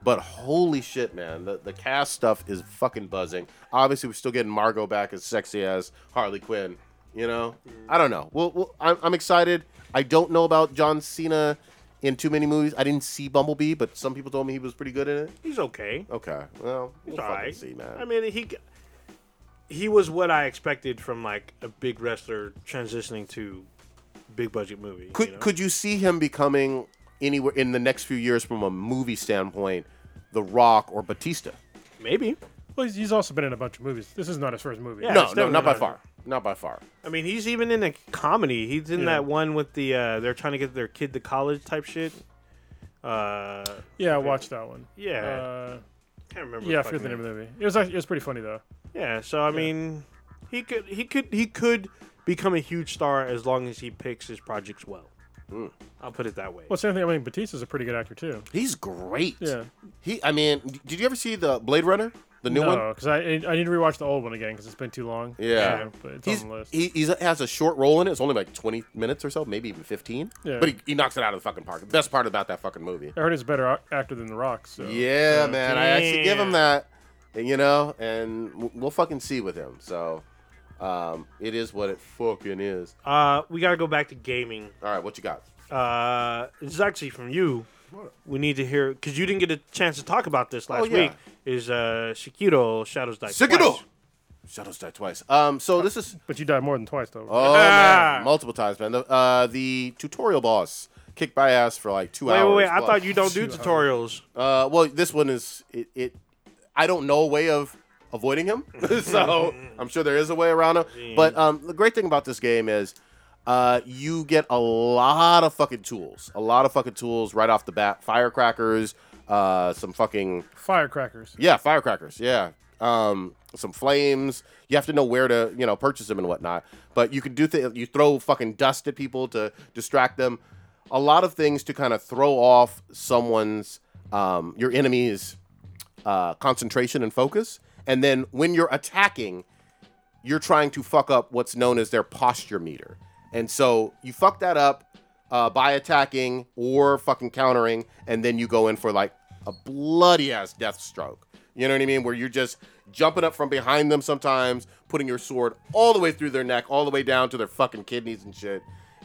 But holy shit, man, the, the cast stuff is fucking buzzing. Obviously, we're still getting Margot back as sexy as Harley Quinn. You know, I don't know. Well, well I'm, I'm excited. I don't know about John Cena in too many movies. I didn't see Bumblebee, but some people told me he was pretty good in it.
He's okay.
Okay, well, we'll
He's
fucking
alright.
see, man.
I mean, he he was what I expected from like a big wrestler transitioning to big budget movie.
Could
you know?
could you see him becoming anywhere in the next few years from a movie standpoint, The Rock or Batista?
maybe.
Well, he's, he's also been in a bunch of movies. This is not his first movie.
Yeah.
no,
it's
no, not by
definitely
far. Not by far.
I mean, he's even in a comedy. He's in
Yeah.
that one with the uh, they're trying to get their kid to college type shit. Uh,
Yeah, I watched that one.
Yeah.
Uh,
can't remember.
yeah, I
fucking
forget the name of the movie. It was actually, it was pretty funny though.
Yeah, so I mean, he could he could he could become a huge star as long as he picks his projects well.
Hmm.
I'll put it that way.
Well, same thing. I mean, Batista's a pretty good actor too.
He's great.
Yeah.
He. I mean, d- did you ever see the Blade Runner, the new one?
No, because I I need to rewatch the old one again because it's been too long.
Yeah.
So, but it's
He's,
on the list.
he he's, has a short role in it. It's only like 20 minutes or so, maybe even 15.
Yeah.
But he, he knocks it out of the fucking park. The best part about that fucking movie.
I heard he's a better ac- actor than The Rock. So.
Yeah,
Oh,
man. I actually give him
Damn.
that. And, you know, and w- we'll fucking see with him. So um, it is what it fucking is.
Uh, we gotta go back to gaming.
All right, what you got?
Uh, this is actually from you. We need to hear because you didn't get a chance to talk about this last
yeah.
week. Is uh, Shikiro Shadows Die?
Sekiro!
Twice.
Shadows die twice. Um, so this is
But you died more than twice though.
oh man, multiple times, man. The, uh, the tutorial boss kicked my ass for like two
Wait,
hours.
wait, wait! I
plus.
thought you don't do tutorials.
Uh, well, this one is it, it. I don't know a way of avoiding him, so I'm sure there is a way around him. But um, the great thing about this game is, uh, you get a lot of fucking tools, a lot of fucking tools right off the bat. Firecrackers, uh, some fucking
Firecrackers.
yeah, firecrackers. Yeah. Um, some flames. You have to know where to, you know, purchase them and whatnot. But you can do th- you throw fucking dust at people to distract them. A lot of things to kind of throw off someone's, um, your enemy's uh, concentration and focus. And then when you're attacking, you're trying to fuck up what's known as their posture meter. And so you fuck that up uh, by attacking or fucking countering, and then you go in for like a bloody ass death stroke. You know what I mean? Where you're just jumping up from behind them sometimes, putting your sword all the way through their neck, all the way down to their fucking kidneys and shit.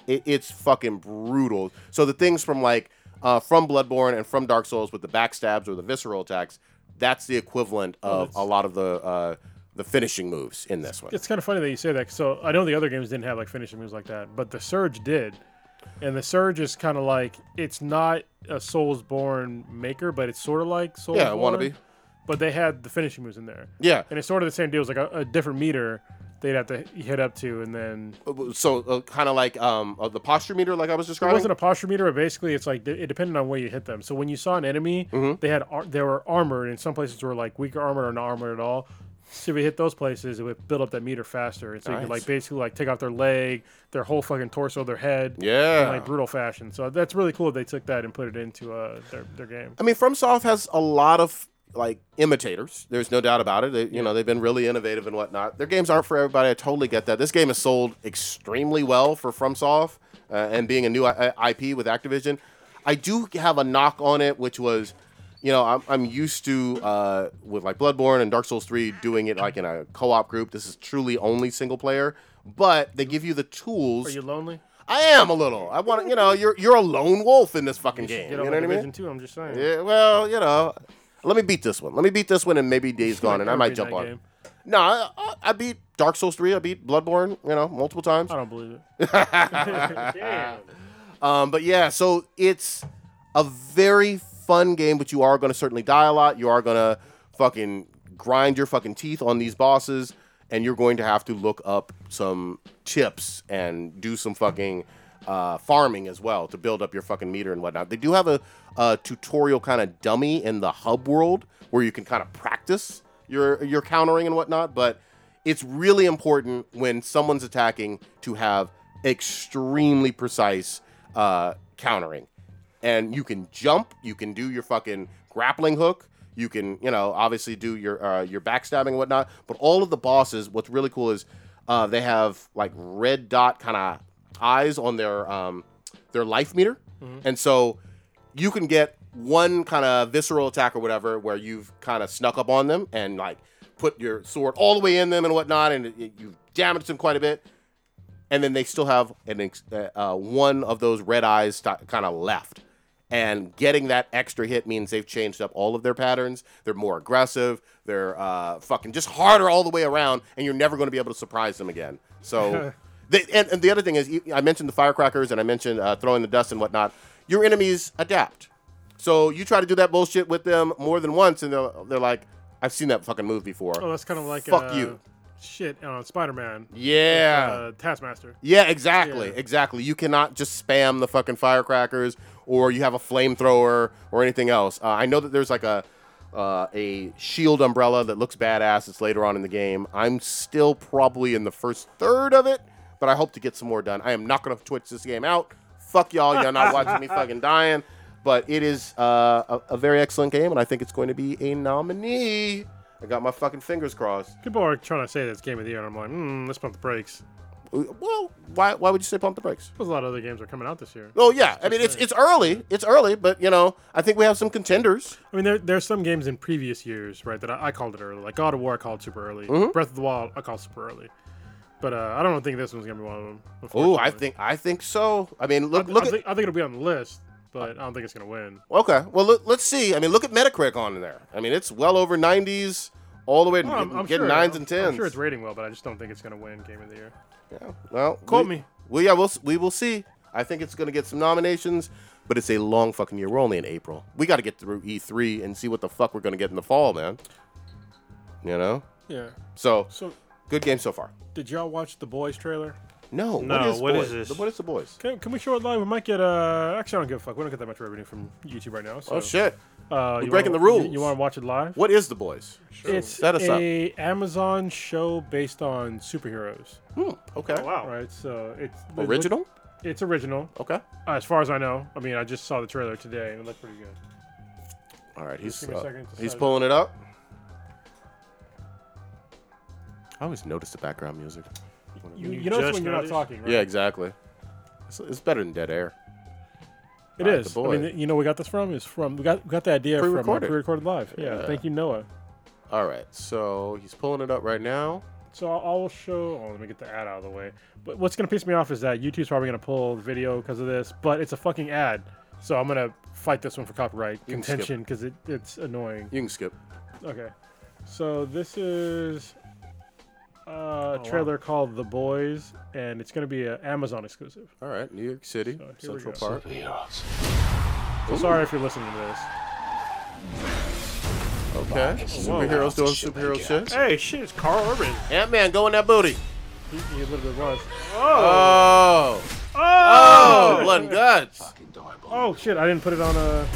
It, it's fucking brutal. So the things from like uh, from Bloodborne and from Dark Souls with the backstabs or the visceral attacks, that's the equivalent of a lot of the uh, the finishing moves in this one.
It's kind of funny that you say that. 'cause So I know the other games didn't have like finishing moves like that, but the Surge did. And the Surge is kind of like it's not a Soulsborne maker, but it's sort of like Soulsborne.
Yeah, wannabe.
But they had the finishing moves in there.
Yeah.
And it's sort of the same deal. It's like a, a different meter they'd have to hit up to, and then
So uh, kind of like um uh, the posture meter, like I was
it
describing.
wasn't a posture meter, but basically it's like it depended on where you hit them. So when you saw an enemy,
Mm-hmm.
they had ar- they were armored, and some places were like weaker armored or not armored at all. So if you hit those places, it would build up that meter faster, and so you could
Nice.
like basically like take out their leg, their whole fucking torso, their head,
Yeah.
in like brutal fashion. So that's really cool. that They took that and put it into uh their, their game.
I mean, FromSoft has a lot of like imitators. There's no doubt about it. They, you know, they've been really innovative and whatnot. Their games aren't for everybody. I totally get that. This game has sold extremely well for FromSoft, uh, and being a new I- I- IP with Activision, I do have a knock on it, which was, you know, I'm, I'm used to uh, with like Bloodborne and Dark Souls 3 doing it like in a co-op group. This is truly only single player, but they give you the tools.
Are you lonely?
I am a little. I want to, you know, you're you're a lone wolf in this fucking
should
game. You
Get
know
on
what I
like
mean?
Division Two. I'm just saying.
Yeah, well, you know, let me beat this one. Let me beat this one, and maybe Days Gone, and I
never
might
beat
jump
that
on. it.
game.
No, I, I- I beat Dark Souls three. I beat Bloodborne, you know, multiple times.
I don't believe it.
Damn.
Um, but yeah, so it's a very fun game, but you are going to certainly die a lot. You are going to fucking grind your fucking teeth on these bosses, and you're going to have to look up some chips and do some fucking uh, farming as well to build up your fucking meter and whatnot. They do have a, a tutorial kind of dummy in the hub world where you can kind of practice your your countering and whatnot, but it's really important when someone's attacking to have extremely precise uh, countering. And you can jump, you can do your fucking grappling hook, you can, you know, obviously do your uh, your backstabbing and whatnot. But all of the bosses, what's really cool is uh, they have like red dot kind of eyes on their um, their life meter, and so you can get one kind of visceral attack or whatever where you've kind of snuck up on them and like put your sword all the way in them and whatnot, and it, it- you've damaged them quite a bit. And then they still have an ex- uh, uh, one of those red eyes kind of left, And getting that extra hit means they've changed up all of their patterns. They're more aggressive. They're uh, fucking just harder all the way around, and you're never going to be able to surprise them again. So, they, and, and the other thing is, you- I mentioned the firecrackers and I mentioned uh, throwing the dust and whatnot. Your enemies adapt. So you try to do that bullshit with them more than once, and they're, they're like, "I've seen that fucking move before."
Oh, that's kind of like
Fuck
uh,
you.
Shit on Spider Man.
yeah.
Uh, Taskmaster.
Yeah, exactly,
Yeah.
exactly. You cannot just spam the fucking firecrackers, or you have a flamethrower, or anything else. Uh, I know that there's like a uh, a shield umbrella that looks badass. It's later on in the game. I'm still probably in the first third of it, but I hope to get some more done. I am not gonna twitch this game out. Fuck y'all, y'all not watching me fucking dying. But it is uh, a, a very excellent game, and I think it's going to be a nominee. I got my fucking fingers crossed.
People are trying to say that's game of the year, and I'm like, mm, let's pump the brakes.
Uh, Well, why, why would you say pump the brakes?
Because a lot of other games are coming out this year.
Oh yeah, I mean it's it's early, it's early, but you know I think we have some contenders.
I mean, there there's some games in previous years, right, that I, I called it early. Like God of War, I called super early.
Mm-hmm.
Breath of the Wild, I called super early. But uh, I don't think this one's gonna be one of them.
Oh, I
unfortunately.
think I think so. I mean,
I,
look
th-
look
I,
at
think, I think it'll be on the list, but I don't think it's gonna win.
okay. Well, look, let's see. I mean, look at Metacritic on there. I mean, it's well over nineties, all the way to
Well, Oh, I'm, I'm
getting
sure,
9s
I'm-
and tens.
I'm sure it's rating well, but I just don't think it's gonna win Game of the Year.
Yeah, well,
Quote
we,
me.
Well, yeah, we'll s- we will see. I think it's going to get some nominations, but it's a long fucking year. We're only in April. We got to get through E3 and see what the fuck we're going to get in the fall, man. You know.
Yeah.
So
So,
good game so far.
did y'all watch the Boys trailer?
No.
No, what is
Boys?
this?
The- What is the boys?
Can, can we show it live? We might get uh. Actually, I don't give a fuck. We don't get that much revenue from YouTube right now. So,
Oh shit.
Uh,
We're
you
breaking
wanna-
the rules.
You, you want to watch it live?
What is the boys?
It's
Set us up.
a Amazon show based on superheroes,
Hmm, okay.
Wow.
right? So it's it look-
Original?
It's original,
Okay.
uh, as far as I know. I mean, I just saw the trailer today, and it looked pretty good.
All right, he's
give me a
uh,
second to
he's
size
pulling it up. I always notice the background music.
You,
You
you notice
just
when you're
noticed?
not talking, right?
Yeah, exactly. It's, it's better than dead air. Ah,
it
the
is. I
boy.
mean, th- you know, where we got this from is from we got we got the idea from uh,
Pre-recorded.
pre-recorded live. Yeah,
Yeah.
Thank you, Noah.
All right, so he's pulling it up right now.
So I'll, I'll show. Oh, let me get the ad out of the way. But what's gonna piss me off is that YouTube's probably gonna pull the video because of this, but it's a fucking ad. So I'm gonna fight this one for copyright
You can skip.
contention because it, it's annoying.
You can skip.
Okay. So this is
Oh,
a trailer called The Boys, and it's going to be an Amazon exclusive.
All right, New York City,
here we
Central
go.
Park.
So sorry if you're listening to this.
Okay,
Oh,
superheroes doing superhero shit.
Hey, shit, it's Carl Urban.
Ant Man, go in that booty.
He, he literally was.
Oh,
Oh!
oh, blood and guts.
Oh shit! I didn't put it on a. oh,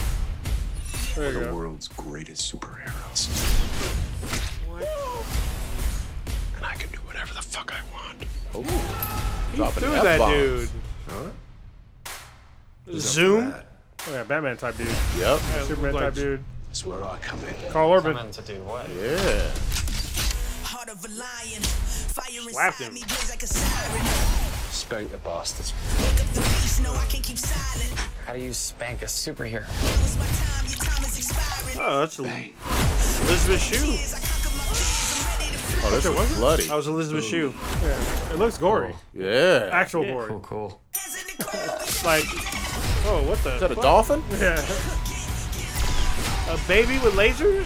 There you
the
go.
world's greatest superheroes. And I can do whatever the fuck I want.
Dropping
Who is that
F-bombs.
dude? Zoom?
Oh yeah, Batman type dude,
Yep.
Superman
like-
type dude,
That's where I come in.
Carl Urban.
Yeah.
Heart of a lion. Fire
Slapped
inside
him.
me blaze like a siren.
Spank the bastards.
Pick up the beast, no, I can't keep silent.
How do you spank a superhero?
It's my time, your time is expiring.
Oh, that's Elizabeth Shue.
Tears, I conquer my fears, I'm ready to
Oh, this is bloody.
That was Elizabeth Shue.
It looks gory,
Yeah. Oh,
actual gory.
Cool, cool.
dance in the crowd. We
Like, oh what
Is
the?
that a dolphin?
Yeah.
A baby with lasers?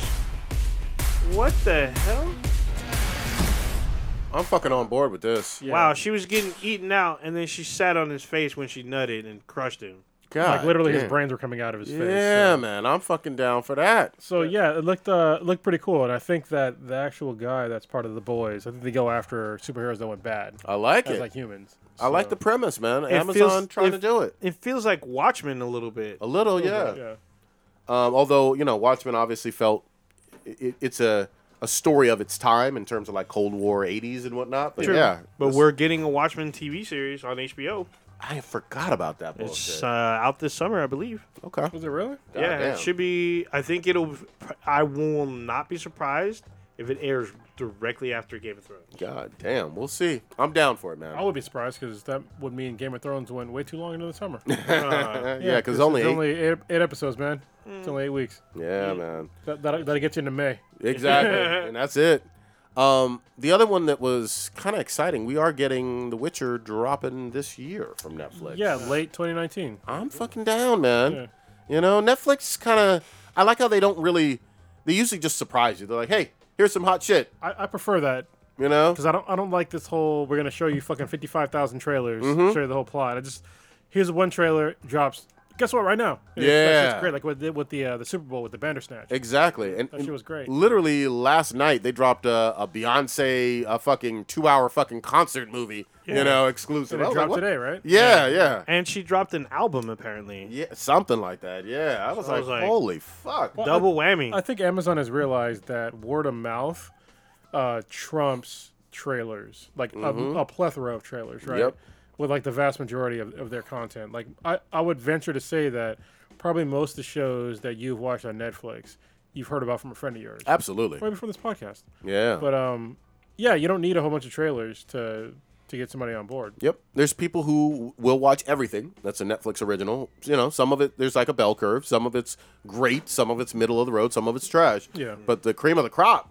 What the hell?
I'm fucking on board with this.
yeah.
Wow, she was getting eaten out, and then she sat on his face when she nutted and crushed him.
God,
Like literally, his
damn.
brains were coming out of his face.
Yeah, man, I'm fucking down for that.
So yeah, it looked uh, it looked pretty cool, and I think that the actual guy that's part of the boys, I think they go after superheroes that went bad
I like
as
it.
like humans.
I like the
So,
premise, man.
feels-
Amazon trying to
it-
do it
It feels like Watchmen a little bit.
a little, yeah.
yeah.
Um, although you know, Watchmen obviously felt it, it's a a story of its time in terms of like Cold War '80s and whatnot. But yeah,
But
this-
we're getting a Watchmen TV series on HBO.
I forgot about that
It's
bullshit.
uh, out this summer, I believe.
okay,
Was it really?
yeah,
damn.
it should be. I think it'll. I will not be surprised if it airs directly after Game of Thrones.
God damn, we'll see. I'm down for it, man.
I would be surprised because that would mean Game of Thrones went way too long into the summer.
yeah, because only,
it's
eight-
only eight, eight episodes, man. It's only eight weeks.
yeah, man.
That that that gets you into May.
Exactly, and that's it. Um, the other one that was kind of exciting, we are getting The Witcher dropping this year from Netflix.
Yeah, late 2019.
I'm fucking down, man.
Yeah.
You know, Netflix kind of. I like how they don't really. They usually just surprise you. They're like, "Hey, here's some hot shit."
I, I prefer that
You know.
because I don't I don't like this whole we're gonna show you fucking fifty five thousand trailers,
Mm-hmm.
show you the whole plot. I just here's one trailer drops. Guess what? Right now, It's- that shit's
Yeah.
great. Like with the, with the uh, the Super Bowl with the Bandersnatch.
Exactly. And
shit was great.
Literally last night they dropped a, a Beyonce a fucking two hour fucking concert movie. You know, exclusive.
And it
I was
dropped
like,
today,
"What?"
right?
Yeah, yeah,
And she dropped an album apparently.
yeah, something like that. Yeah, I was,
I
like,
was like,
holy fuck.
Double whammy.
I think Amazon has realized that word of mouth uh, trumps trailers, like a, a plethora of trailers, right?
Yep.
With like the vast majority of, of their content. Like I, I would venture to say that probably most of the shows that you've watched on Netflix, you've heard about from a friend of yours.
Absolutely.
Right before this podcast.
Yeah.
But um, yeah, you don't need a whole bunch of trailers to to get somebody on board.
Yep. There's people who will watch everything. That's a Netflix original. You know, some of it there's like a bell curve. Some of it's great. Some of it's middle of the road. Some of it's trash.
Yeah.
But the cream of the crop,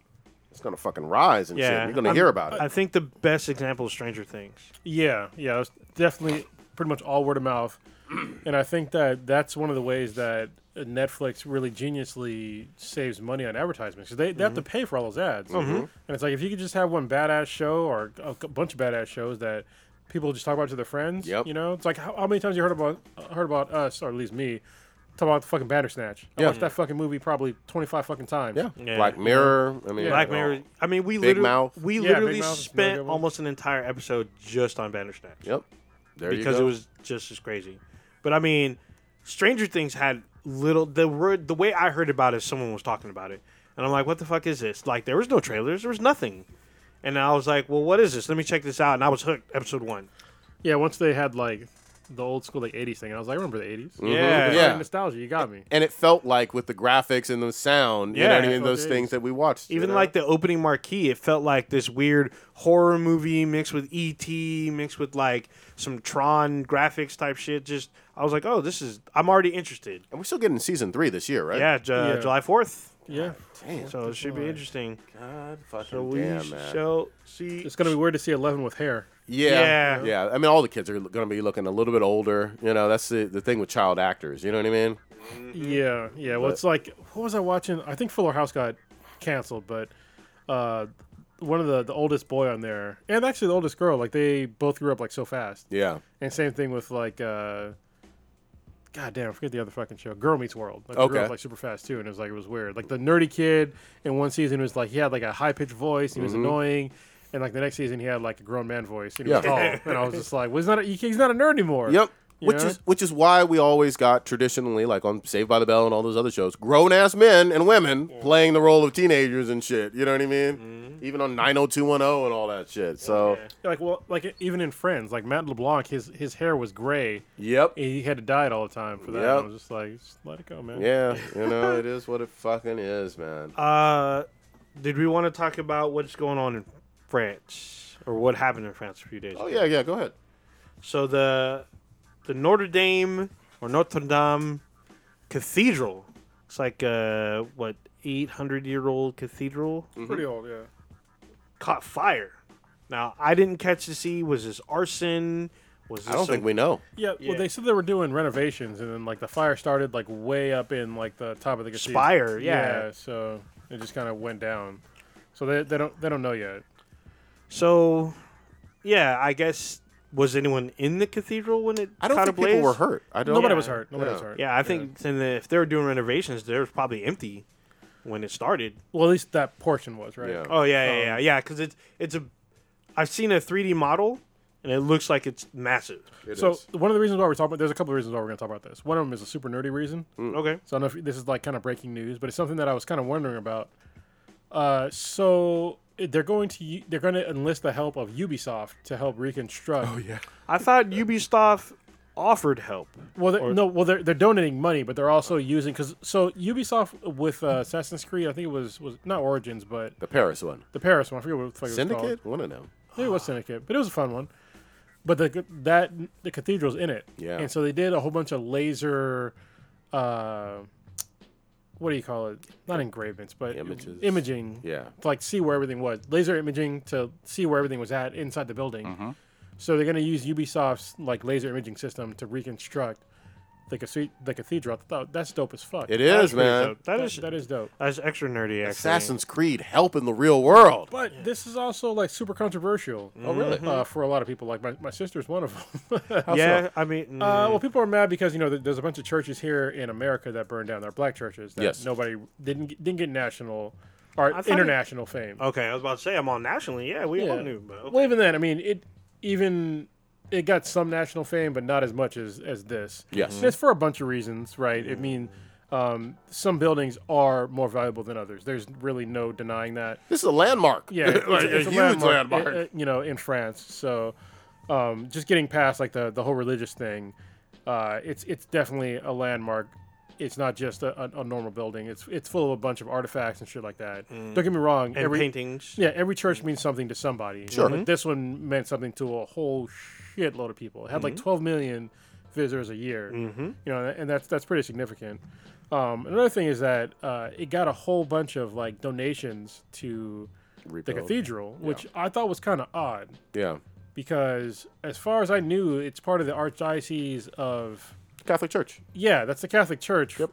it's gonna fucking rise and shit.
yeah,
You're gonna
I'm-
hear about it.
I think the best example is Stranger Things.
Yeah, yeah, it was definitely pretty much all word of mouth, and I think that that's one of the ways that Netflix really geniusly saves money on advertisements 'cause they, they
Mm-hmm.
have to pay for all those ads, and it's like if you could just have one badass show or a c- bunch of badass shows that people just talk about to their friends.
Yep.
You know, it's like how, how many times you heard about heard about us or at least me talk about the fucking Bandersnatch. I
Yeah.
watched that fucking movie probably twenty five fucking times.
yeah.
Yeah.
Black Mirror. I mean
Black
you know.
Mirror. I mean, we
Big
literally
Mouth.
we
Yeah, Big
literally
Mouth is another
spent
good one.
almost an entire episode just on Bandersnatch.
Yep. There
because
you
it
go.
was just as crazy. But I mean, Stranger Things had little the word the way I heard about it, someone was talking about it, and I'm like, what the fuck is this? Like, there was no trailers, there was nothing, and I was like, well, what is this? Let me check this out, and I was hooked. Episode one.
Yeah. Once they had like the old school like '80s thing, and I was like, I remember the '80s.
Yeah,
Mm-hmm. Yeah.
Nostalgia, you got me.
and it felt like with the graphics and the sound, you
Yeah,
know what I
it
mean?
felt
Those
it.
things that we watched. you
Even
know?
like the opening marquee, it felt like this weird horror movie mixed with ET, mixed with like some Tron graphics type shit. Just I was like, oh, this is. I'm already interested.
and we're still getting season three this year, right?
Yeah, ju-
Yeah.
July Fourth.
Yeah.
So it should be interesting.
God fucking
So we
damn, man.
shall see.
It's gonna be weird to see Eleven with hair.
Yeah,
Yeah.
yeah. I mean, all the kids are going to be looking a little bit older. You know, that's the, the thing with child actors. You know what I mean? Mm-hmm.
Yeah, yeah. Well, it's like what was I watching? I think Fuller House got canceled, but uh, one of the the oldest boy on there, and actually the oldest girl, like they both grew up like so fast.
Yeah.
And same thing with like, uh, God damn, I forget the other fucking show, Girl Meets World. Like, they grew
Okay.
up, like super fast too, and it was like it was weird. Like the nerdy kid in one season was like he had like a high pitched voice, he was
Mm-hmm.
annoying. And like the next season, he had like a grown man voice, and he was
Yeah.
tall. And I was just like, "Well, he's not a, he's not a nerd anymore."
Yep. Which
Yeah.
is which is why we always got traditionally like on Saved by the Bell and all those other shows, grown ass men and women playing the role of teenagers and shit. You know what I mean?
Mm-hmm.
Even on 90210 and all that shit.
Oh,
So,
Like well, like even in Friends, like Matt LeBlanc, his his hair was gray.
yep.
He had to dye it all the time for that.
Yep.
I was just like, just let it go, man.
Yeah, you know it is what it fucking is, man.
Uh, did we want to talk about what's going on in France or what happened in France a few days?
oh
ago?
yeah, yeah. Go ahead.
So the the Notre Dame or Notre Dame Cathedral. It's like uh what eight hundred year old cathedral
Pretty old, yeah.
caught fire. Now I didn't catch to see was this arson? Was this
I don't
some-
think we know.
Yeah, well, they said they were doing renovations, and then like the fire started like way up in like the top of the cathedral.
Spire, yeah.
so it just kind of went down. So they, they don't they don't know yet.
so? Yeah, I guess was anyone in the cathedral when it
I don't
caught
think
ablaze?
people were hurt. I don't.
Nobody
Yeah.
was hurt. Nobody was
Yeah.
hurt.
Yeah, I think and the- if they were doing renovations, they were probably empty when it started.
Well, at least that portion was right.
Yeah.
Oh yeah, yeah, yeah,
Um,
yeah. Because it's it's a, I've seen a 3D model, and it looks like it's massive.
It
So
is.
one of the reasons why we're talking about there's a couple of reasons why we're gonna talk about this. One of them is a super nerdy reason.
Mm.
Okay.
So I don't know if this is like kind of breaking news, but it's something that I was kind of wondering about. Uh, so they're going to u- they're going to enlist the help of Ubisoft to help reconstruct. Oh yeah.
I thought Ubisoft offered help.
Well, they're, no, well they're, they're donating money, but they're also using because so Ubisoft with uh, Assassin's Creed, I think it was was not Origins, but
the Paris one,
the Paris one. I forget what the fuck it was called.
Syndicate. One of them.
Maybe it was Syndicate, but it was a fun one. But the that the cathedral's in it,
Yeah.
And so they did a whole bunch of laser, uh, what do you call it? Not engravings, but
Images.
imaging,
Yeah.
to like see where everything was. Laser imaging to see where everything was at inside
Mm-hmm.
the building. So they're gonna use Ubisoft's like laser imaging system to reconstruct the, cathe- the cathedral. I thought that's dope as fuck.
It
That
is,
was pretty
man.
dope. That is
that is dope.
that's extra nerdy. Actually.
Assassin's Creed helping the real world.
But this is also like super controversial. Oh, really? Uh, for a lot of people, like my, my sister's one of them. How so?
Yeah, I mean,
Uh, well, people are mad because you know th- there's a bunch of churches here in America that burned down. They're black churches that
Yes.
nobody didn't get- didn't get national or
thought it-
international fame.
okay, I was about to say I'm on nationally. Yeah, we all
Yeah.
knew, but okay.
Well, even then, I mean, it even it got some national fame, but not as much as as this.
Yes.
And it's for a bunch of reasons, right? I mean, um, some buildings are more valuable than others. There's really no denying that.
This is a landmark.
Yeah, it's,
like
it's
a, huge
landmark,
landmark.
uh, uh, you know, in France. So, um, just getting past like the the whole religious thing, uh, it's it's definitely a landmark. It's not just a, a, a normal building. It's it's full of a bunch of artifacts and shit like that.
Mm.
Don't get me wrong.
and
every-
paintings.
yeah, every church means something to somebody. Sure. But this one meant something to a whole shitload of people. It had like 12 million visitors a year. Mm-hmm. You know, and that's that's pretty significant. Um, another thing is that uh, it got a whole bunch of like donations to the
Rebuild.
cathedral, which I thought was kind of odd
Yeah.
because, as far as I knew, it's part of the archdiocese of
Catholic Church.
yeah, that's the Catholic Church. Yep.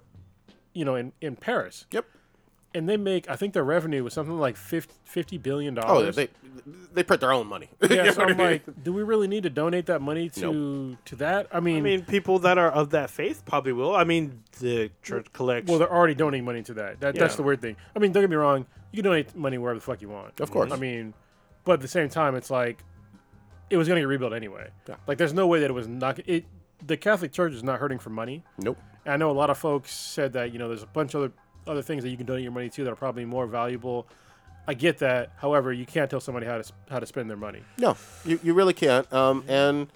You know, in in Paris.
Yep.
And they make, I think their revenue was something like 50, $50 billion dollars.
Oh, they, they they print their own money. You
Yeah,
know
so
what
I'm
I mean?
like, do we really need to donate that money to to that? I mean,
I mean, people that are of that faith probably will. I mean, the church collects.
well, they're already donating money to that. that That's
Yeah.
the weird thing. I mean, don't get me wrong, you can donate money wherever the fuck you want.
Of course.
I mean, but at the same time, it's like it was going to get rebuilt anyway.
Yeah.
Like, there's no way that it was not. It the Catholic Church is not hurting for money.
nope.
And I know a lot of folks said that you know there's a bunch of other other things that you can donate your money to that are probably more valuable. I get that. However, you can't tell somebody how to s- how to spend their money.
No, you, you really can't. Um, and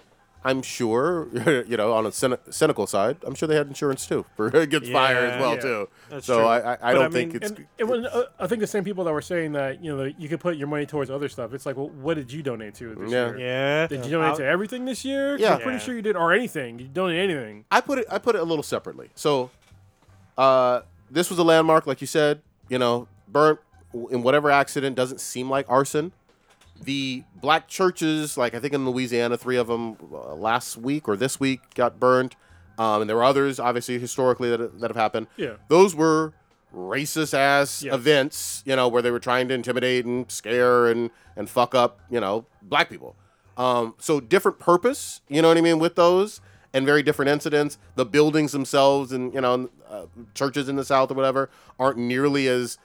I'm sure, you know, on a cyni- cynical side, I'm sure they had insurance too for against fire as
Yeah,
well
yeah.
too.
That's
so
true.
I I, I
But
don't
I
think
mean-
it's
And it was, uh, I think the same people that were saying that you know that you could put your money towards other stuff. It's like, well, what did you donate to this
Yeah.
year?
yeah.
Did you donate
I'll-
to everything this year? 'Cause
Yeah.
I'm pretty
Yeah.
sure you did, or anything. You donated anything.
I put it I put it a little separately. So uh this was a landmark like you said, you know, burnt w- in whatever accident doesn't seem like arson. The black churches, like I think in Louisiana, three of them uh, last week or this week got burned. Um, and there were others, obviously, historically that, that have happened.
Yeah.
Those were racist ass
Yes.
events, you know, where they were trying to intimidate and scare and, and fuck up, you know, black people. Um, so different purpose, you know what I mean, with those and very different incidents. The buildings themselves and, you know, uh, churches in the South or whatever aren't nearly as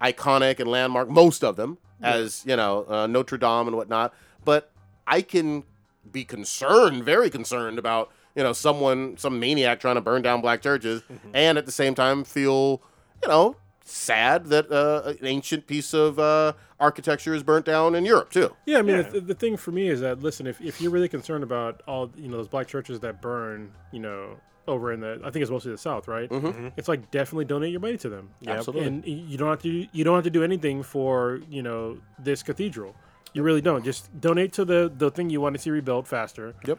iconic and landmark, most of them, as, you know, uh, Notre Dame and whatnot. But I can be concerned, very concerned about you know someone, some maniac trying to burn down black churches, and at the same time feel you know sad that uh, an ancient piece of uh, architecture is burnt down in Europe too.
Yeah, I mean, The, the thing for me is that listen, if, if you're really concerned about all you know those black churches that burn, you know, over in the I think it's mostly the South, right? Mm-hmm. It's like definitely donate your money to them.
Absolutely.
And y- you don't have to you don't have to do anything for you know this cathedral. You really don't. Just donate to the the thing you want to see rebuilt faster.
Yep.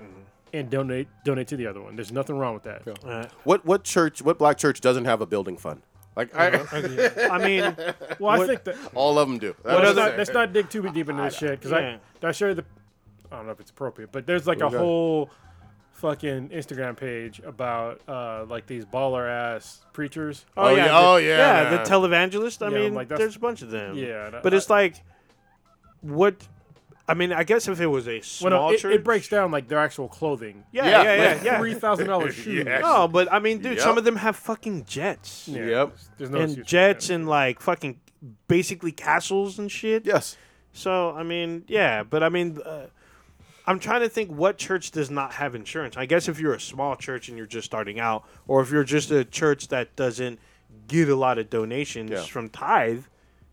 And donate donate to the other one. There's nothing wrong with that.
What what church? What black church doesn't have a building fund? Like I,
I mean,
Well, I
What-
think that
all of them do. That
let's
was
not,
it.
let's not dig too deep into this shit because
yeah.
I I showed the I don't know if it's appropriate, but there's like a
Okay.
whole fucking Instagram page about uh like these baller ass preachers.
Oh, yeah. Oh, yeah,
yeah,
yeah.
the televangelist. I
Yeah, I'm
mean,
like, that's-
there's a bunch of them.
Yeah, and I-
but it's like, what? I mean, I guess if it was a small
Well, no, it,
church,
it breaks down like their actual clothing.
Yeah,
Yeah,
yeah, yeah,
like
yeah.
three thousand dollars shoes.
Yeah.
No, but I mean, dude,
Yep.
some of them have fucking jets
Yeah,
Yep.
there's- There's no
and
excuse for
jets
that.
and like fucking basically castles and shit.
yes.
So I mean, yeah, but I mean, uh, I'm trying to think what church does not have insurance. I guess if you're a small church and you're just starting out, or if you're just a church that doesn't get a lot of donations
Yeah.
from tithe,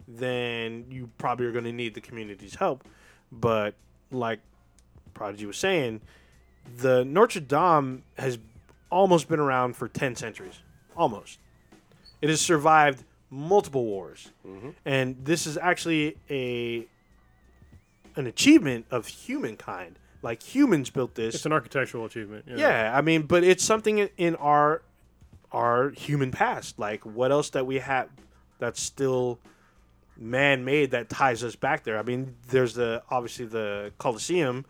then you probably are going to need the community's help. But like Prodigy was saying, the Notre Dame has almost been around for ten centuries, almost. It has survived multiple wars, and this is actually a an achievement of humankind. Like humans built this.
it's an architectural achievement. Yeah.
yeah, I mean, but it's something in- in our our human past. Like what else that we have that's still man made that ties us back there. I mean, there's the obviously the Colosseum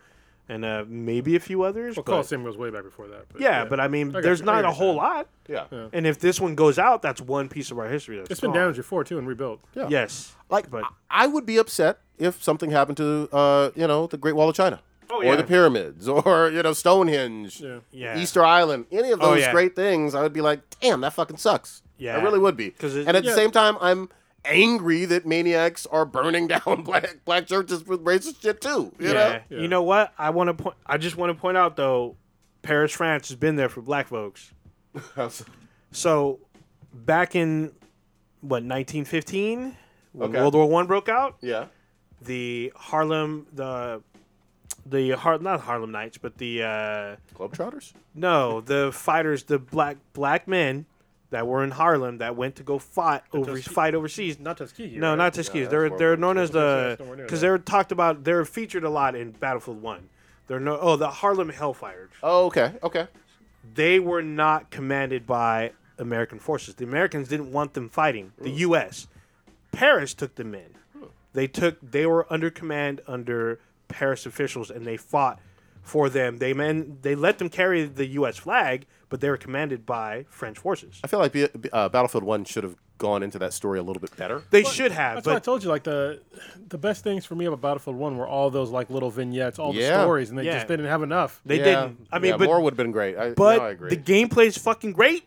and uh, maybe a few others.
Well,
but-
Coliseum goes way back before that. But
yeah, but I mean,
got
there's
you. I
not
got
a
you.
whole lot.
Yeah.
And if this one goes out, that's one piece of our history. that's
it's been
gone.
damaged before too and rebuilt.
Yeah.
Yes.
Like,
But-
I I would be upset if something happened to, uh, you know, the Great Wall of China.
Oh,
Or
yeah.
the pyramids, or you know Stonehenge,
Yeah.
Easter Island, any of
Oh,
those
yeah.
great things, I would be like, "Damn, that fucking sucks." I
Yeah.
really would be.
'Cause it-
and at the
yeah.
same time, I'm angry that maniacs are burning down black black churches with racist shit too. You know,
yeah. You know what? I want to point. I just want to point out though, Paris, France has been there for black folks. So, back in what 1915, when
Okay.
World War One broke out,
yeah,
the Harlem, the the Har- not Harlem Knights, but the uh,
Globetrotters.
no, the fighters, the black black men that were in Harlem that went to go fight over
Tuskegee-
fight overseas.
Not Tuskegee.
No,
right?
not Tuskegee. they're
that's
they're
horrible.
known as the
That's nowhere near
because
that.
they're talked about. They're featured a lot in Battlefield One. They're no oh the Harlem Hellfires.
Oh, okay, okay.
They were not commanded by American forces. The Americans didn't want them fighting.
Mm.
The U.S. Paris took them in.
Hmm.
They took they were under command under Paris officials and they fought for them. They men they let them carry the U.S. flag, but they were commanded by French forces.
I feel like B- B- uh, Battlefield One should have gone into that story a little bit better.
They should have,
That's why I
but
told you like the the best things for me about Battlefield One were all those like little vignettes, all
Yeah.
the stories, and they
Yeah.
just didn't have enough.
they
Yeah.
didn't. I mean,
Yeah,
but
more would have been great. I, no,
but
I agree.
the gameplay's fucking great.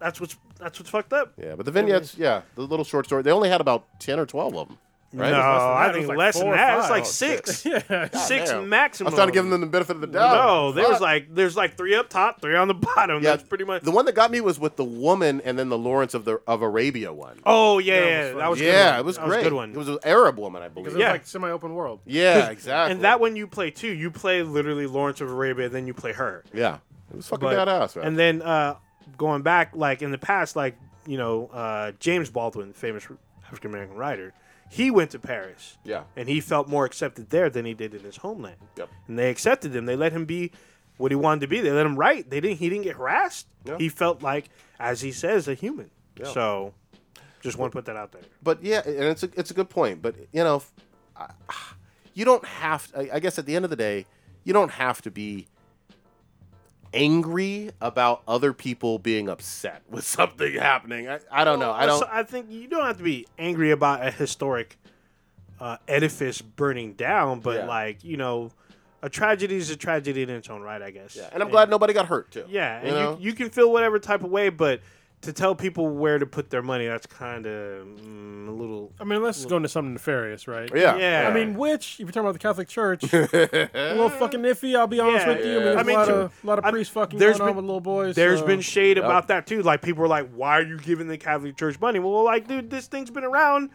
That's what's that's what's fucked up.
yeah, but the vignettes, yeah, the little short story. They only had about ten or twelve of them. Right?
No,
than that.
I
It
think
was like
less
four
than
or
that. It's
five.
like
Oh,
six,
God
six
damn.
maximum.
I was trying to give them the benefit of the doubt.
No, there was
Oh, Fuck.
like there's like three up top, three on the bottom.
Yeah,
That's pretty much.
the one that got me was with the woman and then the Lawrence of the of Arabia one.
oh yeah, yeah, that was a good
yeah,
one.
it was
That
great.
a good one.
It was an Arab woman, I
Because
believe.
it was
Yeah.
like semi-open world.
Yeah, exactly.
and that one you play too. You play literally Lawrence of Arabia, then you play her.
yeah, it was fucking
But-
badass, man.
And then uh, going back, like in the past, like you know uh, James Baldwin, famous African American writer, he went to Paris.
Yeah.
and he felt more accepted there than he did in his homeland.
Yep.
and they accepted him. They let him be what he wanted to be. They let him write. They didn't. He didn't get harassed.
Yeah.
He felt like, as he says, a human. So, just want to put that out there.
but yeah, and it's a, it's a good point. But you know, f- I- you don't have. I, I guess at the end of the day, you don't have to be angry about other people being upset with something happening. I, I don't know. I don't.
So I think you don't have to be angry about a historic uh, edifice burning down, but
Yeah.
like you know, a tragedy is a tragedy in its own right. I guess.
And I'm glad nobody got hurt too.
Yeah,
you know.
and you, you can feel whatever type of way, but to tell people where to put their money, that's kind of mm, a little.
I mean, unless it's going to something nefarious, right?
yeah.
Yeah.
I mean, which, if you're talking about the Catholic Church, a little fucking iffy, I'll be honest
Yeah.
with you. I mean,
Yeah.
there's
I mean,
a lot,
true.
of, lot of
I-
priests fucking
there's
going on
been-
with little boys.
There's
so-
been shade about that too. Like people were like, "Why are you giving the Catholic Church money?" Well, like, dude, this thing's been around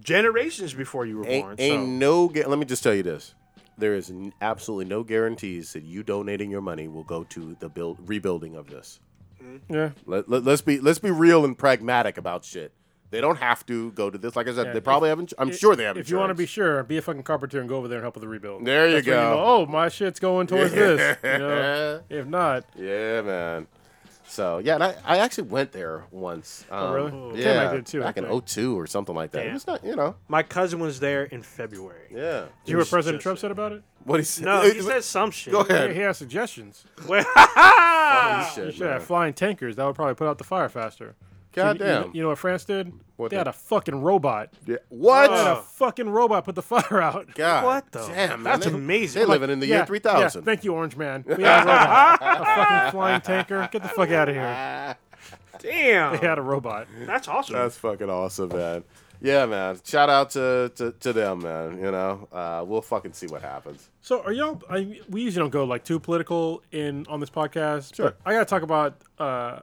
generations before you were born.
Ain't, ain't no. gu- Let me just tell you this: there is n- absolutely no guarantees that you donating your money will go to the build rebuilding of this.
Hmm.
Yeah.
Let, let, us be let's be real and pragmatic about shit. They don't have to go to this. Like I said,
Yeah,
they
if-
probably haven't. I'm sure they have.
If you want to be
insurance.
sure, be a fucking carpenter and go over there and help with the rebuild.
There you
That's when
go.
oh, my shit's going towards this. you know? If not,
yeah, man. So yeah, and I, I actually went there once. Um,
really? Oh.
Yeah,
Damn, I did too, I
Back in
think.
02 or something like that. It
Damn.
was not, you know.
My cousin was there in February.
Yeah.
do you hear what President
just-
Trump said about it?
What he said?
No, he said some shit.
Go
Yeah,
ahead.
he has suggestions.
Well,
Holy "Oh, shit,
Should
man.
have flying tankers. That would probably put out the fire faster.
God
You- you kn-
damn.
You, know what France did?
What
they
the-
had a fucking robot.
Yeah. What?
They had a fucking robot put the fire out.
God.
What the-
Damn, man.
That's
They-
amazing.
They're
Like,
living in the
Yeah,
year 3000.
Yeah, thank you, Orange Man. We had a robot. a fucking flying tanker. Get the fuck out of here.
damn,
They had a robot.
that's awesome.
That's fucking awesome, man. Yeah, man. Shout out to, to, to them, man. You know, uh, we'll fucking see what happens.
So are y'all? I, we usually don't go like too political in on this podcast.
Sure.
but I gotta talk about. Uh,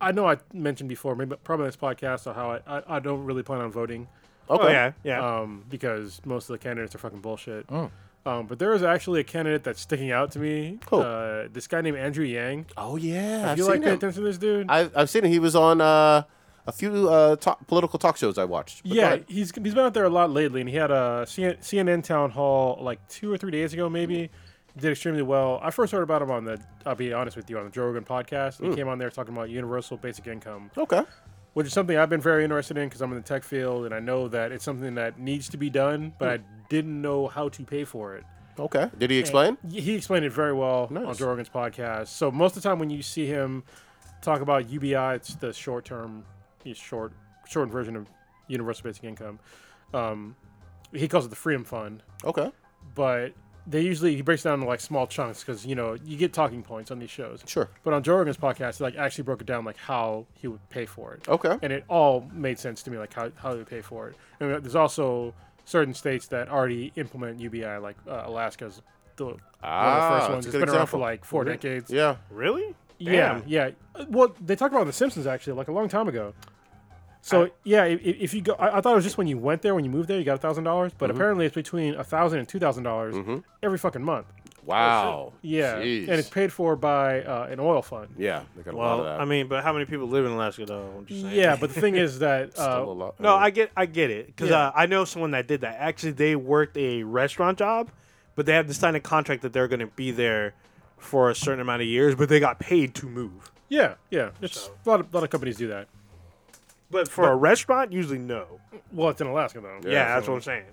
I know I mentioned before, maybe probably on this podcast, or how I, I I don't really plan on voting.
Okay.
oh yeah, yeah.
um, because most of the candidates are fucking bullshit.
Oh.
Um, but there is actually a candidate that's sticking out to me.
Who?
Uh, this guy named Andrew Yang.
Oh, yeah.
Have
I've
you
seen
like pay
him.
attention to this dude?
I've, I've seen him. He was on uh, a few uh, talk, political talk shows I watched. But go
yeah,
ahead.
he's he's been out there a lot lately, and he had a CN- CNN town hall like two or three days ago, maybe. Did extremely well. I first heard about him on the. I'll be honest with you, on the Joe Rogan podcast. He came on there talking about universal basic income,
Okay.
which is something I've been very interested in because I'm in the
Hmm.
tech field, and I know that it's something that needs to be done, but I didn't know how to pay for it.
Okay. Did he explain?
Y- He explained it very well on
Nice.
Jorgen's podcast. So most of the time when you see him talk about UBI, it's the short term, you short short version of universal basic income. Um, he calls it the Freedom Fund,
Okay.
but they usually he breaks it down into like small chunks because you know you get talking points on these shows.
Sure.
But on Joe Rogan's podcast, he like actually broke it down like how he would pay for it.
Okay.
And it all made sense to me like how how they would pay for it. And there's also certain states that already implement UBI, like uh, Alaska's the one of the
Ah,
first ones.
that's a
It's
good
been around for
example. Mm-hmm.
like four decades.
Yeah.
Really?
Yeah,
Damn.
yeah. Uh, Well, they talked about it on The Simpsons actually, like a long time ago. So yeah, if, if you go, I, I thought it was just when you went there, when you moved there, you got a thousand dollars.
Mm-hmm.
But apparently, it's between a thousand and two thousand dollars every fucking month.
Wow.
Yeah,
Mm-hmm. Jeez.
and it's paid for by uh, an oil fund.
yeah. They got a lot
Well,
of that.
I mean, but how many people live in Alaska though? I'm just saying.
Yeah, but the thing is that
Still a
uh,
lot.
No, I get I get it because
Yeah.
uh, I know someone that did that. Actually, they worked a restaurant job, but they had to sign a contract that they're going to be there for a certain amount of years, but they got paid to move.
yeah, yeah, it's a lot of lot of companies do that.
But for a restaurant, usually no.
Well, it's in Alaska though.
Yeah, that's what I'm saying.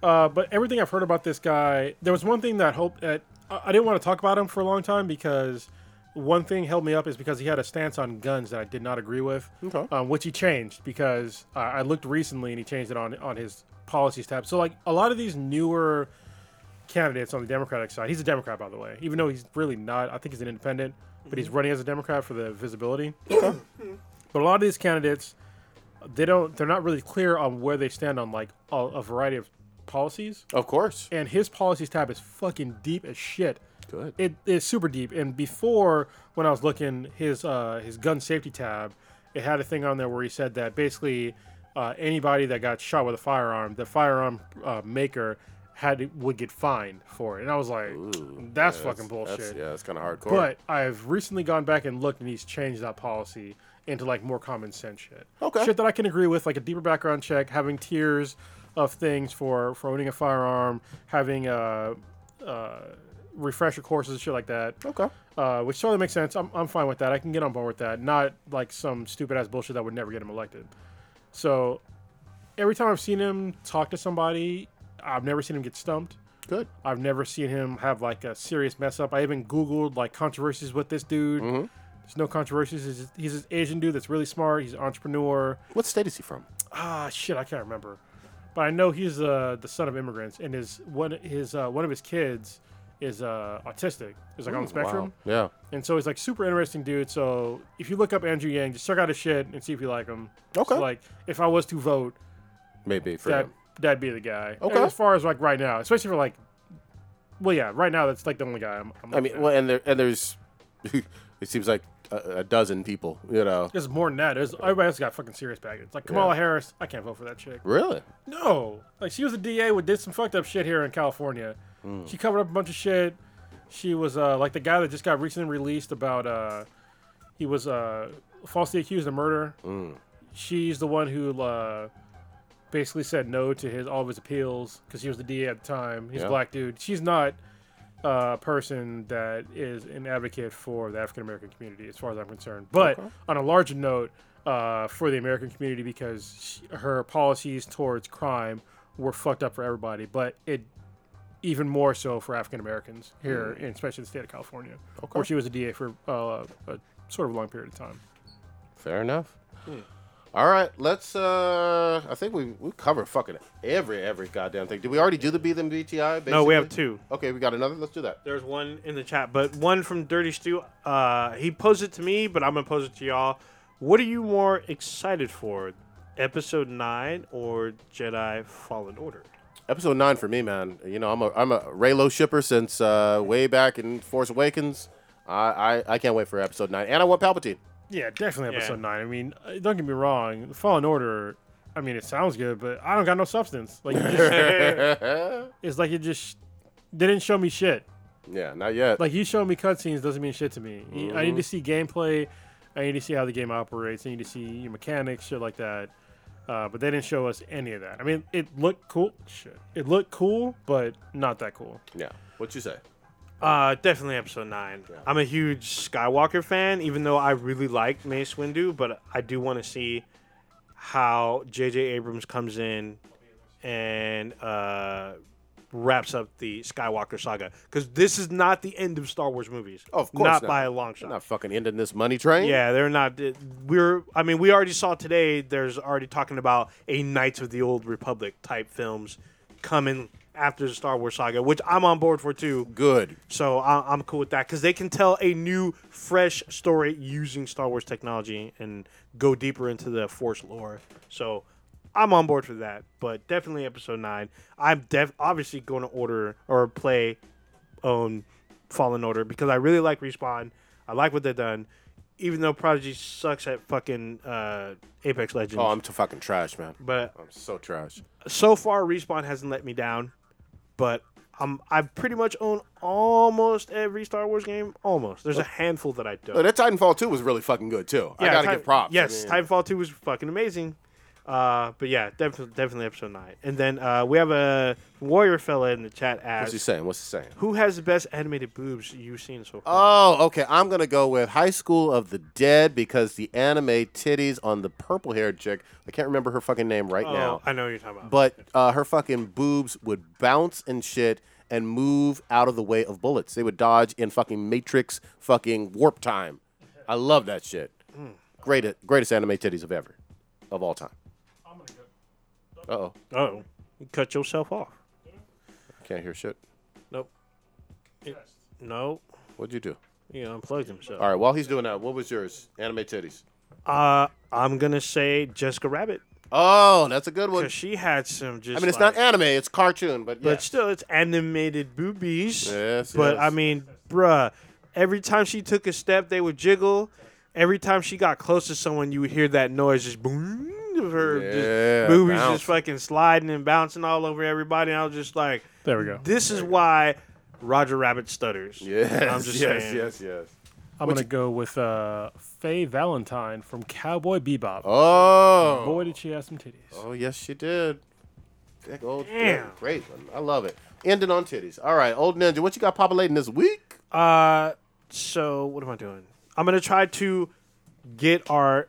Uh, but everything I've heard about this guy, there was one thing that hope that I I didn't want to talk about him for a long time because one thing held me up is because he had a stance on guns that I did not agree with,
Okay.
um, which he changed because uh, I looked recently and he changed it on on his policies tab. So like a lot of these newer candidates on the Democratic side, he's a Democrat by the way, even though he's really not. I think he's an independent, but he's running as a Democrat for the visibility. but a lot of these candidates they don't they're not really clear on where they stand on like a, a variety of policies
Of course.
and his policies tab is fucking deep as shit
Good.
it is super deep and before when i was looking his uh his gun safety tab it had a thing on there where he said that basically uh, anybody that got shot with a firearm the firearm uh, maker had to- would get fined for it and i was like that's fucking bullshit
That's, yeah, it's kind of hardcore.
but I've recently gone back and looked, and he's changed that policy into like more common sense shit.
Okay.
Shit that I can agree with, like a deeper background check, having tiers of things for for owning a firearm, having uh, uh, refresher courses, and shit like that.
okay.
Uh, which totally makes sense. I'm, I'm fine with that. I can get on board with that. Not like some stupid ass bullshit that would never get him elected. So every time I've seen him talk to somebody, I've never seen him get stumped.
Good.
I've never seen him have like a serious mess up. I even Googled like controversies with this dude.
Mm-hmm.
There's no controversies. He's, just- he's this Asian dude that's really smart. He's an entrepreneur.
What state is he from?
Ah, shit, I can't remember, but I know he's uh, the son of immigrants, and his one his uh, one of his kids is uh, autistic. Is like on the spectrum.
Yeah.
And so he's like super interesting dude. So if you look up Andrew Yang, just check out his shit and see if you like him.
Okay.
So, like if I was to vote,
Maybe for
that
him.
that'd be the guy. And
Okay.
as far as like right now, especially for like, well, yeah, right now that's like the only guy I'm. I'm
I mean, well, and there and there's, it seems like a, a dozen people. You know.
there's more than that. There's everybody else got fucking serious baggage. Like Kamala
Yeah.
Harris, I can't vote for that chick.
Really?
No, like she was a DA who did some fucked up shit here in California.
Mm.
She covered up a bunch of shit. She was uh, like the guy that just got recently released about uh, he was uh, falsely accused of murder.
Mm.
She's the one who uh, basically said no to his all of his appeals because he was the DA at the time. He's
Yeah.
a black dude. She's not uh, person that is an advocate for the African American community, as far as I'm concerned. But on a larger note, uh, for the American community, because sh her policies towards crime were fucked up for everybody, but it even more so for African Americans here, and especially in the state of California, where she was a DA for uh, a sort of long period of time.
Fair enough. All right, let's. uh I think we we cover fucking every every goddamn thing. Did we already do the Be Them BTI?
No, we have
basically?
two.
Okay, we got another. Let's do that.
There's one in the chat, but one from Dirty Stew. Uh, he posed it to me, but I'm gonna pose it to y'all. What are you more excited for, Episode Nine or Jedi Fallen Order?
Episode nine for me, man. You know, I'm a I'm a Raylo shipper since uh way back in Force Awakens. I I, I can't wait for episode nine, and I want Palpatine.
Yeah, definitely
Yeah.
episode nine. I mean, uh, don't get me wrong, the Fallen Order. I mean, it sounds good, but I don't got no substance. Like, you just, it's like it just they didn't show me shit.
Yeah, not yet.
Like you showing me cutscenes doesn't mean shit to me. You- I need to see gameplay. I need to see how the game operates. I need to see your mechanics, shit like that. Uh, but they didn't show us any of that. I mean, it looked cool. Shit, it looked cool, but not that cool.
yeah. What you say?
Uh, definitely episode nine. I'm a huge Skywalker fan, even though I really like Mace Windu, but I do want to see how J.J. Abrams comes in and uh, wraps up the Skywalker saga because this is not the end of Star Wars movies.
Of course,
not, by a long
They're
shot.
Not fucking ending this money train.
Yeah, they're not. it- We're. I mean, we already saw today. There's already talking about a Knights of the Old Republic type films coming after the Star Wars saga, which I'm on board for too.
Good.
So I, I'm cool with that because they can tell a new, fresh story using Star Wars technology and go deeper into the Force lore. So I'm on board for that. But definitely Episode Nine. I'm def- obviously going to order or play own Fallen Order because I really like Respawn. I like what they've done, even though Prodigy sucks at fucking uh, Apex Legends.
Oh, I'm too fucking trash, man.
but
I'm so trash.
so far, Respawn hasn't let me down. But I'm I pretty much own almost every Star Wars game. Almost. There's a handful that I don't.
But Oh, that Titanfall 2 was really fucking good too. I gotta
Titan-
give props.
Yes,
I mean,
Titanfall 2 was fucking amazing. Uh, but yeah, def- definitely episode 9. And then uh, we have a warrior fella in the chat
what's he
asks,
saying? What's he saying?
who has the best animated boobs you've seen so far?
Oh, okay. I'm gonna go with High School of the Dead because the anime titties on the purple haired chick. I can't remember her fucking name right
Oh,
now.
I know what you're talking about.
but uh, her fucking boobs would bounce and shit and move out of the way of bullets. They would dodge in fucking Matrix fucking warp time. I love that shit.
Hmm.
Greatest greatest anime titties of ever, of all time. Uh oh,
Oh, you cut yourself off.
can't hear shit.
Nope. no,
What'd you do?
you unplugged himself.
All right, while he's doing that, what was yours? Anime titties.
Uh, I'm gonna say Jessica Rabbit
Oh, that's a good one.
because she had some. Just
I mean, it's
like-
not anime; it's cartoon, but
but
yeah.
still, it's animated boobies.
Yes,
But
yes.
I mean, bruh, every time she took a step, they would jiggle. Every time she got close to someone, you would hear that noise just boom of her
Yeah,
just, boobies
bounce.
just fucking sliding and bouncing all over everybody. And I was just like,
There we go.
This is why Roger Rabbit stutters.
yes,
I'm just
yes,
saying.
yes, yes.
I'm gonna go with uh, Faye Valentine from Cowboy Bebop.
Oh,
Boy, did she have some titties.
Oh yes, she did. That old
Damn.
great one. I love it. Ending on titties. All right, old ninja, what you got populating this week?
Uh, so what am I doing? I'm gonna try to get our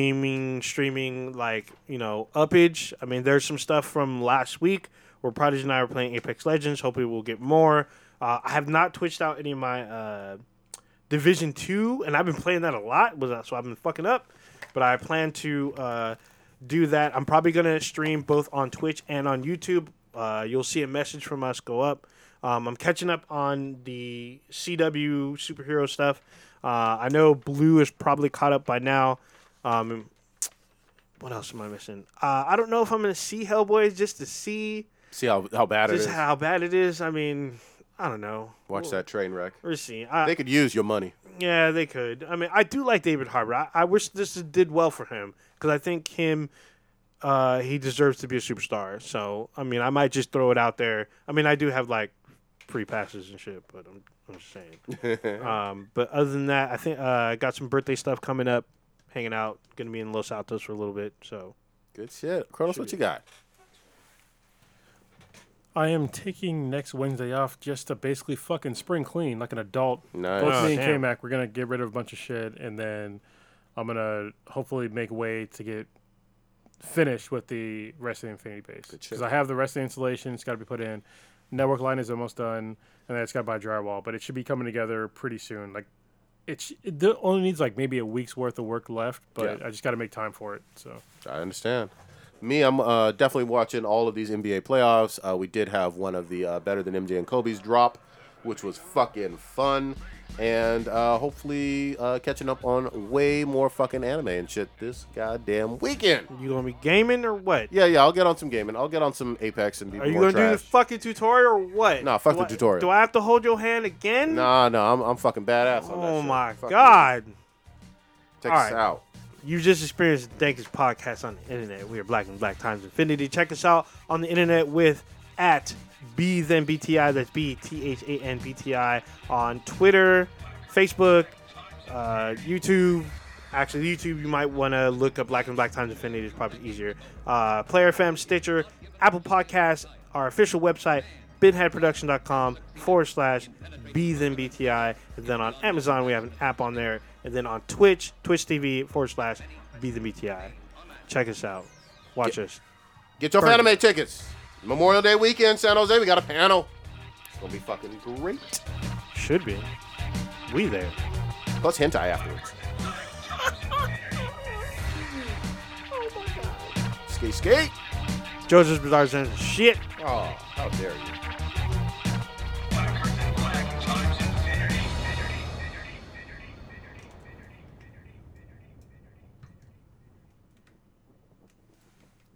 gaming streaming like you know uppage. I mean, there's some stuff from last week where Prodigy and I were playing Apex Legends. Hopefully, we'll get more. Uh, I have not twitched out any of my uh, Division Two, and I've been playing that a lot. Was that so? I've been fucking up, but I plan to uh, do that. I'm probably gonna stream both on Twitch and on YouTube. Uh, you'll see a message from us go up. Um, I'm catching up on the CW superhero stuff. Uh, I know Blue is probably caught up by now. Um, what else am I missing? Uh, I don't know if I'm gonna see Hellboy just to see
See how, how bad it is.
just how bad it is. I mean, I don't know.
Watch that train wreck.
We're seeing. I,
They could use your money.
yeah, they could. I mean, I do like David Harbour. I, I wish this did well for him because I think him, uh, he deserves to be a superstar. So I mean, I might just throw it out there. I mean, I do have like free passes and shit, but I'm, I'm just saying. um, but other than that, I think uh, I got some birthday stuff coming up. Hanging out, gonna be in Los Altos for a little bit. So
Good shit, Kronos. What you got?
I am taking next Wednesday off just to basically fucking spring clean like an adult.
Nice.
Both
Oh,
me and K
damn.
Mac, we're gonna get rid of a bunch of shit, and then I'm gonna hopefully make way to get finished with the rest of the Infinity base
shit.
because I have the rest of the installation. It's got to be put in. Network line is almost done, and then it's got to buy drywall, but it should be coming together pretty soon. Like it, sh- it do- only needs like maybe a week's worth of work left, but
Yeah.
I just got to make time for it. So
I understand. Me, I'm uh, definitely watching all of these NBA playoffs. Uh, we did have one of the uh, better than MJ and Kobe's drop, which was fucking fun, and uh, hopefully uh, catching up on way more fucking anime and shit this goddamn weekend.
you gonna be gaming or what?
Yeah, yeah, I'll get on some gaming. I'll get on some Apex and be
Are
more
you gonna
trash.
do the fucking tutorial or what?
Nah, fuck
Do
the
I-
tutorial.
Do I have to hold your hand again?
Nah, nah, I'm, I'm fucking badass on that
Oh
shit.
my
Fuck
god.
you. Take
All
us
right.
out.
You just experienced the dankest podcast on the internet. We are Black and Black Times Infinity. Check us out on the internet with at B then BTI. That's B T H A N B T I on Twitter, Facebook, uh, YouTube. Actually, YouTube, you might want to look up Black and Black Times Infinity. It's probably easier. Uh, Player FM, Stitcher, Apple Podcasts, our official website, binheadproduction.com forward slash B then BTI. And then on Amazon, we have an app on there. And then on Twitch, Twitch TV forward slash B then BTI. Check us out. Watch us.
Get your
Burn.
anime tickets. Memorial Day weekend, San Jose, we got a panel. It's gonna be fucking great.
Should be. We there.
Plus hentai afterwards. Skate, skate.
Joseph's Bizarre Sense. Shit.
Oh, how dare you!